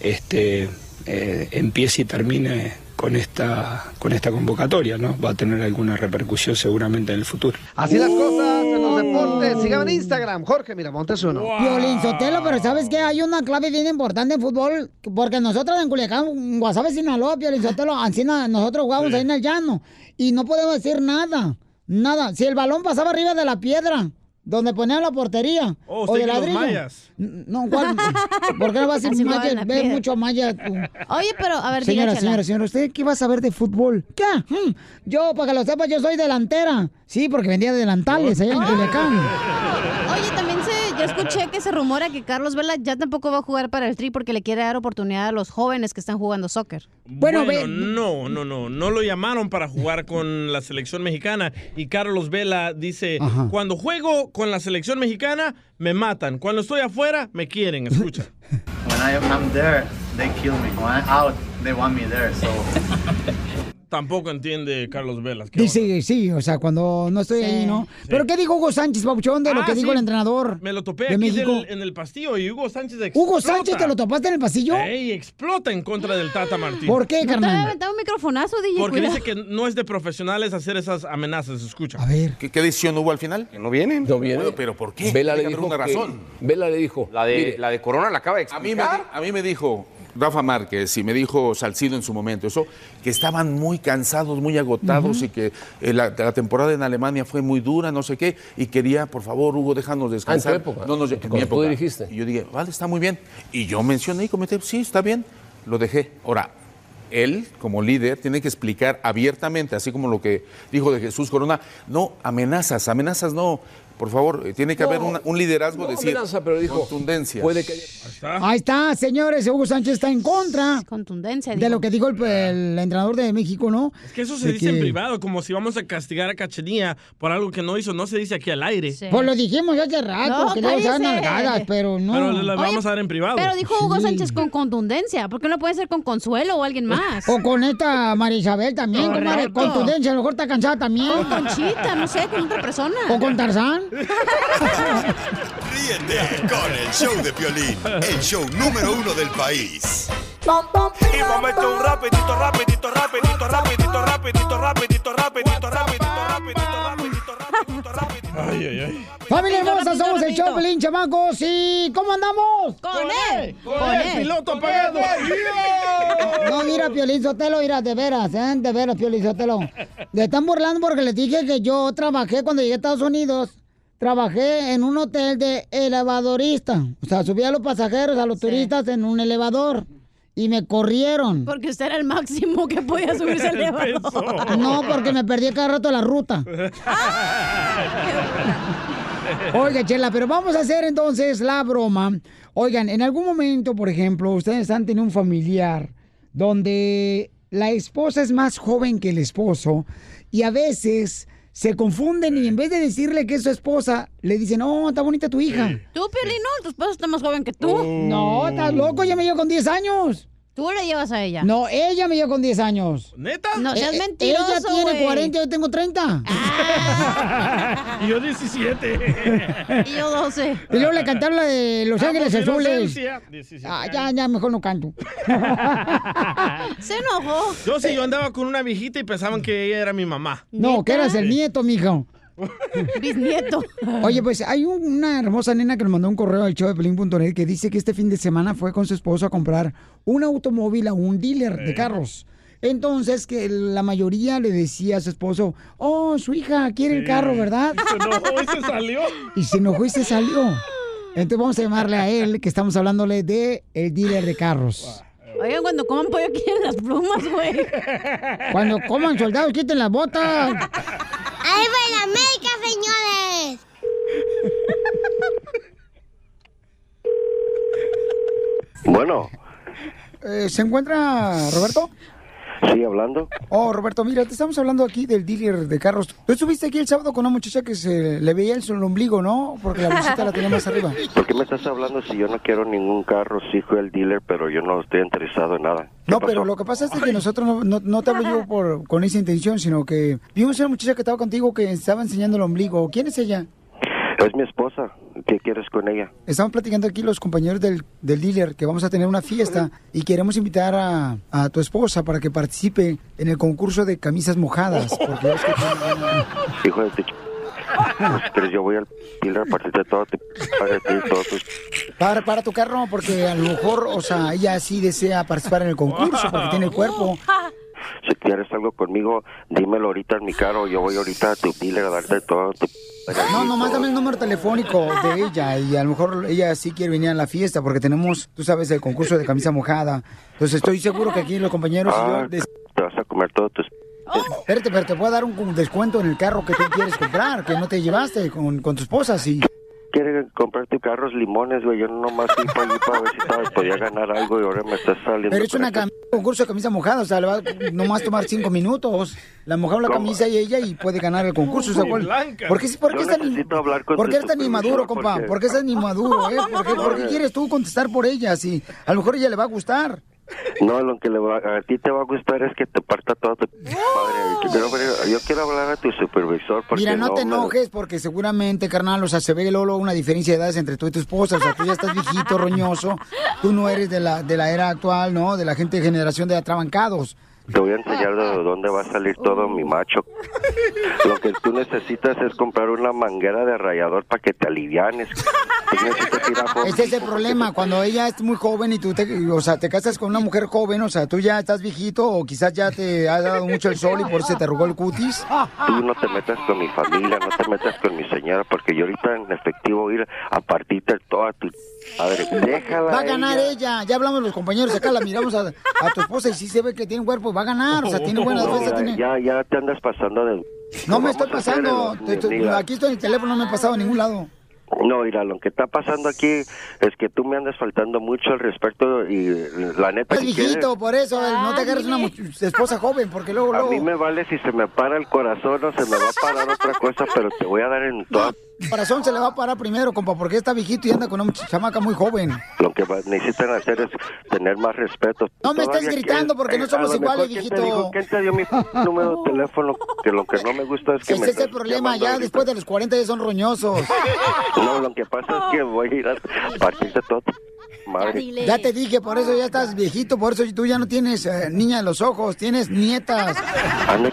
S9: este, eh, empiece y termine con esta, con esta convocatoria, ¿no? Va a tener alguna repercusión seguramente en el futuro.
S5: Así las cosas en los deportes. Síganme en Instagram, Jorge Miramontes uno.
S2: Violín Sotelo, pero ¿sabes qué? Hay una clave bien importante en fútbol, porque nosotros en Culiacán, en Guasave, Sinaloa, Violín Sotelo, así na- nosotros jugábamos ahí en el llano y no podemos decir nada, nada. Si el balón pasaba arriba de la piedra, donde ponían la portería,
S4: Oh,
S2: o
S4: usted
S2: de
S4: que los
S2: ladrillo.
S4: mayas.
S2: N- No, ¿cuál? ¿Por qué no vas a
S3: Así
S2: decir
S3: jugaban
S2: maya?
S3: la
S2: Ve
S3: piedra.
S2: mucho maya tú.
S3: Oye, pero a ver,
S2: Señora,
S3: diga,
S2: señora,
S3: Chela.
S2: señora, ¿usted qué va a saber de fútbol? ¿Qué? Hmm, Yo, para que lo sepa, yo soy delantera. Sí, porque vendía delantales ¿eh? allá en Culiacán.
S3: Ah. Oye, también se, yo escuché que se rumora que Carlos Vela ya tampoco va a jugar para el Tri porque le quiere dar oportunidad a los jóvenes que están jugando soccer.
S4: Bueno, no, no, no, no lo llamaron para jugar con la selección mexicana y Carlos Vela dice, cuando juego con la selección mexicana me matan, cuando estoy afuera me quieren, escucha.
S10: When I, I'm there, they kill me. When I'm out, they want me there. So
S4: Tampoco entiende Carlos Vela. ¿qué
S2: Dice, sí, o sea, cuando no estoy ahí, ¿no? Pero ¿qué dijo Hugo Sánchez, Papuchón, de lo
S4: Ah,
S2: que dijo
S4: sí.
S2: el entrenador?
S4: Me lo topé
S2: de
S4: aquí
S2: México.
S4: del- en el pastillo y Hugo Sánchez explota.
S2: Hugo Sánchez, ¿te lo topaste en el pasillo?
S4: Ey, explota en contra del Tata Martín.
S2: ¿Por qué,
S3: No te había
S2: carnal?
S3: aventado un microfonazo, DJ.
S4: Porque
S3: cuidado.
S4: dice que no es de profesionales hacer esas amenazas, escucha.
S2: A ver.
S18: ¿Qué, qué decisión hubo al final? Que no vienen. No vienen. ¿Pero por qué?
S4: Vela
S18: Tiene
S4: le
S18: que haber
S4: dijo
S18: una
S4: que-
S18: razón. Vela le dijo. La
S11: de- la de Corona la acaba de
S18: A mí me,
S11: explicar.
S18: di- a mí me dijo Rafa Márquez y me dijo Salcido en su momento eso, que estaban muy cansados, muy agotados
S11: Ujú.
S18: y que eh, la, la temporada en Alemania fue muy dura, no sé qué, y quería, por favor, Hugo, déjanos descansar.
S11: Ah, época.
S18: No nos,
S11: Cuando tú
S18: dirigiste. Y yo dije, vale, está muy bien. Y yo mencioné y comenté, sí, está bien, lo dejé. Ahora, él, como líder, tiene que explicar abiertamente, así como lo que dijo de Jesús Corona, no amenazas, amenazas no. Por favor, eh, tiene que haber
S11: No,
S18: una- un liderazgo,
S11: no
S18: decir
S11: amenaza, pero dijo,
S18: contundencia.
S11: puede que haya-
S2: Ahí está, señores, Hugo Sánchez está en contra
S3: Contundencia,
S2: de
S3: dijo.
S2: lo que dijo el, el entrenador de México, ¿no?
S4: Es que eso se dice en privado, como si vamos a castigar a Cachenía por algo que no hizo, no se dice aquí al aire.
S2: Pues lo dijimos ya hace rato,
S3: No,
S2: que luego se dan
S3: cállese.
S2: nalgadas, pero no.
S4: Pero le- le vamos a dar en privado.
S3: Pero dijo Hugo
S2: Sí.
S3: Sánchez con contundencia. ¿Por qué no puede ser con Consuelo o alguien más?
S2: O con esta María Isabel también,
S3: Correcto.
S2: comadre, con contundencia, a lo mejor está cansada también.
S3: Con Conchita, no sé, con otra persona.
S2: O con Tarzán.
S7: Ríete con el show de Piolín, el show número uno del país.
S8: Y vamos a meter un rapidito, rapidito, rapidito, rapidito, rapidito, rapidito, rapidito, rapidito, rapidito, rapidito, rapidito, rapidito, rapidito, rapidito.
S4: Ay, ay, ay.
S2: Familia hermosa, somos el Choplin, chamacos. ¿Y cómo andamos?
S4: ¡Con él! ¡Con el piloto apagado!
S2: No, mira, Piolín Sotelo, mira, de veras, ¿eh? De veras, Piolín Sotelo. Le están burlando porque les dije que yo trabajé cuando llegué a Estados Unidos. Trabajé en un hotel de elevadorista. O sea, subía a los pasajeros, a los turistas en un elevador. Y me corrieron.
S3: Porque usted era el máximo que podía subirse al
S2: El
S3: elevador.
S2: No, porque me perdí cada rato la ruta. Oiga, Chela, pero vamos a hacer entonces la broma. Oigan, en algún momento, por ejemplo, ustedes han tenido un familiar donde la esposa es más joven que el esposo y a veces se confunden y en vez de decirle que es su esposa, le dicen, oh, está bonita tu hija.
S3: Tú, Piolín, no, tu esposo está más joven que tú.
S2: No, estás loco, ya me llevo con 10 años.
S3: Tú le llevas a ella.
S2: No, ella me lleva con 10 años.
S4: ¿Neta?
S3: No seas
S2: Eh, eh,
S3: mentiroso,
S2: Ella tiene
S3: güey.
S2: 40, yo tengo 30.
S4: Y yo 17.
S3: Ah, Y yo 12.
S2: Y luego le cantaron la de Los Ángeles
S4: Amo su
S2: Azules.
S4: inocencia. 17
S2: Ah, ya, ya, mejor no canto.
S3: Se enojó.
S4: Yo sí, yo andaba con una viejita y pensaban que ella era mi mamá.
S2: No, que eras el nieto, mijo.
S3: Bisnieto.
S2: Oye, pues hay un- una hermosa nena que nos mandó un correo al show de Pelín.net que dice que este fin de semana fue con su esposo a comprar un automóvil a un dealer
S4: Eh.
S2: de carros. Entonces, que la mayoría le decía a su esposo, oh, su hija quiere el carro, ¿verdad?
S4: Se enojó y se salió.
S2: Y se enojó y se salió. Entonces vamos a llamarle a él, que estamos hablándole de el dealer de carros.
S3: Oigan, cuando coman pollo, quieren las plumas, güey.
S2: Cuando coman soldados, quiten las botas.
S8: ¡Ahí va la América, señores!
S25: Bueno,
S2: Eh, ¿Se encuentra Roberto?
S25: sí, hablando.
S2: Oh, Roberto, mira, te estamos hablando aquí del dealer de carros. Tú estuviste aquí el sábado con una muchacha que se le veía el, el ombligo, ¿no? Porque la bolsita la tenía más arriba.
S25: ¿Por qué me estás hablando si yo no quiero ningún carro? Sí, fui al dealer, pero yo no estoy interesado en nada. ¿Qué
S2: No,
S25: pasó?
S2: pero lo que pasa es de que nosotros no, no- no te hablo yo por, con esa intención, sino que vimos una muchacha que estaba contigo que estaba enseñando el ombligo. ¿Quién es ella?
S25: Es mi esposa. ¿Qué quieres con ella?
S2: Estamos platicando aquí los compañeros del, del dealer que vamos a tener una fiesta y queremos invitar a, a tu esposa para que participe en el concurso de camisas mojadas. Porque es que tiene una-
S25: Hijo de tu ch- Pero yo voy al dealer a partir de todo, te para ti, todo pues, tu
S2: Para, para tu carro, porque a lo mejor, o sea, ella sí desea participar en el concurso porque tiene el cuerpo.
S25: Si quieres algo conmigo, dímelo ahorita en mi carro. Yo voy ahorita a tu dealer a darte todo. Tu...
S2: No, nomás dame el número telefónico de ella y a lo mejor ella sí quiere venir a la fiesta porque tenemos, tú sabes, el concurso de camisa mojada. Entonces estoy seguro que aquí los compañeros y
S25: Ah,
S2: yo... des-
S25: te vas a comer todo pues, tu...
S2: Espérate, pero te puedo dar un cu- descuento en el carro que tú quieres comprar, que no te llevaste con, con tu esposa, sí.
S25: Quiere comprar tu carros limones, güey. Yo nomás fui para allí para ver si estaba- podía ganar algo y ahora me estás saliendo.
S2: Pero es
S25: con este
S2: una
S25: eso.
S2: cam- concurso de camisa mojada, o sea, le va a nomás tomar cinco minutos. La mojamos la camisa y ella y puede ganar el concurso. O sea,
S25: Uy,
S2: ¿cuál-
S25: Blanca.
S2: ¿Por qué, por qué
S25: Yo
S2: es tan
S25: necesito hablar con
S2: ¿Por
S25: tu
S2: qué eres tan
S25: supervisor,
S2: inmaduro, compa?
S25: porque-
S2: ¿Por qué eres tan inmaduro, eh? ¿Por qué,
S25: No,
S2: por qué
S25: eh.
S2: quieres tú contestar por ella? Si a lo mejor ella le va a gustar.
S25: No, lo que le va- a ti te va a gustar es que te parta todo tu padre. Yo quiero, ver- yo quiero hablar a tu supervisor porque
S2: Mira, no, te
S25: me-
S2: enojes porque seguramente, carnal, o sea, se ve Lolo una diferencia de edades entre tú y tu esposa. O sea, tú ya estás viejito, roñoso. Tú no eres de la, de la era actual, ¿no? De la gente de generación de atrabancados.
S25: Te voy a enseñar de dónde va a salir todo mi macho. Lo que tú necesitas es comprar una manguera de rayador para que te alivianes. Tú necesitas ir a Home
S2: Este es el
S25: Depot.
S2: problema, cuando ella es muy joven y tú te, o sea, te casas con una mujer joven, o sea, tú ya estás viejito o quizás ya te ha dado mucho el sol y por eso se te arrugó el cutis.
S25: Tú no te metas con mi familia, no te metas con mi señora, porque yo ahorita en efectivo voy a ir a partirte toda tu madre. Déjala.
S2: Va a
S25: a
S2: ganar ella, ya hablamos los compañeros, acá la miramos a, a tu esposa y sí se ve que tiene cuerpo, va a ganar, o sea, tiene buena
S25: Oh, No,
S2: defensa, tiene...
S25: ya, ya te andas pasando de...
S2: No me
S25: Vamos
S2: estoy
S25: a hacer
S2: pasando,
S25: el-
S2: te- te-
S25: ni la-
S2: aquí estoy en el teléfono, no me he pasado a ningún lado.
S25: No, mira, lo que está pasando aquí es que tú me andas faltando mucho el respeto y la neta
S2: Estás
S25: que quieres-
S2: viejito, por eso, eh, no te agarres una much- esposa joven, porque luego,
S25: A mí
S2: luego,
S25: me vale si se me para el corazón o se me va a parar otra cosa, pero te voy a dar en toda...
S2: el corazón se le va a parar primero, compa, porque está viejito y anda con una much- chamaca muy joven.
S25: Lo que va- necesitan hacer es tener más respeto.
S2: No me
S25: Todavía
S2: estés gritando
S25: quieres-
S2: porque no
S25: eh,
S2: somos
S25: a lo mejor,
S2: iguales,
S25: ¿quién te
S2: viejito.
S25: dijo? ¿Quién te dio mi número de teléfono? Que lo que no me gusta es que me
S2: Ese es el
S25: estás
S2: problema,
S25: llamando
S2: ya
S25: ahorita.
S2: después de los 40 ya son roñosos.
S25: No, lo que pasa es que voy a ir a partirte todo. Madre.
S2: Ya te dije, por eso ya estás viejito, por eso tú ya no tienes eh, niña en los ojos, tienes nietas.
S25: Ande-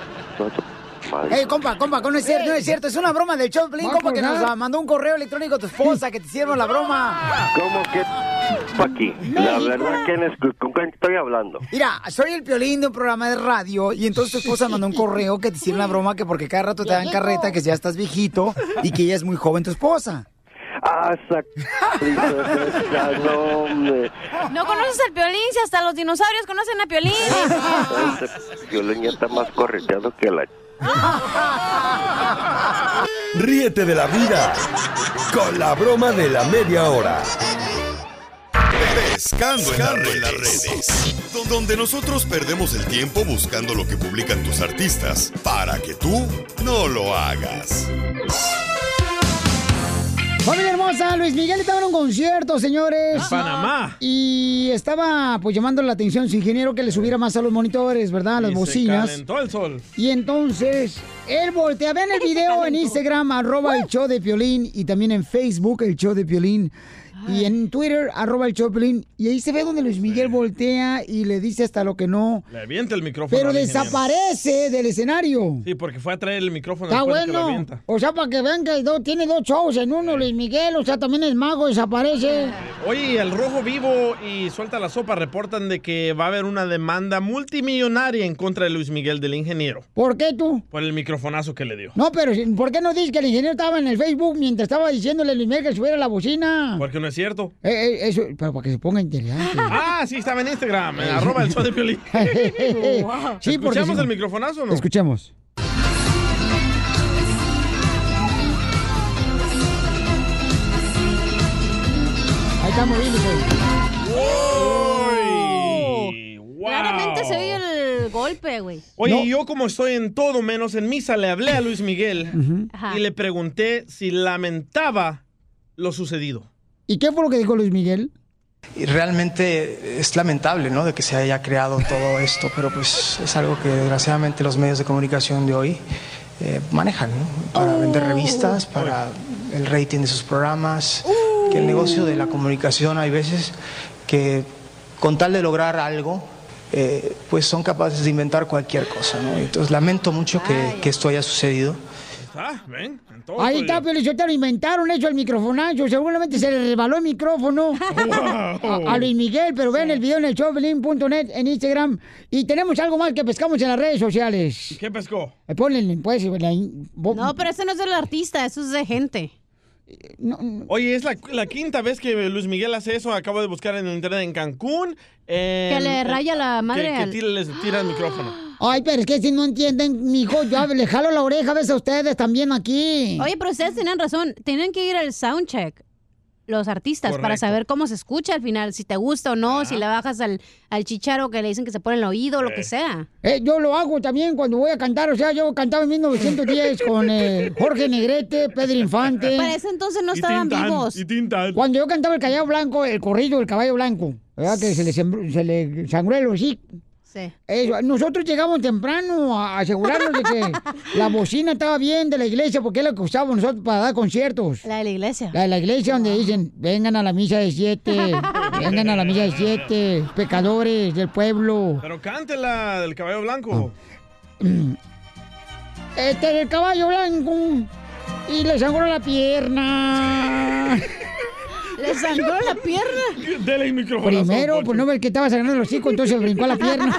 S2: Ey, compa, compa, que no es cierto, no es cierto. Es una broma del show, Pelín,
S14: Va a
S2: compa, que
S14: colgar.
S2: nos ah, mandó un correo electrónico a tu esposa que te hicieron la broma.
S13: ¿Cómo que pa' aquí? La verdad, ¿quién es? ¿Con quién estoy hablando?
S2: Mira, soy el Piolín de un programa de radio y entonces tu esposa mandó un correo que te hicieron la broma que porque cada rato te dan carreta que ya estás viejito y que ella es muy joven tu esposa.
S13: Ah, sac... No, hombre.
S3: No conoces al Piolín, si hasta los dinosaurios conocen a Piolín.
S13: Este violín ya está más correteado que la...
S7: Ríete de la vida con la broma de la media hora. Pescando en las redes. Donde nosotros perdemos el tiempo buscando lo que publican tus artistas para que tú no lo hagas.
S2: Familia hermosa, Luis Miguel estaba en un concierto, señores.
S4: En Panamá.
S2: Y estaba pues llamando la atención su ingeniero que le subiera más a los monitores, ¿verdad? A las
S4: Y se
S2: bocinas.
S4: calentó el sol.
S2: Y entonces, él voltea, ven el video en Instagram, arroba el show de Piolín, y también en Facebook, el show de Piolín, y en Twitter, arroba el show de Piolín, y ahí se ve donde Luis Miguel voltea y le dice hasta lo que no,
S4: Le avienta el micrófono.
S2: pero
S4: al ingeniero.
S2: desaparece del escenario.
S4: Sí, porque fue a traer el micrófono.
S2: Está
S4: después de que lo
S2: bueno.
S4: avienta.
S2: O sea, para que vean que do- tiene dos shows en uno, Luis Miguel, o sea, también el mago desaparece.
S4: Oye, y el Rojo Vivo y Suelta la Sopa reportan de que va a haber una demanda multimillonaria en contra de Luis Miguel del ingeniero
S2: ¿Por qué tú?
S4: por el microfonazo que le dio.
S2: No, pero ¿por qué no dices que el ingeniero estaba en el Facebook mientras estaba diciéndole a Luis Miguel que subiera la bocina?
S4: Porque no es cierto.
S2: Eh, eh, eso, pero para que se ponga interesante.
S4: Ah, sí, estaba en Instagram, en arroba el show de Piolín.
S2: Sí, porque
S4: ¿Escuchamos
S2: sí.
S4: el microfonazo o no?
S2: Escuchemos. Ahí estamos bien,
S3: Claramente se oye el golpe, güey.
S4: Oye, y yo como estoy en todo menos en misa, le hablé a Luis Miguel
S3: Ajá.
S4: y le pregunté si lamentaba lo sucedido.
S2: ¿Y qué fue lo que dijo Luis Miguel?
S15: Y realmente es lamentable, ¿no? De que se haya creado todo esto, pero pues es algo que desgraciadamente los medios de comunicación de hoy eh, manejan, ¿no? Para vender revistas, para el rating de sus programas, que el negocio de la comunicación hay veces que con tal de lograr algo, eh, pues son capaces de inventar cualquier cosa, ¿no? Entonces lamento mucho que, que esto haya sucedido.
S4: Ah, ven, en todo estoy
S2: Ahí está,
S4: yo.
S2: Pio Lizotero, inventaron eso el microfonazo. Seguramente se le rebaló el micrófono a, a Luis Miguel, pero vean el video en el showbelín.net en Instagram. Y tenemos algo más que pescamos en las redes sociales.
S4: ¿Qué pescó?
S2: Eh, Ponle, pues, la in- bo-
S3: No, pero ese no es del artista, eso es de gente.
S4: Oye, es la, la quinta vez que Luis Miguel hace eso. Acabo de buscar en internet en Cancún. en-
S3: Que le raya la
S4: que-
S3: madre
S4: Que,
S3: al-
S4: tira, les tira el micrófono.
S2: Ay, pero es que si no entienden, mijo, yo le jalo la oreja a veces a ustedes también aquí.
S3: Oye, pero ustedes tenían razón, tienen que ir al soundcheck, los artistas, para
S2: Correcto.
S3: saber cómo se escucha al final, si te gusta o no, si le bajas al, al chicharo que le dicen que se pone en el oído, lo que sea.
S2: Eh, yo lo hago también cuando voy a cantar. O sea, yo cantaba en 1910 con eh, Jorge Negrete, Pedro Infante.
S3: Para ese entonces no Y estaban Tintán, vivos. y
S2: Cuando yo cantaba el Callao Blanco, el corrido, el caballo blanco. ¿Verdad? Que se le, sembró- se le sangró el hocico.
S3: Sí.
S2: Eso, Nosotros llegamos temprano a asegurarnos de que la bocina estaba bien de la iglesia, porque es la que usábamos nosotros para dar conciertos.
S3: La de la iglesia.
S2: La de la iglesia donde dicen, vengan a la misa de siete, vengan a la misa de siete, pecadores del pueblo.
S4: Pero cántela del caballo blanco.
S2: Ah. Este es el caballo blanco y le sangró la pierna.
S3: ¿Le sangró la pierna?
S4: Dele el micrófono.
S2: Primero, pues no ve que estaba sangrando el hocico, entonces brincó a la pierna.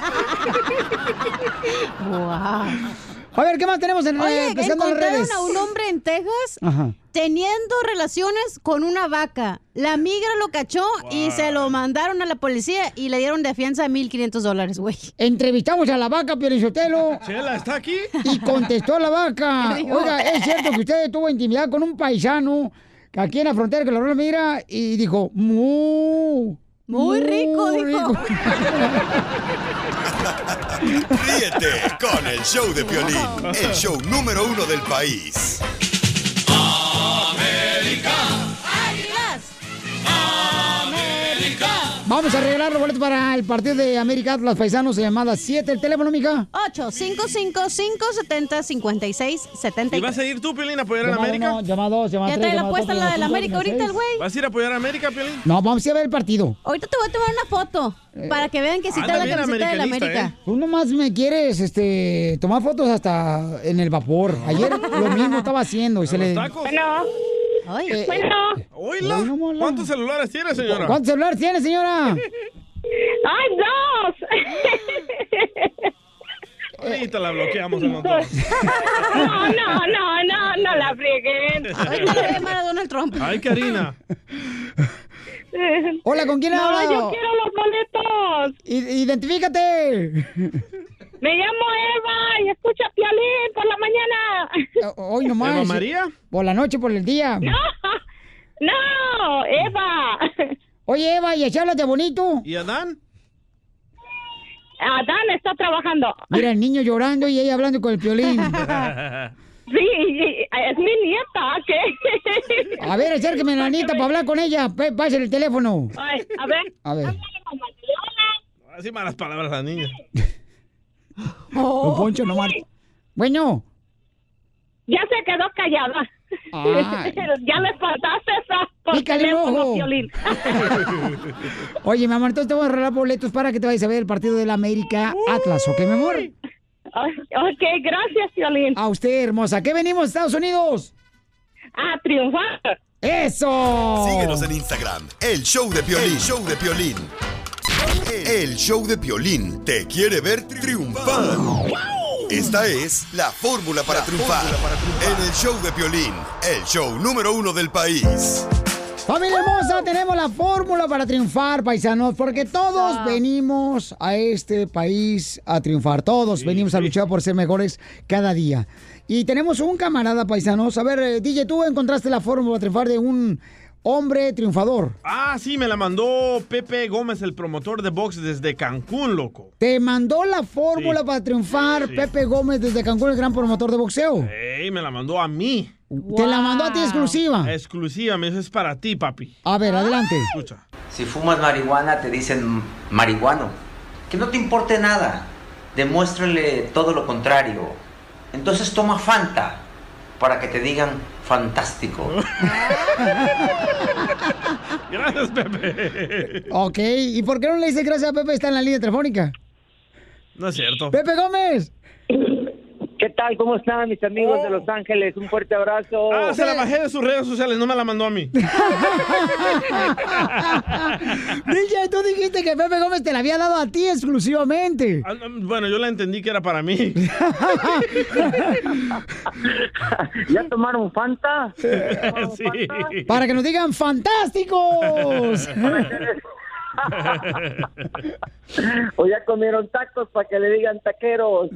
S2: A ver, ¿qué más tenemos en
S3: Oye,
S2: eh, pescando en
S3: encontraron
S2: redes?
S3: a un hombre en Texas
S2: Ajá.
S3: teniendo relaciones con una vaca. La migra lo cachó y se lo mandaron a la policía y le dieron de fianza 1.500 dólares, güey.
S2: Entrevistamos a la vaca, Pielizotelo.
S4: Chela, ¿está aquí?
S2: Y contestó la vaca.
S4: ¿Qué dijo?
S2: Oiga, es cierto que usted tuvo intimidad con un paisano que aquí en la frontera que lo abrió la mira y dijo, mu.
S3: Muy rico, dijo.
S7: Ríete con el show de Piolín, el show número uno del país.
S8: América. Águilas. América.
S2: Vamos vamos a arreglar los boletos para el partido de América Atlas Paisanos, llamada 7. ¿El teléfono, mija?
S3: 855-570-5673.
S4: ¿Y vas a ir tú, Piolín, a apoyar a la
S2: Llamada
S4: América?
S2: uno, llamada dos, llamada
S3: Ya
S2: tres,
S3: trae la
S2: llamada
S3: puesta
S2: cuatro,
S3: la de la
S2: llamada cinco,
S3: América ahorita, el
S2: llamada
S3: güey.
S4: ¿Vas a ir a apoyar a América, Piolín?
S2: seis. No, vamos a ir a ver el partido.
S3: Ahorita te voy a tomar una foto
S2: Eh,
S3: para que vean que sí trae la camiseta de la América.
S2: Tú nomás me quieres este, tomar fotos hasta en el vapor. Ayer lo mismo estaba haciendo. Y se le...
S4: Bueno.
S24: Eh,
S2: Bueno.
S4: Oíla. ¿Cuántos celulares tiene, señora?
S2: ¿Cuántos celulares tiene, señora?
S4: ¡Ay, dos! Ahorita la bloqueamos en los
S24: No, no, no, no, no la frieguen.
S3: Ahorita le voy a llamar a Donald Trump.
S4: ¿eh? Ay, Karina.
S2: Hola, ¿con quién
S24: No,
S2: hablo?
S24: yo quiero los boletos.
S2: identifícate.
S24: Me llamo Eva y escucha a Piolín por la mañana.
S2: Hoy nomás.
S24: ¿Eva María?
S2: Por la noche, por el día.
S24: No, Eva.
S2: Oye, Eva, ¿y de bonito?
S4: ¿Y Adán?
S24: Adán está trabajando.
S2: Mira, el niño llorando y ella hablando con el piolín.
S24: Sí, y- es mi nieta, ¿qué?
S2: A ver, acérqueme la Anita para hablar con ella. P- Pásale el teléfono.
S24: Ay, a ver.
S2: A ver.
S4: Así malas palabras la niña.
S24: Oh.
S2: Don Poncho, no mar- Bueno.
S24: Ya se quedó callada.
S2: Ay.
S24: ya le faltaste esa por
S2: Pícale el
S24: teléfono,
S2: ojo.
S24: Piolín.
S2: Oye, mi amor, entonces te voy a arreglar boletos para que te vayas a ver el partido del América Atlas, ¿ok, mi amor?
S24: Ok, gracias, Violín.
S2: A usted, hermosa. ¿Qué venimos, Estados Unidos?
S24: A triunfar.
S2: ¡Eso!
S7: Síguenos en Instagram, el show de Piolín. Oh. El show de Piolín. El show de Piolín te quiere ver triunfar. Esta es la fórmula para, triunfar. En el show de Piolín, el show número uno del país.
S2: Familia hermosa, tenemos la fórmula para triunfar, paisanos, porque todos venimos a este país a triunfar, todos venimos a luchar por ser mejores cada día. Y tenemos un camarada, paisanos, a ver, eh, DJ, tú encontraste la fórmula para triunfar de un hombre triunfador.
S4: Ah, sí, me la mandó Pepe Gómez, el promotor de box desde Cancún, loco.
S2: Te mandó la fórmula para triunfar
S4: Sí.
S2: Pepe Gómez desde Cancún, el gran promotor de boxeo.
S4: Ey, me la mandó a mí.
S2: Te la mandó a ti exclusiva.
S4: Exclusiva, me dijo, es para ti, papi.
S2: A ver, adelante.
S4: Escucha.
S14: Si fumas marihuana te dicen marihuano. Que no te importe nada. Demuéstrale todo lo contrario. Entonces toma Fanta para que te digan fantástico.
S4: Gracias, Pepe.
S2: Ok, ¿y por qué no le dices gracias a Pepe? Está en la línea telefónica.
S4: No es cierto.
S2: Pepe Gómez.
S16: ¿Qué tal? ¿Cómo están mis amigos de Los Ángeles? Un fuerte abrazo.
S4: Ah, se la bajé de sus redes sociales, no me la mandó a mí.
S2: DJ, Oh. tú dijiste que Pepe Gómez te la había dado a ti exclusivamente.
S4: Ah, no, Bueno, yo la entendí que era para mí.
S16: ¿Ya tomaron Fanta?
S4: sí.
S2: Para que nos digan fantásticos.
S16: ¿O ya comieron tacos para que le digan taqueros?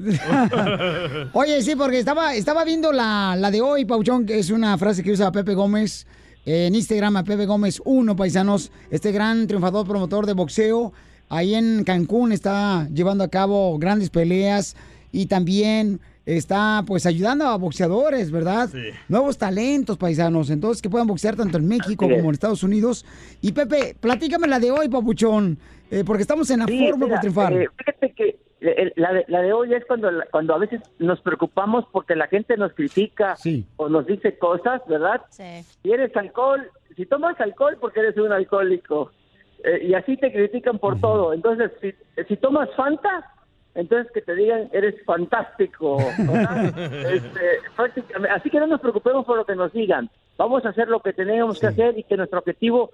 S2: Oye, sí, porque estaba, estaba viendo la, la de hoy, Pauchón, que es una frase que usa Pepe Gómez eh, en Instagram, a Pepe Gómez 1, paisanos, este gran triunfador promotor de boxeo. Ahí en Cancún está llevando a cabo grandes peleas y también está pues ayudando a boxeadores, ¿verdad? Nuevos talentos, paisanos, entonces que puedan boxear tanto en México
S16: Así es.
S2: como en Estados Unidos. Y Pepe, platícame la de hoy, Papuchón, eh, porque estamos en la
S16: Sí,
S2: forma
S16: mira,
S2: para triunfar.
S16: eh, fíjate que eh, la de, la de hoy es cuando, la- cuando a veces nos preocupamos porque la gente nos critica o nos dice cosas, ¿verdad?
S3: Sí.
S16: Si eres alcohol, si tomas alcohol porque eres un alcohólico eh, y así te critican por todo. Entonces, si, si tomas Fanta, entonces que te digan eres fantástico. ¿verdad? Este, prácticamente- así que no nos preocupemos por lo que nos digan. Vamos a hacer lo que tenemos que hacer y que nuestro objetivo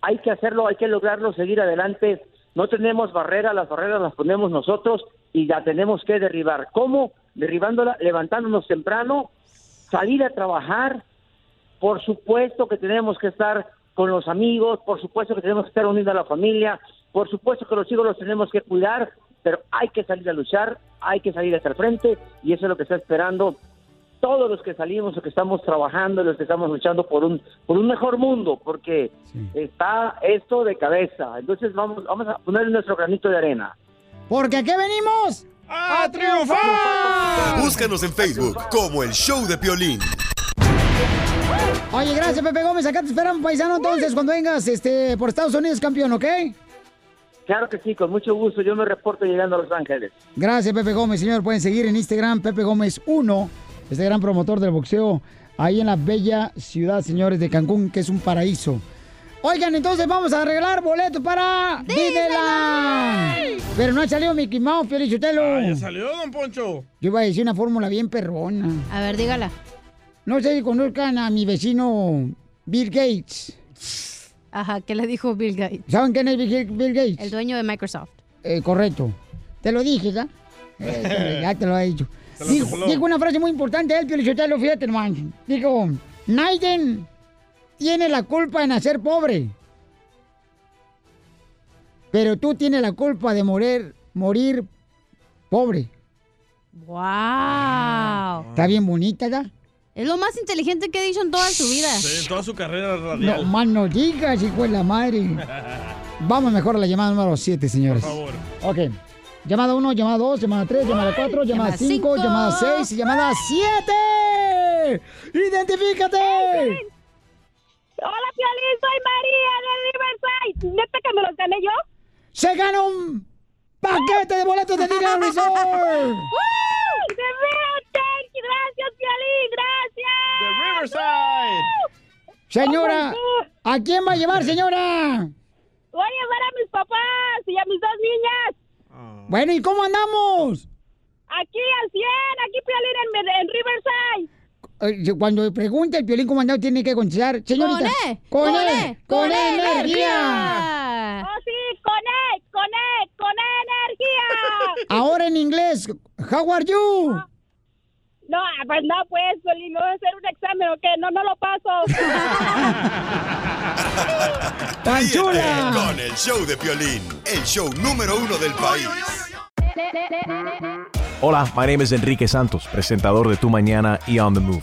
S16: hay que hacerlo, hay que lograrlo, seguir adelante. No tenemos barreras, las barreras las ponemos nosotros y la tenemos que derribar. ¿Cómo? Derribándola, levantándonos temprano, salir a trabajar. Por supuesto que tenemos que estar con los amigos, por supuesto que tenemos que estar unidos a la familia, por supuesto que los hijos los tenemos que cuidar, pero hay que salir a luchar, hay que salir hacia el frente y eso es lo que está esperando todos los que salimos, los que estamos trabajando, los que estamos luchando por un por un mejor mundo, porque está esto de cabeza. Entonces vamos vamos a poner nuestro granito de arena.
S2: Porque aquí venimos
S4: a
S2: triunfar.
S7: Búscanos en Facebook como el show de Piolín.
S2: Oye, gracias Pepe Gómez, acá te esperamos paisano entonces cuando vengas este por Estados Unidos campeón, ¿ok?
S26: Claro que sí, con mucho gusto. Yo me reporto llegando a Los Ángeles.
S2: Gracias, Pepe Gómez. Señor, pueden seguir en Instagram, Pepe Gómez 1, este gran promotor del boxeo, ahí en la bella ciudad, señores, de Cancún, que es un paraíso. Oigan, entonces vamos a arreglar boletos para Disneyland. Pero no ha salido Mickey Mouse, Pielichotelo.
S4: Ah, ya salió, don Poncho.
S2: Yo iba a decir una fórmula bien perrona.
S3: A ver, dígala.
S2: No sé si conozcan a mi vecino Bill Gates.
S3: Ajá, ¿qué le dijo Bill Gates?
S2: ¿Saben quién es Bill Bill Gates?
S3: El dueño de Microsoft.
S2: Eh, correcto. Te lo dije, ¿ya? Eh, te- ya te lo he dicho.
S3: Te lo
S2: Dijo,
S3: sopló.
S2: dijo una frase muy importante él, Pielichotelo, fíjate, hermano. Dijo, Naiden tiene la culpa de nacer pobre. Pero tú tienes la culpa de morir, morir pobre.
S3: ¡Wow!
S2: Está bien bonita, ¿ya?
S3: Es lo más inteligente que ha dicho en toda su vida.
S4: Sí, toda su carrera
S2: No,
S4: radial.
S2: más no digas, hijo de la madre. Vamos mejor a la llamada número 7, señores.
S4: Por favor.
S2: Ok. Llamada 1, llamada 2, llamada 3, llamada 4, llamada
S8: Llamada
S2: 5,
S8: cinco.
S2: llamada 6 y llamada 7. ¡Identifícate!
S24: Hola, Piolín, soy María de Riverside. ¿Neta que me los gané yo?
S2: ¡Se gana un paquete de boletos de Disneyland Resort!
S24: ¡Woo! ¡De veras, thank you! ¡Gracias, Piolín! ¡Gracias!
S4: ¡De Riverside!
S2: Señora, ¿a quién va a llevar, señora?
S24: Voy a llevar a mis papás y a mis dos niñas.
S2: Bueno, ¿y cómo andamos?
S24: Aquí al 100, aquí, Piolín, en, en Riverside.
S2: Eh, Cuando pregunta el violín comandado tiene que contestar, señorita.
S24: E,
S2: con
S24: con
S2: E,
S24: E,
S2: con
S24: con
S2: E
S24: E
S2: energía.
S24: ¡Oh, sí! ¡Con él! ¡Con él! ¡Con E energía!
S2: Ahora en inglés, how are you?
S24: No, pues no, pues, Piolín, me voy a hacer un examen, ¿o qué? No, no lo paso.
S2: ¡Tan
S7: chula! Con el show de Piolín, el show número uno del país.
S19: Hola, my name is Enrique Santos, presentador de Tu Mañana y On the Move.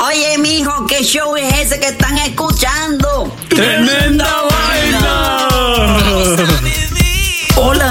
S16: Oye, mijo, ¿qué show es ese que están escuchando?
S8: ¡Tremenda vaina!
S16: Hola